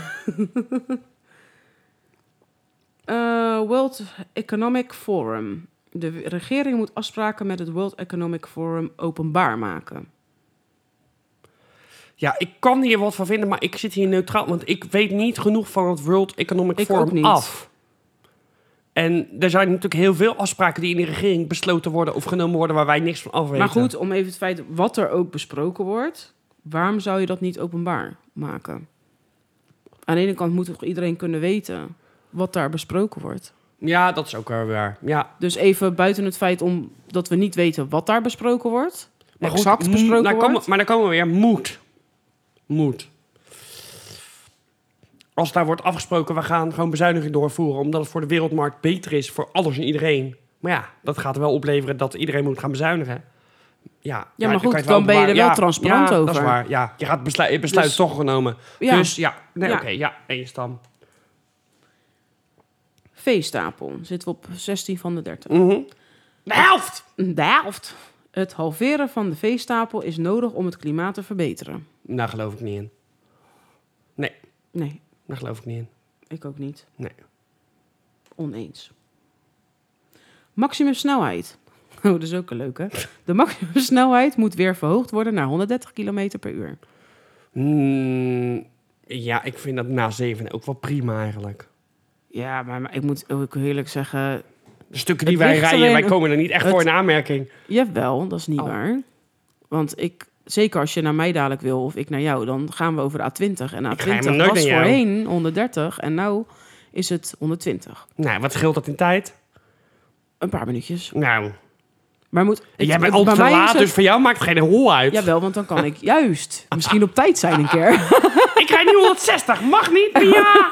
Speaker 3: Eh, World Economic Forum. De regering moet afspraken met het World Economic Forum openbaar maken.
Speaker 2: Ja, ik kan hier wat van vinden, maar ik zit hier neutraal. Want ik weet niet genoeg van het World Economic
Speaker 3: Ik ook
Speaker 2: Forum
Speaker 3: niet.
Speaker 2: af. En er zijn natuurlijk heel veel afspraken die in de regering besloten worden of genomen worden waar wij niks van af weten.
Speaker 3: Maar goed, om even het feit wat er ook besproken wordt, waarom zou je dat niet openbaar maken? Aan de ene kant moet toch iedereen kunnen weten wat daar besproken wordt.
Speaker 2: Ja, dat is ook wel waar. Ja.
Speaker 3: Dus even buiten het feit om dat we niet weten wat daar besproken wordt,
Speaker 2: Maar goed, mm, nou,
Speaker 3: exact
Speaker 2: m-
Speaker 3: besproken
Speaker 2: daar komen-
Speaker 3: wordt.
Speaker 2: maar daar komen we weer. Moet. Moet. Als daar wordt afgesproken, we gaan gewoon bezuiniging doorvoeren... omdat het voor de wereldmarkt beter is voor alles en iedereen. Maar ja, dat gaat wel opleveren dat iedereen moet gaan bezuinigen. Ja,
Speaker 3: maar
Speaker 2: dan
Speaker 3: goed,
Speaker 2: kan je het wel
Speaker 3: dan ben je er
Speaker 2: bewaren.
Speaker 3: wel transparant
Speaker 2: ja, dat is
Speaker 3: over.
Speaker 2: waar. Ja, je gaat besluit, je besluit
Speaker 3: Dus-
Speaker 2: toch genomen.
Speaker 3: Ja.
Speaker 2: Dus ja, nee,
Speaker 3: Ja.
Speaker 2: oké, ja, eens dan.
Speaker 3: Veestapel. Zitten we op 16 van de 30.
Speaker 2: Mhm. De helft!
Speaker 3: De helft. Het halveren van de veestapel is nodig om het klimaat te verbeteren.
Speaker 2: Daar geloof ik niet in.
Speaker 3: Nee,
Speaker 2: Daar geloof ik niet in.
Speaker 3: ik ook niet.
Speaker 2: Nee.
Speaker 3: Oneens. Maximumsnelheid. Oh, dat is ook een leuke. De maximumsnelheid moet weer verhoogd worden naar 130 km per uur.
Speaker 2: Mm, ja, ik vind dat na zeven ook wel prima eigenlijk.
Speaker 3: Ja, maar, maar ik moet ook eerlijk zeggen...
Speaker 2: De stukken die
Speaker 3: Het
Speaker 2: wij
Speaker 3: ligt
Speaker 2: rijden,
Speaker 3: alleen-
Speaker 2: wij komen er niet echt
Speaker 3: het-
Speaker 2: voor in aanmerking.
Speaker 3: Jawel, dat is niet
Speaker 2: Oh.
Speaker 3: waar. Want ik... Zeker als je naar mij dadelijk wil of ik naar jou, dan gaan we over de A20. En
Speaker 2: Ik ga helemaal
Speaker 3: A20
Speaker 2: nooit
Speaker 3: was
Speaker 2: naar jou.
Speaker 3: voorheen 130 en nu is het 120.
Speaker 2: Nou, wat scheelt dat in tijd?
Speaker 3: Een paar minuutjes.
Speaker 2: Nou,
Speaker 3: Maar moet, het-
Speaker 2: jij bent
Speaker 3: het-
Speaker 2: al te
Speaker 3: bij mij is
Speaker 2: laat,
Speaker 3: het-
Speaker 2: dus voor jou maakt het geen hol uit.
Speaker 3: Jawel, want dan kan ik juist misschien op tijd zijn een keer.
Speaker 2: Ik rijd nu 160, mag niet, maar ja,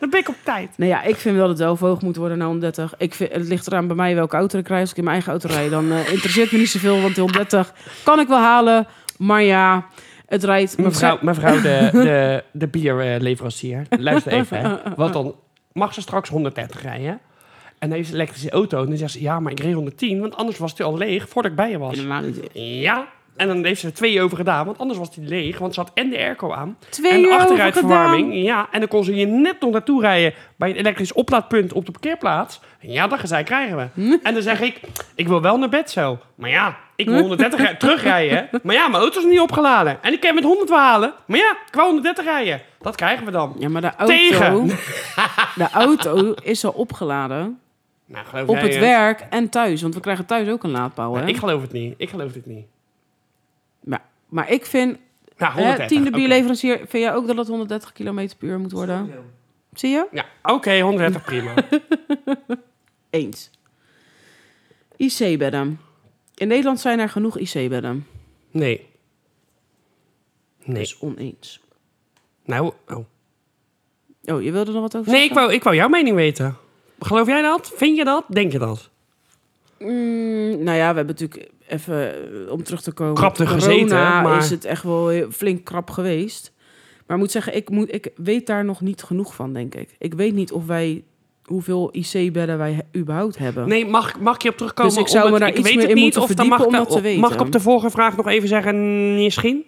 Speaker 2: dan ben ik op tijd.
Speaker 3: Nou ja, ik vind wel dat het wel verhoogd moet worden naar 130. Ik vind, het ligt eraan bij mij welke auto ik krijg. Als ik in mijn eigen auto rijd, dan eh, interesseert me niet zoveel. Want die 130 kan ik wel halen. Maar ja, het rijdt...
Speaker 2: Mevrouw, mevrouw de, de, de bierleverancier, luister even.
Speaker 3: Uh,
Speaker 2: Hè. Want dan mag ze straks 130 rijden. En dan heeft ze een elektrische auto. En dan zegt ze, ja, maar ik reed 110, want anders was die al leeg voordat ik bij je was.
Speaker 3: Helemaal niet.
Speaker 2: Ja, en dan heeft ze er twee over gedaan, want anders was die leeg. Want ze had en de airco aan,
Speaker 3: Twee
Speaker 2: en
Speaker 3: uur over
Speaker 2: achteruitverwarming. Ja, en dan kon ze hier net nog naartoe rijden bij een elektrisch oplaadpunt op de parkeerplaats. En ja, dat gezeik krijgen we. En dan zeg ik, ik wil wel naar bed zo. Maar ja, ik wil 130 rij- terugrijden. Maar ja, mijn auto is niet opgeladen. En ik kan met 100 wel halen. Maar ja, ik wou 130 rijden. Dat krijgen we dan.
Speaker 3: Ja, maar de auto,
Speaker 2: Tegen.
Speaker 3: de auto is al opgeladen
Speaker 2: Nou, geloof
Speaker 3: op
Speaker 2: jij
Speaker 3: het
Speaker 2: het?
Speaker 3: werk en thuis. Want we krijgen thuis ook een laadpaal, hè?
Speaker 2: Ik geloof het niet. Ik geloof dit niet.
Speaker 3: Maar, maar ik vind,
Speaker 2: Nou,
Speaker 3: hè,
Speaker 2: 130.
Speaker 3: Eh, tiende
Speaker 2: oké.
Speaker 3: bierleverancier, vind jij ook dat het 130 km per uur moet worden? Zie je?
Speaker 2: Ja, oké, 130 prima.
Speaker 3: Eens. IC-bedden. In Nederland zijn er genoeg IC-bedden.
Speaker 2: Nee. Nee.
Speaker 3: Dus oneens.
Speaker 2: Nou, oh.
Speaker 3: Oh, je wilde nog wat over
Speaker 2: Nee, ik
Speaker 3: zeggen?
Speaker 2: wou, ik wou jouw mening weten. Geloof jij dat? Vind je dat? Denk je dat?
Speaker 3: Mm, nou ja, we hebben natuurlijk even, eh, om terug te komen... op
Speaker 2: Krapte
Speaker 3: corona
Speaker 2: gezeten, maar-
Speaker 3: is het echt wel heel- flink krap geweest. Maar ik moet zeggen, ik, moet, ik weet daar nog niet genoeg van, denk ik. Ik weet niet of wij, hoeveel IC-bedden wij he- überhaupt hebben.
Speaker 2: Nee, mag, mag ik je op terugkomen?
Speaker 3: Dus ik zou
Speaker 2: Om
Speaker 3: me
Speaker 2: het-
Speaker 3: daar iets meer in moeten
Speaker 2: of dan
Speaker 3: verdiepen
Speaker 2: mag
Speaker 3: om
Speaker 2: ik-
Speaker 3: dat te weten.
Speaker 2: Mag ik op de vorige vraag nog even zeggen, misschien?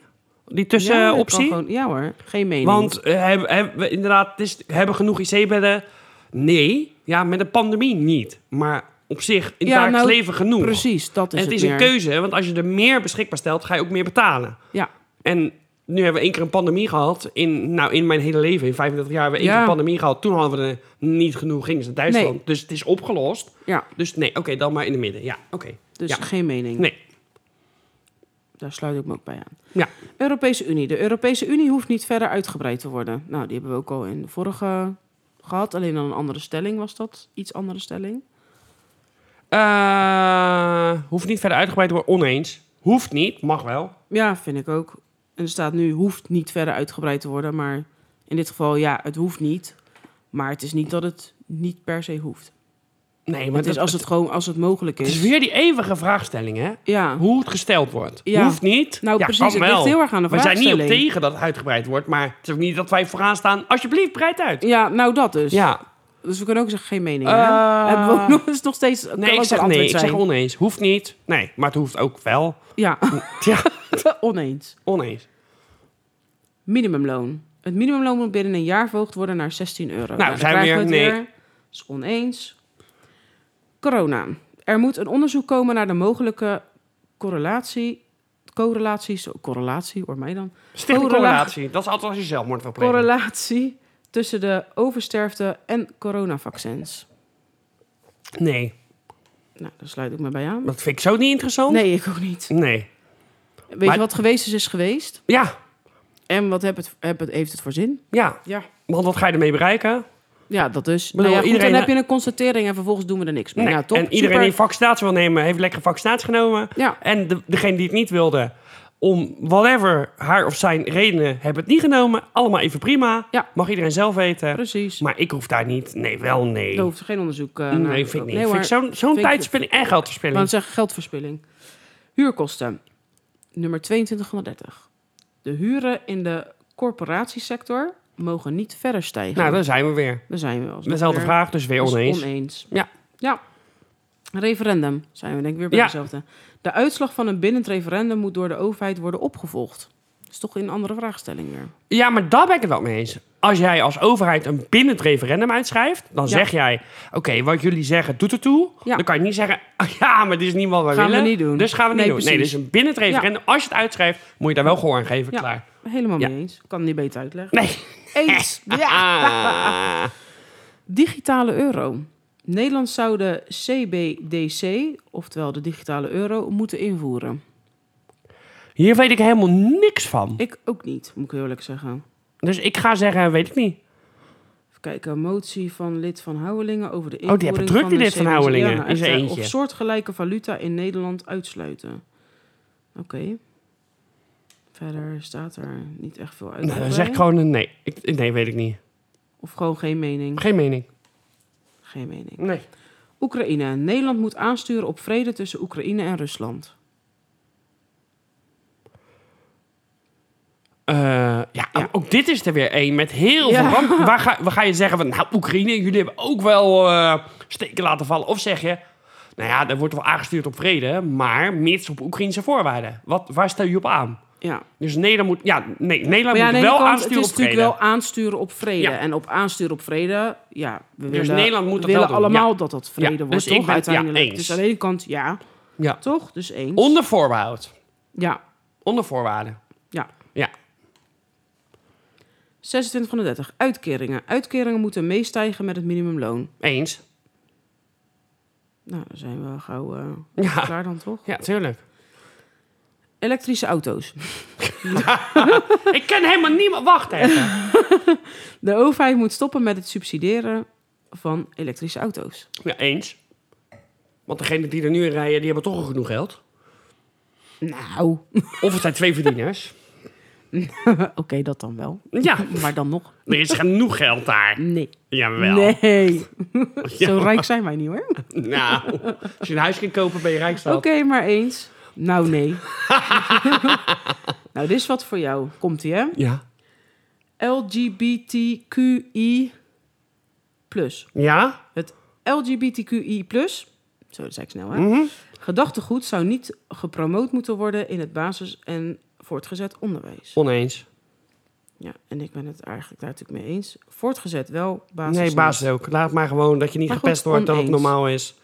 Speaker 2: Die
Speaker 3: Ja, dat kan
Speaker 2: tussenoptie?
Speaker 3: gewoon- ja hoor, geen mening.
Speaker 2: dus, eh, Want eh, hebben, hebben we inderdaad, het is, hebben genoeg IC-bedden? Nee. Ja, met een pandemie niet. Maar op zich, in
Speaker 3: Ja,
Speaker 2: het dagelijks
Speaker 3: nou,
Speaker 2: leven genoeg.
Speaker 3: Precies, dat is
Speaker 2: en het is
Speaker 3: meer.
Speaker 2: een keuze, want als je er meer beschikbaar stelt, ga je ook meer betalen.
Speaker 3: Ja.
Speaker 2: En nu hebben we één keer een pandemie gehad. In, nou, in mijn hele leven, in 35 jaar, hebben we één
Speaker 3: Ja.
Speaker 2: keer een pandemie gehad. Toen hadden we er niet genoeg, gingen ze naar Duitsland.
Speaker 3: Nee.
Speaker 2: Dus het is opgelost.
Speaker 3: Ja,
Speaker 2: Dus nee, oké, dan maar in de midden. Ja, oké.
Speaker 3: dus
Speaker 2: Ja.
Speaker 3: geen mening.
Speaker 2: Nee.
Speaker 3: Daar sluit ik me ook bij aan.
Speaker 2: Ja.
Speaker 3: Europese Unie. De Europese Unie hoeft niet verder uitgebreid te worden. Nou, die hebben we ook al in de vorige gehad. Alleen dan een andere stelling was dat. Iets andere stelling.
Speaker 2: Eh, hoeft niet verder uitgebreid te worden. Oneens. Hoeft niet, mag wel.
Speaker 3: Ja, vind ik ook. En er staat nu hoeft niet verder uitgebreid te worden. Maar in dit geval, ja, het hoeft niet. Maar het is niet dat het niet per se hoeft.
Speaker 2: Nee, maar
Speaker 3: het is als het gewoon als het mogelijk
Speaker 2: het
Speaker 3: is.
Speaker 2: is weer die eeuwige vraagstelling, hè?
Speaker 3: Ja.
Speaker 2: Hoe het gesteld wordt.
Speaker 3: Ja.
Speaker 2: Hoeft niet.
Speaker 3: Nou,
Speaker 2: ja,
Speaker 3: precies,
Speaker 2: kan wel.
Speaker 3: het ligt heel erg aan de
Speaker 2: We zijn niet op
Speaker 3: vraagstelling.
Speaker 2: tegen dat het uitgebreid wordt, maar het is ook niet dat wij vooraan staan. Alsjeblieft, breid uit.
Speaker 3: Ja, nou dat dus.
Speaker 2: Ja,
Speaker 3: Dus we kunnen ook zeggen geen mening.
Speaker 2: Eh,
Speaker 3: hè? Hebben we ook nog eens nog steeds. kan
Speaker 2: nee,
Speaker 3: ook
Speaker 2: ik
Speaker 3: een
Speaker 2: zeg
Speaker 3: antwoord
Speaker 2: nee. Ik
Speaker 3: zijn.
Speaker 2: zeg oneens. Hoeft niet. Nee, maar het hoeft ook wel.
Speaker 3: Ja,
Speaker 2: Ja,
Speaker 3: oneens.
Speaker 2: oneens.
Speaker 3: Minimumloon. Het minimumloon moet binnen een jaar verhoogd worden naar 16 euro.
Speaker 2: Nou,
Speaker 3: daar
Speaker 2: zijn we
Speaker 3: krijgen we het
Speaker 2: weer- nee.
Speaker 3: weer. is oneens. Corona. Er moet een onderzoek komen naar de mogelijke correlatie... Correlaties... Correlatie, hoor mij dan.
Speaker 2: Stichting
Speaker 3: Correla-
Speaker 2: correlatie. Dat is altijd als je zelfmoord wil plegen.
Speaker 3: Correlatie tussen de oversterfte en coronavaccins.
Speaker 2: Nee,
Speaker 3: Nou, daar sluit ik me bij aan.
Speaker 2: dat vind ik zo niet interessant.
Speaker 3: Nee, ik ook niet.
Speaker 2: Nee.
Speaker 3: Weet
Speaker 2: Maar-
Speaker 3: je wat geweest is, is geweest.
Speaker 2: Ja,
Speaker 3: En wat heb het, heb het, heeft het voor zin?
Speaker 2: ja.
Speaker 3: Ja.
Speaker 2: Want wat ga je ermee bereiken?
Speaker 3: Ja, dat dus.
Speaker 2: bedoel,
Speaker 3: Nou ja, goed,
Speaker 2: iedereen-
Speaker 3: dan heb je een constatering en vervolgens doen we er niks mee.
Speaker 2: Nee.
Speaker 3: Nou, top.
Speaker 2: en iedereen
Speaker 3: super.
Speaker 2: die vaccinatie wil nemen, heeft lekker vaccinatie genomen.
Speaker 3: Ja.
Speaker 2: En de, degene die het niet wilde, om whatever haar of zijn redenen, hebben het niet genomen. Allemaal even prima.
Speaker 3: Ja.
Speaker 2: Mag iedereen zelf weten.
Speaker 3: Precies.
Speaker 2: Maar ik hoef daar niet. Nee, wel nee.
Speaker 3: Daar hoeft geen onderzoek eh, naar.
Speaker 2: nee, vind ik niet.
Speaker 3: hoor.
Speaker 2: vind ik zo'n zo'n
Speaker 3: Vind ik-
Speaker 2: tijdspilling en
Speaker 3: Ik
Speaker 2: geldverspilling.
Speaker 3: wou zeggen geldverspilling. Huurkosten. Nummer 2230. De huren in de corporatiesector mogen niet verder stijgen.
Speaker 2: Nou, daar zijn we weer.
Speaker 3: Daar zijn we. alsnog
Speaker 2: Dezelfde
Speaker 3: weer.
Speaker 2: vraag, dus weer
Speaker 3: Dus
Speaker 2: oneens.
Speaker 3: oneens.
Speaker 2: Ja.
Speaker 3: Ja. Referendum. Zijn we denk ik weer bij
Speaker 2: Ja.
Speaker 3: dezelfde. De uitslag van een bindend referendum moet door de overheid worden opgevolgd. Dat is toch een andere vraagstelling weer.
Speaker 2: Ja, maar daar ben ik het wel mee eens. Als jij als overheid een bindend referendum uitschrijft, dan
Speaker 3: Ja.
Speaker 2: zeg jij: Oké, wat jullie zeggen doet ertoe.
Speaker 3: Ja.
Speaker 2: Dan kan je niet zeggen: "Ah, Ja, maar dit is niet wat we
Speaker 3: Gaan we
Speaker 2: willen.
Speaker 3: niet doen.
Speaker 2: Dus gaan we niet
Speaker 3: Nee,
Speaker 2: doen. Nee,
Speaker 3: precies.
Speaker 2: dus een bindend referendum, als je het uitschrijft, moet je daar wel gehoor aan geven.
Speaker 3: Ja.
Speaker 2: Klaar.
Speaker 3: Helemaal
Speaker 2: Ja.
Speaker 3: mee eens. Kan niet beter uitleggen.
Speaker 2: Nee.
Speaker 3: Eens. Ja.
Speaker 2: Ah.
Speaker 3: Digitale euro. Nederland zou de CBDC, oftewel de digitale euro, moeten invoeren.
Speaker 2: Hier weet ik helemaal niks van.
Speaker 3: Ik ook niet, moet ik eerlijk zeggen.
Speaker 2: Dus ik ga zeggen: Weet ik niet.
Speaker 3: Even kijken, motie van lid van Houwelingen over de
Speaker 2: Oh, die hebben
Speaker 3: invoering
Speaker 2: druk,
Speaker 3: van
Speaker 2: die
Speaker 3: de
Speaker 2: lid van
Speaker 3: CBDC
Speaker 2: Houwelingen,
Speaker 3: Ja, nou,
Speaker 2: in
Speaker 3: echt,
Speaker 2: zijn
Speaker 3: eh,
Speaker 2: eentje.
Speaker 3: Of soortgelijke valuta in Nederland uitsluiten. Oké. Verder staat er niet echt veel uit.
Speaker 2: Nou, dan zeg ik gewoon een nee. Ik, ik- nee, weet ik niet.
Speaker 3: Of gewoon geen mening.
Speaker 2: Geen mening.
Speaker 3: Geen mening.
Speaker 2: Nee.
Speaker 3: Oekraïne. Nederland moet aansturen op vrede tussen Oekraïne en Rusland.
Speaker 2: Eh, ja, ook dit is er weer één met heel veel ramp. Waar ga, waar ga je zeggen van, nou Oekraïne, jullie hebben ook wel eh, steken laten vallen. Of zeg je, nou ja, er wordt wel aangestuurd op vrede, maar mits op Oekraïnse voorwaarden. Wat, waar stel je op aan?
Speaker 3: Ja.
Speaker 2: Dus Nederland moet, ja, nee, Nederland
Speaker 3: Maar ja, aan
Speaker 2: moet
Speaker 3: de ene
Speaker 2: wel
Speaker 3: kant,
Speaker 2: aansturen op
Speaker 3: het is
Speaker 2: vrede.
Speaker 3: natuurlijk wel aansturen op vrede.
Speaker 2: Ja.
Speaker 3: En op aansturen op vrede, ja, we
Speaker 2: Dus
Speaker 3: willen,
Speaker 2: Nederland moet dat
Speaker 3: willen
Speaker 2: wel doen,
Speaker 3: allemaal
Speaker 2: ja.
Speaker 3: dat dat vrede
Speaker 2: Ja, dus
Speaker 3: wordt,
Speaker 2: ik
Speaker 3: toch?
Speaker 2: ben het, ja,
Speaker 3: uiteindelijk.
Speaker 2: eens.
Speaker 3: Dus aan de ene kant, ja,
Speaker 2: Ja.
Speaker 3: toch? Dus eens.
Speaker 2: Onder voorbehoud.
Speaker 3: ja,
Speaker 2: Onder voorwaarden.
Speaker 3: ja.
Speaker 2: Ja.
Speaker 3: 26 van de 30. Uitkeringen. Uitkeringen moeten meestijgen met het minimumloon.
Speaker 2: Eens.
Speaker 3: Nou, dan zijn we gauw eh,
Speaker 2: Ja.
Speaker 3: klaar dan, toch?
Speaker 2: Ja, tuurlijk.
Speaker 3: Elektrische auto's.
Speaker 2: ik ken helemaal niemand. Wacht even.
Speaker 3: De overheid moet stoppen met het subsidiëren van elektrische auto's.
Speaker 2: Ja, eens. Want degenen die er nu in rijden, die hebben toch al genoeg geld.
Speaker 3: Nou,
Speaker 2: Of het zijn twee verdieners.
Speaker 3: oké, dat dan wel.
Speaker 2: Ja,
Speaker 3: Maar dan nog,
Speaker 2: er is genoeg geld daar.
Speaker 3: nee.
Speaker 2: Jawel.
Speaker 3: Nee.
Speaker 2: Ja.
Speaker 3: Zo rijk zijn wij niet hoor. Oké,
Speaker 2: Nou, als je een huis kunt kopen, ben je rijkstad.
Speaker 3: maar eens. Nou, nee. nou, dit is wat voor jou. Komt-ie, hè?
Speaker 2: Ja.
Speaker 3: LGBTQI+.
Speaker 2: Ja?
Speaker 3: Het LGBTQI+, zo dat zei ik snel, hè?
Speaker 2: Mhm.
Speaker 3: Gedachtegoed zou niet gepromoot moeten worden in het basis- en voortgezet onderwijs.
Speaker 2: Oneens.
Speaker 3: Ja, en ik ben het eigenlijk daar natuurlijk mee eens. Voortgezet wel, basis
Speaker 2: nee,
Speaker 3: niet.
Speaker 2: basis ook. Laat maar gewoon dat je niet
Speaker 3: Maar goed,
Speaker 2: gepest wordt, dat het
Speaker 3: oneens.
Speaker 2: normaal is.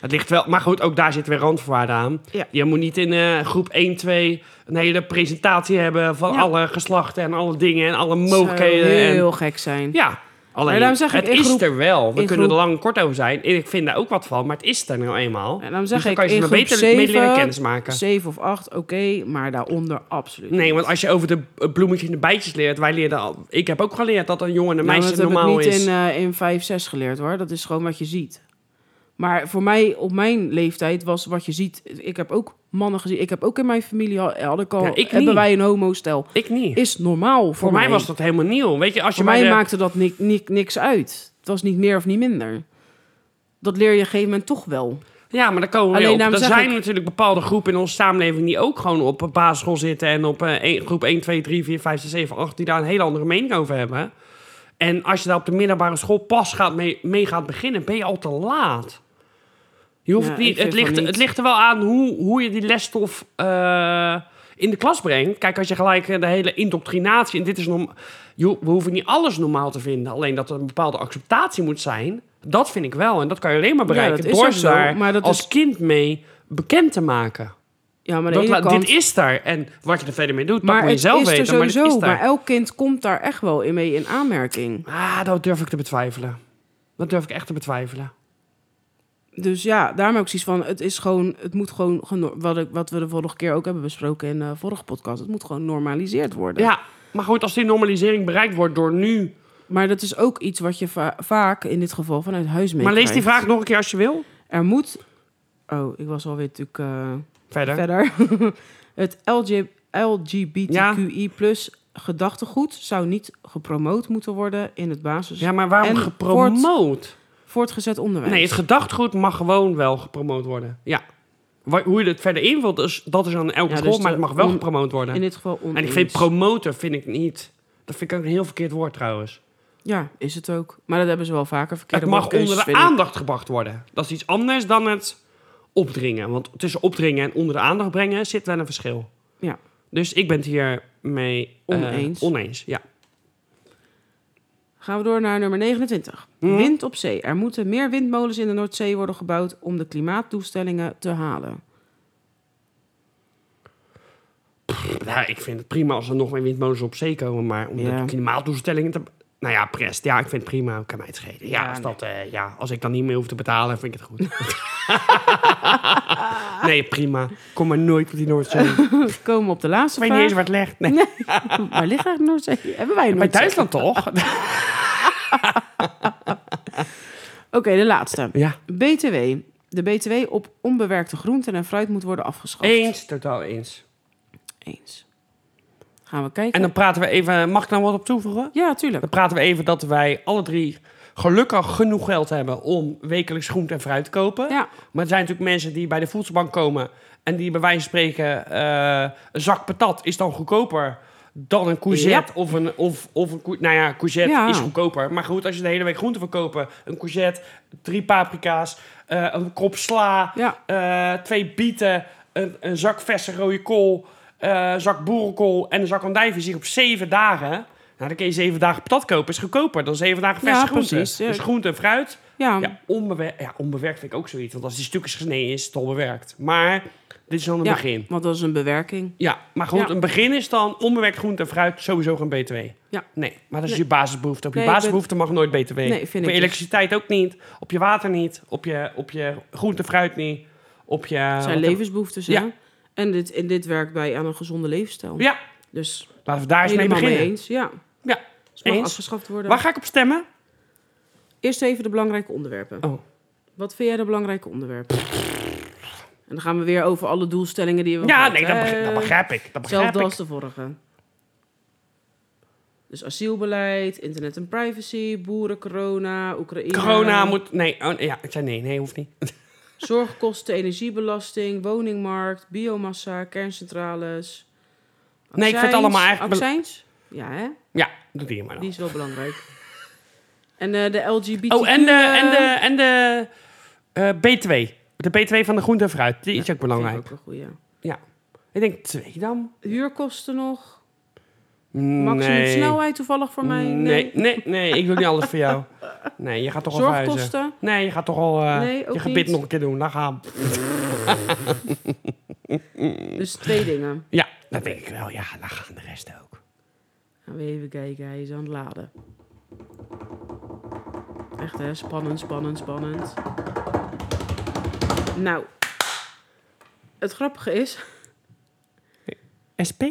Speaker 2: Het ligt wel, maar goed, ook daar zitten weer randvoorwaarden aan.
Speaker 3: Ja.
Speaker 2: Je moet niet in eh, groep 1, 2 een hele presentatie hebben van
Speaker 3: Ja.
Speaker 2: alle geslachten en alle dingen en alle
Speaker 3: Zou
Speaker 2: mogelijkheden. en-
Speaker 3: heel gek zijn.
Speaker 2: Ja, alleen
Speaker 3: Maar daarom zeg ik,
Speaker 2: het
Speaker 3: in
Speaker 2: is
Speaker 3: groep-
Speaker 2: er wel. We
Speaker 3: in
Speaker 2: kunnen
Speaker 3: groep-
Speaker 2: er lang en kort over zijn. En ik vind daar ook wat van, maar het is er nou eenmaal.
Speaker 3: En dan zeg
Speaker 2: dus
Speaker 3: ik,
Speaker 2: dan kan je
Speaker 3: in
Speaker 2: ze maar
Speaker 3: groep
Speaker 2: beter mee leren
Speaker 3: zeven-
Speaker 2: kennismaken.
Speaker 3: 7 of 8, oké, maar daaronder absoluut.
Speaker 2: Nee,
Speaker 3: niet.
Speaker 2: want als je over de eh, bloemetjes en de bijtjes leert, wij leerden al. Ik heb ook geleerd dat een jongen en een
Speaker 3: Nou,
Speaker 2: meisje
Speaker 3: dat heb
Speaker 2: normaal
Speaker 3: ik niet
Speaker 2: is.
Speaker 3: in, eh, in 5, 6 geleerd hoor. Dat is gewoon wat je ziet. Maar voor mij, op mijn leeftijd, was wat je ziet. Ik heb ook mannen gezien. Ik heb ook in mijn familie had, had ik al.
Speaker 2: Ja, ik
Speaker 3: hebben
Speaker 2: niet.
Speaker 3: wij een homostel?
Speaker 2: Ik niet.
Speaker 3: Is normaal voor,
Speaker 2: voor mij was dat helemaal nieuw. Weet je, als je
Speaker 3: Voor mij
Speaker 2: bij de-
Speaker 3: maakte dat ni ni- niks uit. Het was niet meer of niet minder. Dat leer je op een gegeven moment toch wel.
Speaker 2: Ja, maar daar komen we
Speaker 3: Alleen
Speaker 2: weer op.
Speaker 3: daarom
Speaker 2: Er
Speaker 3: zeg
Speaker 2: zijn
Speaker 3: ik-
Speaker 2: natuurlijk bepaalde groepen in onze samenleving die ook gewoon op een basisschool zitten en op eh, één- groep 1, 2, 3, 4, 5, 6, 7, 8, die daar een hele andere mening over hebben. En als je daar op de middelbare school pas gaat mee, mee gaat beginnen, ben je al te laat. Je hoeft
Speaker 3: Ja,
Speaker 2: het
Speaker 3: ik
Speaker 2: niet,
Speaker 3: vind
Speaker 2: het, ligt,
Speaker 3: van niet.
Speaker 2: het ligt er wel aan hoe, hoe je die lesstof eh, in de klas brengt. Kijk, als je gelijk eh, de hele indoctrinatie... En dit is norm, jo, we hoeven niet alles normaal te vinden. Alleen dat er een bepaalde acceptatie moet zijn. Dat vind ik wel. En dat kan je alleen maar bereiken
Speaker 3: dat is
Speaker 2: door
Speaker 3: ook
Speaker 2: ze
Speaker 3: zo,
Speaker 2: daar
Speaker 3: maar dat
Speaker 2: als
Speaker 3: is-
Speaker 2: kind mee bekend te maken.
Speaker 3: Ja, maar aan de
Speaker 2: Dat
Speaker 3: ene
Speaker 2: laat-
Speaker 3: kant...
Speaker 2: Dit is daar. En wat je er verder mee doet, dat
Speaker 3: maar
Speaker 2: moet je
Speaker 3: het
Speaker 2: zelf
Speaker 3: is
Speaker 2: weten.
Speaker 3: er sowieso.
Speaker 2: maar
Speaker 3: Maar,
Speaker 2: dit is daar.
Speaker 3: elk kind komt daar echt wel in mee in aanmerking.
Speaker 2: Ah, dat durf ik te betwijfelen. Dat durf ik echt te betwijfelen.
Speaker 3: Dus ja, daarom ook zoiets van: het is gewoon, het moet gewoon, geno- wat, ik, wat we de vorige keer ook hebben besproken in de vorige podcast, het moet gewoon normaliseerd worden.
Speaker 2: Ja, maar goed, als die normalisering bereikt wordt door nu...
Speaker 3: Maar dat is ook iets wat je va- vaak in dit geval vanuit huis mee
Speaker 2: Maar lees die
Speaker 3: krijgt.
Speaker 2: vraag nog een keer als je wil.
Speaker 3: Er moet. Oh, ik was alweer natuurlijk eh,
Speaker 2: Verder.
Speaker 3: verder. het LG, LGBTQI gedachtegoed zou niet gepromoot moeten worden in het basis
Speaker 2: Ja, maar waarom
Speaker 3: En
Speaker 2: gepromoot?
Speaker 3: voortgezet onderwijs.
Speaker 2: Nee, het gedachtgoed mag gewoon wel gepromoot worden. Ja. Wa- hoe je het verder invult, is, dat is aan elke
Speaker 3: Ja,
Speaker 2: school,
Speaker 3: dus
Speaker 2: maar
Speaker 3: de
Speaker 2: het mag wel
Speaker 3: on-
Speaker 2: gepromoot worden.
Speaker 3: in dit geval oneens.
Speaker 2: En ik vind promoten vind ik niet. Dat vind ik ook een heel verkeerd woord trouwens.
Speaker 3: Ja, is het ook. Maar dat hebben ze wel vaker verkeerd.
Speaker 2: Het mag onder de aandacht gebracht worden. Dat is iets anders dan het opdringen. Want tussen opdringen en onder de aandacht brengen zit wel een verschil.
Speaker 3: Ja.
Speaker 2: Dus ik ben het hier mee eh,
Speaker 3: Oneens.
Speaker 2: oneens. Ja.
Speaker 3: Gaan we door naar nummer 29.
Speaker 2: Mhm.
Speaker 3: Wind op zee. Er moeten meer windmolens in de Noordzee worden gebouwd om de klimaatdoelstellingen te halen.
Speaker 2: Ja, ik vind het prima als er nog meer windmolens op zee komen. Maar om
Speaker 3: Ja.
Speaker 2: de klimaatdoelstellingen te... Nou ja, prest. Ja, ik vind het prima. Kan mij het schelen. Ja,
Speaker 3: Ja,
Speaker 2: als, dat, eh, ja, als ik dan niet meer hoef te betalen, vind ik het goed. nee, prima. Kom maar nooit op die Noordzee. Ik
Speaker 3: Komen we op de laatste
Speaker 2: weet niet eens
Speaker 3: vraag.
Speaker 2: waar het ligt. Nee.
Speaker 3: Waar ligt eigenlijk de Noordzee? Hebben wij een
Speaker 2: Bij
Speaker 3: Noordzee?
Speaker 2: Duitsland toch?
Speaker 3: Oké, de laatste.
Speaker 2: Ja.
Speaker 3: BTW. De BTW op onbewerkte groenten en fruit moet worden afgeschaft.
Speaker 2: Eens, totaal eens.
Speaker 3: Eens. Gaan we kijken.
Speaker 2: En dan praten we even, mag ik daar wat op toevoegen?
Speaker 3: Ja, tuurlijk.
Speaker 2: Dan praten we even dat wij alle drie gelukkig genoeg geld hebben om wekelijks groente en fruit te kopen.
Speaker 3: Ja.
Speaker 2: Maar er zijn natuurlijk mensen die bij de voedselbank komen en die bij wijze van spreken eh, een zak patat is dan goedkoper dan een courgette of een of, of een cou- nou ja, courgette
Speaker 3: Ja.
Speaker 2: is goedkoper. Maar goed, als je de hele week groente wil kopen, een courgette, drie paprika's, eh, een kop sla,
Speaker 3: Ja.
Speaker 2: eh, twee bieten, een, een zak verse rode kool, eh, een zak boerenkool en een zak andijvie zich op zeven dagen. Nou, dan kun je zeven dagen patat kopen. Is goedkoper dan zeven dagen verse
Speaker 3: Ja,
Speaker 2: groente.
Speaker 3: precies, ja.
Speaker 2: Dus groente en fruit.
Speaker 3: Ja.
Speaker 2: Ja, onbewerkt, ja, onbewerkt vind ik ook zoiets. Want als die stukjes gesneden is, is het al bewerkt. Maar dit is dan een
Speaker 3: Ja,
Speaker 2: begin.
Speaker 3: Want dat is een bewerking.
Speaker 2: Ja, maar goed,
Speaker 3: Ja.
Speaker 2: een begin is dan onbewerkt groente en fruit sowieso geen BTW.
Speaker 3: Ja.
Speaker 2: Nee, maar dat is
Speaker 3: Nee.
Speaker 2: je basisbehoefte. Op je
Speaker 3: Nee, ik
Speaker 2: basisbehoefte mag nooit BTW.
Speaker 3: Nee, vind
Speaker 2: op je
Speaker 3: ik dus.
Speaker 2: elektriciteit ook niet. Op je water niet. Op je, op je groente en fruit niet. Op je...
Speaker 3: Het
Speaker 2: wat
Speaker 3: zijn
Speaker 2: heb-
Speaker 3: levensbehoeftes, hè?
Speaker 2: Ja.
Speaker 3: En dit, en dit werkt bij aan een gezonde leefstijl.
Speaker 2: Ja,
Speaker 3: Dus
Speaker 2: laten we daar eens mee
Speaker 3: helemaal
Speaker 2: beginnen.
Speaker 3: mee eens. Ja.
Speaker 2: Ja,
Speaker 3: Dus het mag
Speaker 2: Eens.
Speaker 3: afgeschaft worden.
Speaker 2: Waar ga ik op stemmen?
Speaker 3: Eerst even de belangrijke onderwerpen.
Speaker 2: Oh.
Speaker 3: Wat vind jij de belangrijke onderwerpen? En dan gaan we weer over alle doelstellingen die we
Speaker 2: Ja,
Speaker 3: gehad,
Speaker 2: nee, dat
Speaker 3: hè.
Speaker 2: begrijp, dat begrijp ik. Dat begrijp
Speaker 3: Hetzelfde
Speaker 2: ik.
Speaker 3: als de vorige. Dus asielbeleid, internet en privacy, boeren, corona, Oekraïne.
Speaker 2: Corona moet... Nee, oh, ja, ik zei nee, nee, hoeft niet.
Speaker 3: Zorgkosten, energiebelasting, woningmarkt, biomassa, kerncentrales.
Speaker 2: Nee, ik vind het allemaal eigenlijk bela-
Speaker 3: Accijns? Ja, hè?
Speaker 2: Ja, doe die maar dan.
Speaker 3: Die is wel belangrijk. En eh, de LGBT.
Speaker 2: Oh, en de, en de, en de eh, B2. De B2 van de groente en fruit. Die is ook belangrijk.
Speaker 3: Ook een goeie.
Speaker 2: Ja. Ik denk twee dan.
Speaker 3: Huurkosten nog. Maximum
Speaker 2: Nee.
Speaker 3: snelheid toevallig voor mij.
Speaker 2: Nee, nee, nee, ik wil niet alles voor jou. Nee, je gaat toch al verhuizen.
Speaker 3: Zorgkosten.
Speaker 2: Nee, je gaat toch al eh,
Speaker 3: Nee, ook
Speaker 2: je gebit
Speaker 3: niet.
Speaker 2: nog een keer doen. Dan gaan. we.
Speaker 3: Dus twee dingen.
Speaker 2: Ja, dat denk ik wel. Ja, dan gaan de rest ook.
Speaker 3: Gaan we even kijken, hij is aan het laden. Echt hè, spannend, spannend, spannend. Nou, het grappige is,
Speaker 2: SP?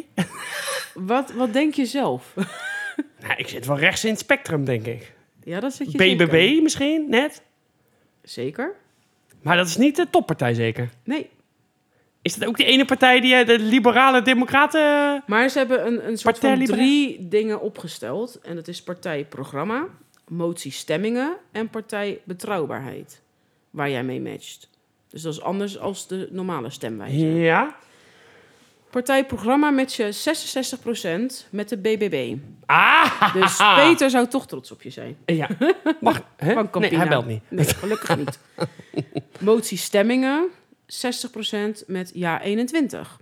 Speaker 3: wat, wat denk je zelf?
Speaker 2: nou, ik zit wel rechts in het spectrum, denk ik.
Speaker 3: Ja, dat zit je
Speaker 2: BBB
Speaker 3: zeker.
Speaker 2: misschien, net.
Speaker 3: Zeker?
Speaker 2: Maar dat is niet de toppartij zeker.
Speaker 3: Nee.
Speaker 2: Is dat ook die ene partij die eh, de liberale democraten...
Speaker 3: Maar ze hebben een, een soort
Speaker 2: Partij
Speaker 3: van
Speaker 2: Libera-
Speaker 3: drie dingen opgesteld. En dat is partijprogramma, motiestemmingen en partijbetrouwbaarheid. Waar jij mee matcht. Dus dat is anders als de normale stemwijze.
Speaker 2: Ja.
Speaker 3: Partijprogramma met je 66% met de BBB.
Speaker 2: Ah!
Speaker 3: Dus Peter zou toch trots op je zijn.
Speaker 2: Ja. Mag... Hè?
Speaker 3: Van
Speaker 2: nee,
Speaker 3: Campina.
Speaker 2: hij belt niet.
Speaker 3: Nee, gelukkig niet. Motie stemmingen, 60% met ja 21.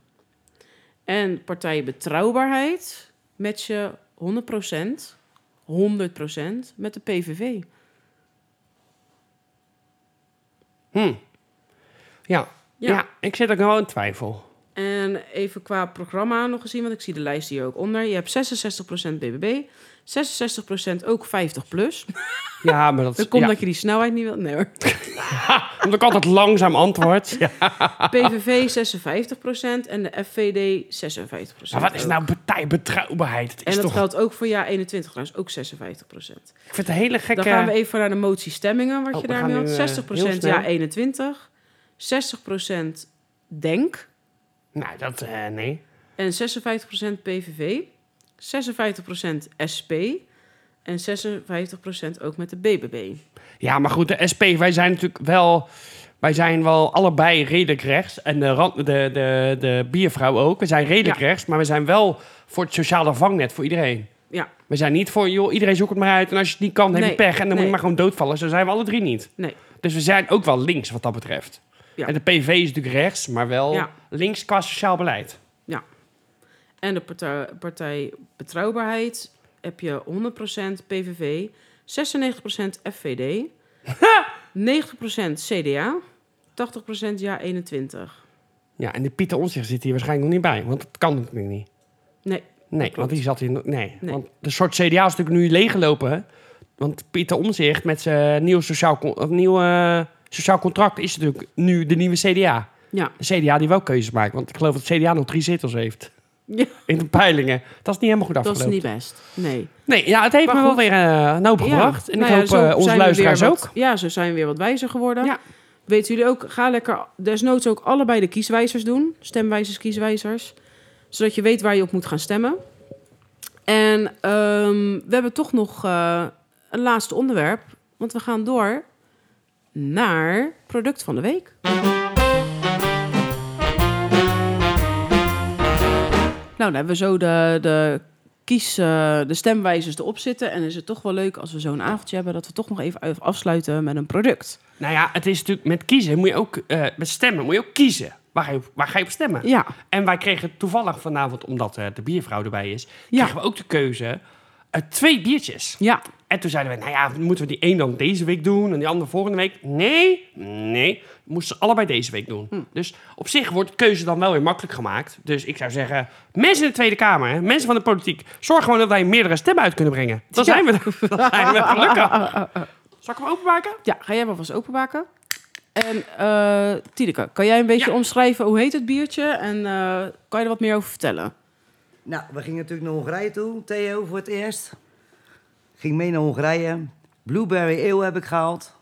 Speaker 3: En partij betrouwbaarheid met je 100%, 100% met de PVV.
Speaker 2: Ja.
Speaker 3: Ja.
Speaker 2: Ja. ik zit ook nog wel in twijfel.
Speaker 3: En even qua programma nog gezien, want ik zie de lijst hier ook onder. Je hebt 66% BBB, 66% ook 50 plus.
Speaker 2: Ja, maar dat is...
Speaker 3: Dat komt
Speaker 2: ja.
Speaker 3: dat je die snelheid niet wilt. Nee hoor.
Speaker 2: Omdat ik altijd langzaam antwoord. Ja.
Speaker 3: PVV 56% en de FVD 56%.
Speaker 2: Maar wat is
Speaker 3: ook.
Speaker 2: nou partijbetrouwbaarheid? Het
Speaker 3: En
Speaker 2: is
Speaker 3: dat
Speaker 2: toch...
Speaker 3: geldt ook voor jaar 21 trouwens, ook 56
Speaker 2: Ik vind het een hele gekke...
Speaker 3: Dan gaan we even naar de motie stemmingen, wat
Speaker 2: Oh,
Speaker 3: je
Speaker 2: we
Speaker 3: daarmee
Speaker 2: gaan
Speaker 3: had.
Speaker 2: nu, eh,
Speaker 3: 60
Speaker 2: heel snel.
Speaker 3: jaar 21, 60 denk
Speaker 2: Nou, dat... eh, nee.
Speaker 3: en 56 PVV, 56 SP en 56 ook met de BBB.
Speaker 2: Ja, maar goed, de SP, wij zijn natuurlijk wel... Wij zijn wel allebei redelijk rechts. En de, rand, de, de, de biervrouw ook. We zijn redelijk rechts, maar we zijn wel voor het sociale vangnet voor iedereen.
Speaker 3: Ja,
Speaker 2: We zijn niet voor, joh, iedereen zoekt het maar uit. En als je het niet kan, heb
Speaker 3: Nee,
Speaker 2: je pech. En dan moet
Speaker 3: nee.
Speaker 2: je maar gewoon doodvallen. Zo zijn we alle drie niet.
Speaker 3: nee.
Speaker 2: Dus we zijn ook wel links wat dat betreft.
Speaker 3: Ja.
Speaker 2: En de PV is natuurlijk rechts, maar wel
Speaker 3: Ja.
Speaker 2: links qua sociaal beleid.
Speaker 3: En de partij, partij Betrouwbaarheid heb je 100% PVV, 96% FVD, 90% CDA, 80% Ja 21.
Speaker 2: Ja, en die Pieter Onzicht zit hier waarschijnlijk nog niet bij. Want dat kan natuurlijk niet.
Speaker 3: Nee,
Speaker 2: Nee,
Speaker 3: klopt.
Speaker 2: want die zat hier... nog- Nee,
Speaker 3: Nee.
Speaker 2: want de soort CDA is natuurlijk nu leeggelopen. hè. Want Pieter Omzicht met zijn nieuw sociaal, con- of nieuw, eh, sociaal contract is natuurlijk nu de nieuwe CDA.
Speaker 3: ja,
Speaker 2: De CDA die wel keuzes maakt. Want ik geloof dat de CDA nog drie zetels heeft.
Speaker 3: Ja.
Speaker 2: in de peilingen. Dat is niet helemaal goed
Speaker 3: Dat is
Speaker 2: afgelopen.
Speaker 3: niet best. Nee.
Speaker 2: Nee, ja, het heeft
Speaker 3: Maar
Speaker 2: me wel
Speaker 3: goed.
Speaker 2: weer eh nauw gebracht. En ik
Speaker 3: nou ja,
Speaker 2: hoop
Speaker 3: zo
Speaker 2: eh, onze
Speaker 3: zijn we
Speaker 2: luisteraars
Speaker 3: weer
Speaker 2: ook.
Speaker 3: wat- Ja, zo zijn we weer wat wijzer geworden.
Speaker 2: Ja.
Speaker 3: Weten jullie ook, ga lekker desnoods ook allebei de kieswijzers doen. Stemwijzers, kieswijzers. Zodat je weet waar je op moet gaan stemmen. En ehm, we hebben toch nog eh, een laatste onderwerp. Want we gaan door naar product van de week. Nou, dan hebben we zo de, de kies eh, de stemwijzers erop zitten. En is het toch wel leuk als we zo'n avondje hebben dat we toch nog even af- afsluiten met een product.
Speaker 2: Nou ja, het is natuurlijk met kiezen moet je ook, eh, met stemmen moet je ook kiezen. Waar ga, je, op- waar ga je op stemmen?
Speaker 3: Ja,
Speaker 2: En wij kregen toevallig vanavond, omdat eh, de biervrouw erbij is,
Speaker 3: Ja.
Speaker 2: kregen we ook de keuze eh, twee biertjes.
Speaker 3: ja,
Speaker 2: En toen zeiden we, nou ja, moeten we die één dan deze week doen en die andere volgende week? Nee, nee, we moesten ze allebei deze week doen. Dus op zich wordt de keuze dan wel weer makkelijk gemaakt. Dus ik zou zeggen, mensen in de Tweede Kamer, hè, mensen van de politiek, zorg gewoon dat wij meerdere stemmen uit kunnen brengen. Dan
Speaker 3: Ja.
Speaker 2: zijn we, er. dan zijn we gelukkig. Zal ik hem openmaken?
Speaker 3: ja. Ga jij maar vast openmaken. En eh Tineke, kan jij een beetje
Speaker 2: Ja.
Speaker 3: omschrijven hoe heet het biertje? En eh, kan je er wat meer over vertellen?
Speaker 1: Nou, we gingen natuurlijk naar Hongarije toe. Theo voor het eerst. Ging mee naar Hongarije. Blueberry Ale heb ik gehaald.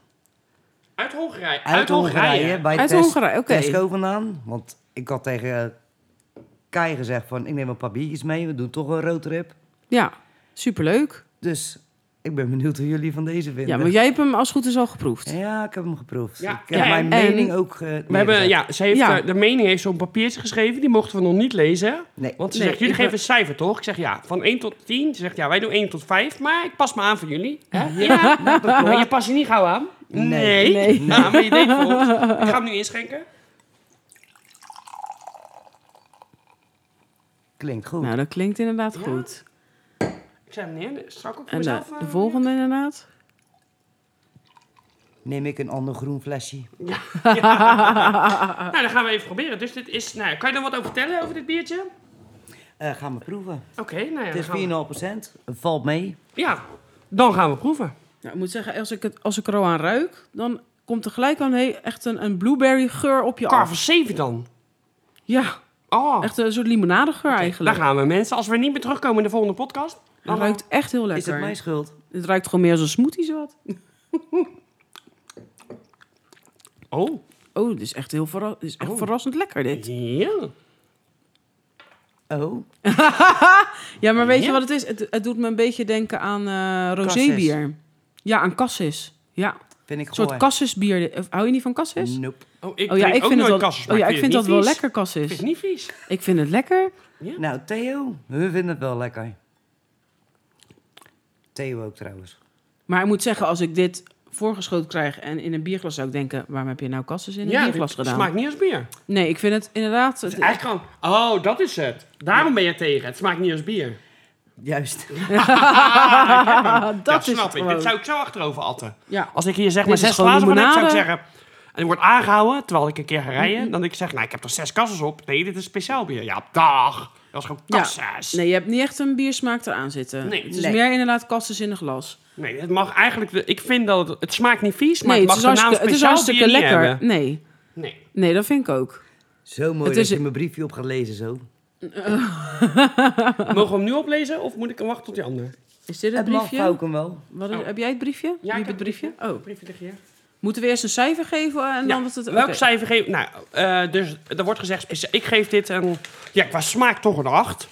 Speaker 2: Uit Hongarije.
Speaker 1: Uit, Hongarije. Bij
Speaker 3: Uit
Speaker 1: Tes-
Speaker 3: Hongarije, oké.
Speaker 1: Tesco vandaan. Want ik had tegen eh, Kai gezegd van... ik neem een paar biertjes mee. We doen toch een roadtrip.
Speaker 3: Ja, superleuk.
Speaker 1: Dus ik ben benieuwd hoe jullie van deze
Speaker 3: Ja,
Speaker 1: vinden.
Speaker 3: maar jij hebt hem als het goed is al geproefd.
Speaker 1: Ja, ik heb hem geproefd.
Speaker 2: Ja,
Speaker 1: Ik heb
Speaker 2: ja,
Speaker 1: mijn
Speaker 3: en-
Speaker 1: mening ook... eh,
Speaker 2: We hebben,
Speaker 1: neergezet.
Speaker 2: ja, ze heeft,
Speaker 3: Ja.
Speaker 2: eh, de mening heeft zo'n papiertje geschreven, die mochten we nog niet lezen.
Speaker 1: Nee.
Speaker 2: Want ze
Speaker 3: Nee,
Speaker 2: zegt, jullie
Speaker 3: ik
Speaker 2: geven
Speaker 3: ben-
Speaker 2: een cijfer, toch? Ik zeg ja, van 1 tot 10. Ze zegt, ja, wij doen 1 tot 5, maar ik pas me aan voor jullie. Hè? Ja, maar je past je niet gauw aan.
Speaker 1: Nee.
Speaker 2: Nee.
Speaker 3: Nee.
Speaker 2: Nou, maar je deed het volgens. Ik ga hem nu inschenken.
Speaker 1: Klinkt goed.
Speaker 3: Nou, dat klinkt inderdaad
Speaker 2: Ja.
Speaker 3: goed.
Speaker 2: Ik zei hem neer, strak op voor
Speaker 3: En de,
Speaker 2: mezelf. eh,
Speaker 3: de volgende inderdaad?
Speaker 1: Neem ik een ander groen flesje.
Speaker 2: Nou, dan gaan we even proberen. Dus dit is, nou, ja, kan je er wat over vertellen over dit biertje?
Speaker 1: Eh, gaan we proeven.
Speaker 2: Oké, nou ja.
Speaker 1: Het
Speaker 2: dan
Speaker 1: is
Speaker 2: gaan we-
Speaker 1: 4,5%. Het valt mee.
Speaker 2: Ja, dan gaan we proeven.
Speaker 3: Ja, ik moet zeggen, als ik, het, als ik er al aan ruik, dan komt er gelijk al een, echt een, een blueberry geur op je
Speaker 2: Car
Speaker 3: af.
Speaker 2: van 7 dan.
Speaker 3: Ja,
Speaker 2: Oh,
Speaker 3: echt een soort limonadegeur
Speaker 2: daar
Speaker 3: eigenlijk.
Speaker 2: gaan we mensen. Als we niet meer terugkomen in de volgende podcast, dan
Speaker 3: Het ruikt echt heel
Speaker 1: Is
Speaker 3: lekker.
Speaker 1: het mijn schuld?
Speaker 3: Het ruikt gewoon meer als een smoothie zat.
Speaker 2: Oh,
Speaker 3: Oh, dit is echt heel verra- dit is echt
Speaker 2: Oh.
Speaker 3: verrassend lekker dit.
Speaker 2: ja.
Speaker 1: Oh,
Speaker 3: Ja, maar weet
Speaker 2: Ja.
Speaker 3: je wat het is? Het, het doet me een beetje denken aan eh
Speaker 1: Cassis.
Speaker 3: rosébier. Ja, aan cassis. Ja,
Speaker 1: vind ik
Speaker 3: een soort
Speaker 1: goor.
Speaker 3: cassisbier. Of, Hou je niet van cassis?
Speaker 1: Nope.
Speaker 2: Oh, ik
Speaker 3: Oh
Speaker 2: drink
Speaker 3: ja, ik
Speaker 2: ook
Speaker 3: vind het
Speaker 2: nooit
Speaker 3: wel,
Speaker 2: kassers, maar
Speaker 3: oh, ja, ik vind dat
Speaker 2: het
Speaker 3: wel
Speaker 2: niet vies.
Speaker 3: lekker
Speaker 2: Ik vind
Speaker 3: cassis.
Speaker 2: het niet vies.
Speaker 3: Ik vind het lekker.
Speaker 1: Nou, Theo, we vinden het wel lekker. Theo ook trouwens.
Speaker 3: Maar ik moet zeggen, als ik dit voorgeschoten krijg en in een bierglas zou ik denken... waarom heb je nou cassis in een
Speaker 2: ja,
Speaker 3: bierglas
Speaker 2: het
Speaker 3: gedaan?
Speaker 2: smaakt niet als bier.
Speaker 3: Nee, ik vind het inderdaad...
Speaker 2: Het is eigenlijk gewoon, oh, dat is het. Daarom ben je tegen. Het smaakt niet als bier.
Speaker 1: Juist.
Speaker 3: Ah, dat
Speaker 2: Dat
Speaker 3: is
Speaker 2: snap
Speaker 3: het
Speaker 2: ik.
Speaker 3: gewoon.
Speaker 2: Dit zou ik zo achterover atten.
Speaker 3: Ja.
Speaker 2: Als ik hier zeg maar
Speaker 3: Dit is
Speaker 2: zes
Speaker 3: gewoon
Speaker 2: glazen van heb, zou ik
Speaker 3: limonade.
Speaker 2: zeggen... En ik word aangehouden, terwijl ik een keer ga rijden. Dan ik zeg, nou, ik heb er zes kassers op. Nee, dit is speciaal bier. Ja, dag. Dat is gewoon
Speaker 3: Ja.
Speaker 2: kassers.
Speaker 3: Nee, je hebt niet echt een biersmaak eraan zitten.
Speaker 2: Nee.
Speaker 3: het is
Speaker 1: Nee.
Speaker 3: meer inderdaad cassis in een glas.
Speaker 2: nee. het mag eigenlijk... Ik vind dat het, het smaakt niet vies, maar
Speaker 3: nee,
Speaker 2: het
Speaker 3: het
Speaker 2: mag
Speaker 3: is,
Speaker 2: de naam
Speaker 3: hartstikke, het is
Speaker 2: speciaal bier
Speaker 3: hartstikke
Speaker 2: niet
Speaker 3: lekker.
Speaker 2: hebben.
Speaker 3: Nee.
Speaker 2: Nee.
Speaker 3: nee, dat vind ik ook.
Speaker 1: Zo mooi
Speaker 3: Het
Speaker 1: dat
Speaker 3: is-
Speaker 1: je mijn briefje op gaat lezen zo.
Speaker 2: Mogen we hem nu oplezen of moet ik hem wachten tot die ander?
Speaker 3: Is dit het
Speaker 1: Het mag
Speaker 3: briefje?
Speaker 1: ook hem wel.
Speaker 3: Wat is-
Speaker 2: Oh.
Speaker 3: Heb jij het briefje? Wie
Speaker 2: ik heb
Speaker 3: hebt het briefje? Oh.
Speaker 2: Het briefje ligt hier.
Speaker 3: Moeten we eerst een cijfer geven eh, en
Speaker 2: Ja,
Speaker 3: dan wat het...
Speaker 2: Welk
Speaker 3: oké.
Speaker 2: cijfer geef Nou, eh, dus er wordt gezegd, speci- ik geef dit een... Ja, qua smaak toch een 8.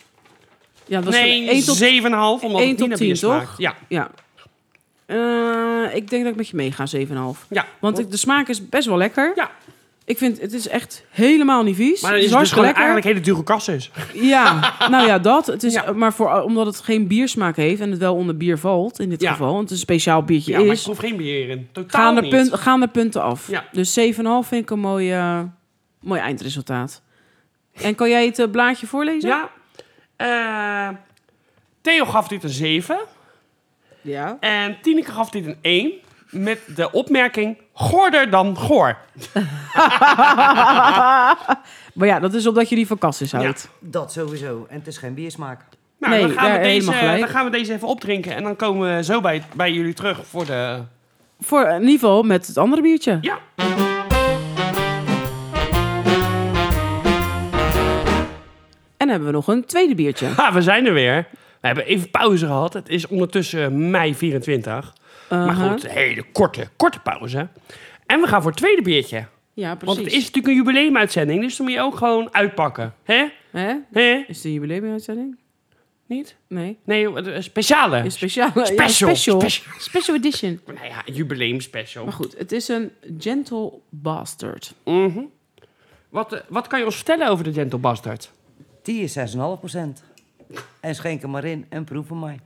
Speaker 3: Ja, dat is van
Speaker 2: Nee,
Speaker 3: 1 tot...
Speaker 2: 7,5, omdat
Speaker 3: één
Speaker 2: het niet
Speaker 3: tot
Speaker 2: naar
Speaker 3: tien,
Speaker 2: bier
Speaker 3: toch?
Speaker 2: smaakt. Ja,
Speaker 3: Ja. Eh, ik denk dat ik met je meega, 7,5.
Speaker 2: ja.
Speaker 3: Want ik- de smaak is best wel lekker.
Speaker 2: Oh. Ja.
Speaker 3: Ik vind, het is echt helemaal niet vies.
Speaker 2: Maar
Speaker 3: het
Speaker 2: dan
Speaker 3: is
Speaker 2: is het dus
Speaker 3: hartstikke
Speaker 2: gewoon
Speaker 3: lekker.
Speaker 2: eigenlijk hele dure kast is.
Speaker 3: Ja, nou ja, dat. Het is,
Speaker 2: Ja.
Speaker 3: Maar voor, eh, omdat het geen biersmaak heeft en het wel onder bier valt, in dit
Speaker 2: Ja.
Speaker 3: geval, want het een speciaal biertje
Speaker 2: Ja, maar ik
Speaker 3: is,
Speaker 2: proef geen bier in. Totaal
Speaker 3: gaan er,
Speaker 2: niet.
Speaker 3: punt, gaan er punten af.
Speaker 2: Ja.
Speaker 3: Dus 7,5 vind ik een mooi, eh, mooi eindresultaat. En kan jij het eh, blaadje voorlezen?
Speaker 2: Ja. Eh, Theo gaf dit een 7.
Speaker 3: ja.
Speaker 2: En Tineke gaf dit een 1. Met de opmerking, goorder dan goor.
Speaker 3: Maar ja, dat is omdat je die van kassis houdt.
Speaker 1: Dat sowieso. En het is geen biersmaak.
Speaker 2: Nou,
Speaker 3: Nee,
Speaker 2: dan, gaan
Speaker 3: daar
Speaker 2: we deze,
Speaker 3: helemaal gelijk.
Speaker 2: dan gaan we deze even opdrinken. En dan komen we zo bij, bij jullie terug voor de...
Speaker 3: Voor in ieder geval met het andere biertje.
Speaker 2: Ja.
Speaker 3: En En hebben we nog een tweede biertje.
Speaker 2: Ha, Ah, we zijn er weer. We hebben even pauze gehad. Het is ondertussen mei 24. Maar
Speaker 3: Uh-huh.
Speaker 2: goed, een hele korte, korte pauze. En we gaan voor het tweede biertje.
Speaker 3: Ja, precies.
Speaker 2: Want het is natuurlijk een jubileumuitzending, dus dan moet je ook gewoon uitpakken. hè?
Speaker 3: Hè?
Speaker 2: hè?
Speaker 3: Is het een jubileumuitzending?
Speaker 2: Niet?
Speaker 3: Nee.
Speaker 2: Nee, wat- eh, speciale.
Speaker 3: Een speciale, ja,
Speaker 2: Special.
Speaker 3: special.
Speaker 2: Special.
Speaker 3: Special edition.
Speaker 2: nou ja, jubileumspecial.
Speaker 3: Maar goed, het is een gentle bastard.
Speaker 2: Mhm. wat, eh, wat kan je ons vertellen over de Gentle Bastard?
Speaker 1: Die is 6,5%. En schenk hem maar in en proef hem maar.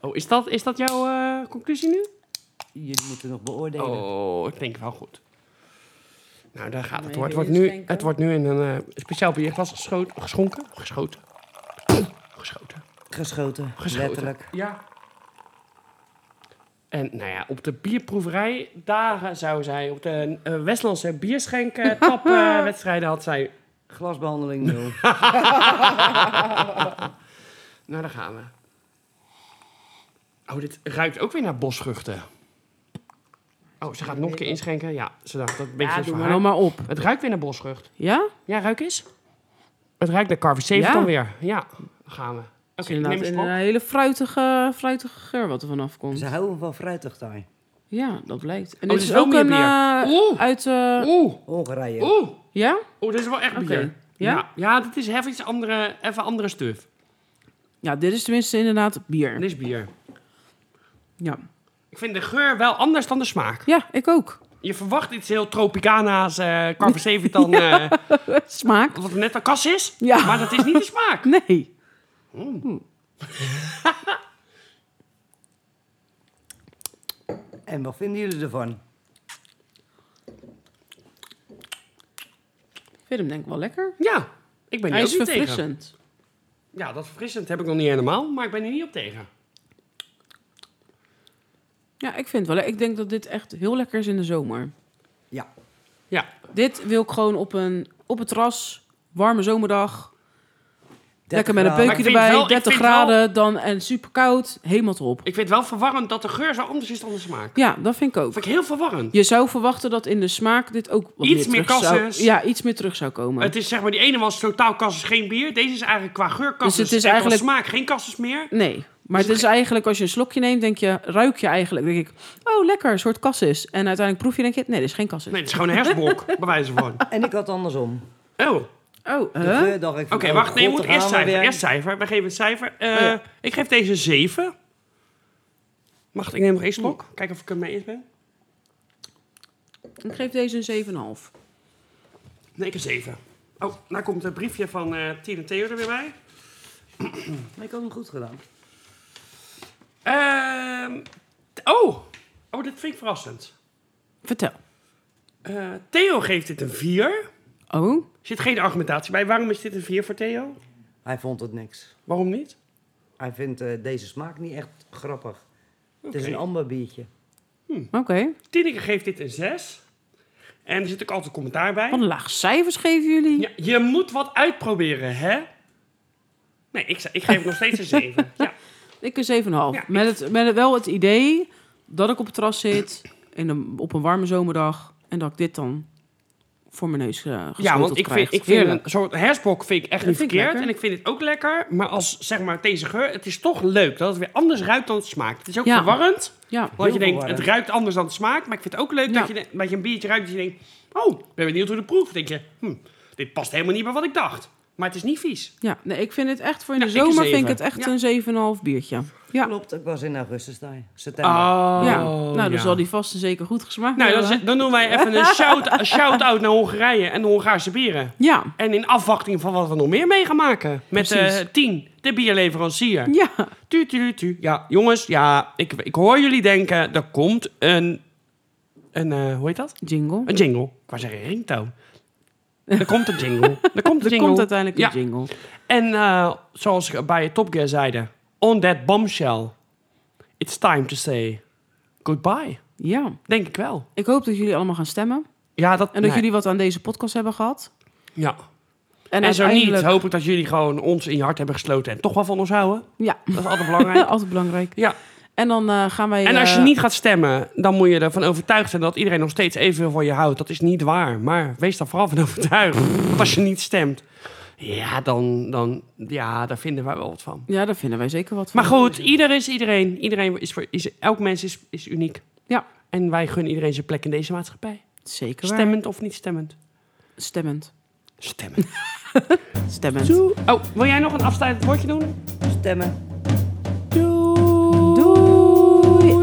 Speaker 2: Oh, is dat, is dat jouw eh, conclusie nu?
Speaker 1: Jullie moeten nog beoordelen.
Speaker 2: Oh, ik denk wel goed. Nou, daar gaat het
Speaker 3: Nee,
Speaker 2: hoor. Het
Speaker 3: wil
Speaker 2: wordt
Speaker 3: je eens
Speaker 2: nu,
Speaker 3: denken?
Speaker 2: het wordt nu in een eh, speciaal bierglas geschoten. Geschonken? Geschoten. Geschoten.
Speaker 1: Geschoten,
Speaker 2: Geschoten.
Speaker 1: letterlijk.
Speaker 2: Ja. En nou ja, op de bierproeverij, daar eh, zou zij op de eh, Westlandse bierschenken tapwedstrijden had zij.
Speaker 1: Glasbehandeling nul.
Speaker 2: Nou, daar gaan we. Oh, dit ruikt ook weer naar bosvruchten. Oh, ze gaat nog een keer inschenken. Ja, ze dacht dat een beetje
Speaker 3: Ja,
Speaker 2: is
Speaker 3: doe
Speaker 2: voor
Speaker 3: maar
Speaker 2: haar.
Speaker 3: nou maar op.
Speaker 2: Het ruikt weer naar bosvrucht.
Speaker 3: Ja?
Speaker 2: Ja, ruik eens. Het ruikt naar carver 7
Speaker 3: Ja.
Speaker 2: dan weer. Ja, dan gaan we. Oké,
Speaker 3: Inderdaad,
Speaker 2: neem eens
Speaker 3: een
Speaker 2: op.
Speaker 3: hele fruitige, fruitige geur wat er vanaf komt.
Speaker 1: Ze houden van fruitig daar.
Speaker 3: Ja, dat blijkt. En
Speaker 2: Oh,
Speaker 3: dit
Speaker 2: dit
Speaker 3: is
Speaker 2: is wel
Speaker 3: ook
Speaker 2: meer
Speaker 3: een
Speaker 2: bier.
Speaker 3: eh,
Speaker 2: Oeh.
Speaker 3: uit... eh,
Speaker 2: Oeh,
Speaker 1: Hongarije.
Speaker 2: oeh.
Speaker 3: ja?
Speaker 2: Oeh, dit is wel echt
Speaker 3: Oké.
Speaker 2: bier.
Speaker 3: Ja?
Speaker 2: Ja, ja, dit is even iets andere, even andere stuf.
Speaker 3: Ja, dit is tenminste inderdaad
Speaker 2: Dit
Speaker 3: bier.
Speaker 2: is bier.
Speaker 3: Ja,
Speaker 2: Ik vind de geur wel anders dan de smaak.
Speaker 3: ja ik ook.
Speaker 2: Je verwacht iets heel Tropicana's, eh Carver 7 dan eh,
Speaker 3: Smaak?
Speaker 2: wat net een kas is.
Speaker 3: Ja.
Speaker 2: Maar dat is niet de smaak.
Speaker 3: Nee.
Speaker 1: En wat vinden jullie ervan?
Speaker 3: Ik vind hem denk ik wel lekker.
Speaker 2: Ja, ik ben
Speaker 3: Hij
Speaker 2: hier
Speaker 3: is
Speaker 2: ook niet tegen.
Speaker 3: verfrissend.
Speaker 2: Ja, dat verfrissend heb ik nog niet helemaal, maar ik ben er niet op tegen.
Speaker 3: Ja, ik vind het wel. le- Ik denk dat dit echt heel lekker is in de zomer.
Speaker 1: Ja.
Speaker 2: Ja,
Speaker 3: Dit wil ik gewoon op, een, op het terras, warme zomerdag. Lekker met een
Speaker 1: graden.
Speaker 2: Maar ik
Speaker 3: peukje
Speaker 2: vind
Speaker 3: erbij,
Speaker 2: wel- ik
Speaker 3: 30
Speaker 2: vind wel-
Speaker 3: graden, dan en super koud, helemaal erop.
Speaker 2: ik vind het wel verwarrend dat de geur zo anders is dan de smaak.
Speaker 3: Ja, dat vind ik ook.
Speaker 2: Vind ik heel verwarrend.
Speaker 3: Je zou verwachten dat in de smaak dit ook wat
Speaker 2: Iets
Speaker 3: meer
Speaker 2: meer
Speaker 3: terug zou,
Speaker 2: kasses.
Speaker 3: Ja, iets meer terug zou komen.
Speaker 2: Het is zeg maar, die ene was totaal kassus geen bier. Deze is eigenlijk qua geur kassus
Speaker 3: Dus het is
Speaker 2: en qua
Speaker 3: eigenlijk-
Speaker 2: smaak geen kassus meer.
Speaker 3: Nee,
Speaker 2: Dus
Speaker 3: maar het is eigenlijk als je een slokje neemt, denk je, ruik je eigenlijk, denk ik, oh lekker, een soort kassis. En uiteindelijk proef je, denk je, nee, dit is geen kassis.
Speaker 2: Nee, het is gewoon een hersenblok, bij wijze van.
Speaker 1: En ik had andersom.
Speaker 2: Oh, oké,
Speaker 3: Oh,
Speaker 1: De
Speaker 3: huh?
Speaker 1: geur dacht ik van, oh,
Speaker 2: wacht. Nee, je
Speaker 1: god,
Speaker 2: moet
Speaker 1: daar
Speaker 2: eerst
Speaker 1: gaan we
Speaker 2: cijfer.
Speaker 1: weer.
Speaker 2: Eerst cijfer. We geven een cijfer. Eh,
Speaker 3: ja.
Speaker 2: Ik geef deze 7. Wacht, ik neem nog één slok. Kijken of ik ermee eens ben.
Speaker 3: ik geef deze een 7,5.
Speaker 2: Nee, ik heb 7. Oh, daar komt het briefje van eh Tien en Theo er weer bij.
Speaker 1: Maar ik had hem goed gedaan.
Speaker 2: Ehm, t- oh. oh, dit vind ik verrassend.
Speaker 3: Vertel.
Speaker 2: Eh, Theo geeft dit een 4.
Speaker 3: Oh,
Speaker 2: Zit geen argumentatie bij. Waarom is dit een 4 voor Theo?
Speaker 1: Hij vond het niks.
Speaker 2: Waarom niet?
Speaker 1: Hij vindt eh, deze smaak niet echt grappig. Het is
Speaker 2: Oké.
Speaker 1: een amber biertje.
Speaker 3: oké.
Speaker 2: Tineke geeft dit een 6. En er zit ook altijd commentaar bij.
Speaker 3: Wat een laag cijfers geven jullie.
Speaker 2: Ja, je moet wat uitproberen, hè? Nee, ik, ze- ik geef nog steeds een 7. Ja.
Speaker 3: Ik een 7,5.
Speaker 2: Ja, ik-
Speaker 3: Met, het, met het- wel het idee dat ik op het terras zit in een, op een warme zomerdag en dat ik dit dan voor mijn neus eh gesleuteld
Speaker 2: ja, want ik
Speaker 3: krijg.
Speaker 2: vind, ik vind een
Speaker 3: Heerlijk.
Speaker 2: soort hersbok vind ik echt
Speaker 3: Dat
Speaker 2: niet
Speaker 3: vind ik
Speaker 2: verkeerd.
Speaker 3: lekker.
Speaker 2: en ik vind het ook lekker. Maar als, zeg maar, deze geur, het is toch leuk dat het weer anders ruikt dan het smaakt. Het is ook
Speaker 3: Ja.
Speaker 2: verwarrend.
Speaker 3: Ja,
Speaker 2: Want je denkt,
Speaker 1: verwarrend.
Speaker 2: het ruikt anders dan het smaakt. Maar ik vind het ook leuk
Speaker 3: Ja.
Speaker 2: dat, je, de- dat je een biertje ruikt dat je denkt... Oh, ben benieuwd hoe de proef. Dan denk je, hm, dit past helemaal niet bij wat ik dacht. Maar het is niet vies.
Speaker 3: ja nee, ik vind het echt voor in de
Speaker 2: Ja, Oh, ik een
Speaker 3: zomer vind ik
Speaker 2: zeven.
Speaker 3: het echt een 7,5 biertje. Ja.
Speaker 1: Klopt, ik was in augustus daar. September.
Speaker 2: Oh,
Speaker 3: ja. Nou, dan zal die vast en zeker goed gesmaakt
Speaker 2: Nou, dan,
Speaker 3: hebben.
Speaker 2: zet- dan doen wij even een shout- een shout-out naar Hongarije en de Hongaarse bieren.
Speaker 3: Ja,
Speaker 2: En in afwachting van wat we nog meer mee gaan maken. Met eh
Speaker 3: Precies.
Speaker 2: 10, de bierleverancier.
Speaker 3: ja.
Speaker 2: Tu, tu, tu. Ja, jongens, ja, ik, ik hoor jullie denken, er komt een... een eh, hoe heet dat?
Speaker 3: Jingle.
Speaker 2: Een jingle. Ik wou zeggen ringtoon. Er komt een jingle. Er komt een
Speaker 3: Er
Speaker 2: jingle.
Speaker 3: komt uiteindelijk een
Speaker 2: Ja.
Speaker 3: jingle.
Speaker 2: En eh, zoals ik bij Top Gear zeiden, on that bombshell, it's time to say goodbye.
Speaker 3: Ja.
Speaker 2: Denk ik wel.
Speaker 3: Ik hoop dat jullie allemaal gaan stemmen.
Speaker 2: Ja, dat...
Speaker 3: En dat
Speaker 2: nee.
Speaker 3: jullie wat aan deze podcast hebben gehad.
Speaker 2: Ja.
Speaker 3: En,
Speaker 2: En, zo
Speaker 3: uiteindelijk-
Speaker 2: niet, hoop ik dat jullie gewoon ons in je hart hebben gesloten en toch wel van ons houden.
Speaker 3: Ja,
Speaker 2: Dat is altijd belangrijk.
Speaker 3: altijd belangrijk.
Speaker 2: Ja.
Speaker 3: En dan eh, gaan wij...
Speaker 2: En als je
Speaker 3: eh,
Speaker 2: niet gaat stemmen, dan moet je ervan overtuigd zijn dat iedereen nog steeds evenveel van je houdt. Dat is niet waar. Maar wees daar vooral van overtuigd. Want als je niet stemt, Ja, dan, dan, ja, daar vinden wij wel wat van.
Speaker 3: Ja, daar vinden wij zeker wat van.
Speaker 2: Maar goed, ieder is iedereen. iedereen is voor, is, elk mens is, is uniek.
Speaker 3: Ja.
Speaker 2: En wij gunnen iedereen zijn plek in deze maatschappij.
Speaker 3: Zeker waar.
Speaker 2: Stemmend of niet stemmend.
Speaker 3: Stemmend.
Speaker 2: Stemmend.
Speaker 3: Stemmend.
Speaker 2: Doe. Oh, wil jij nog een afsluitend woordje doen?
Speaker 1: Stemmen.
Speaker 2: Doei.
Speaker 3: Doei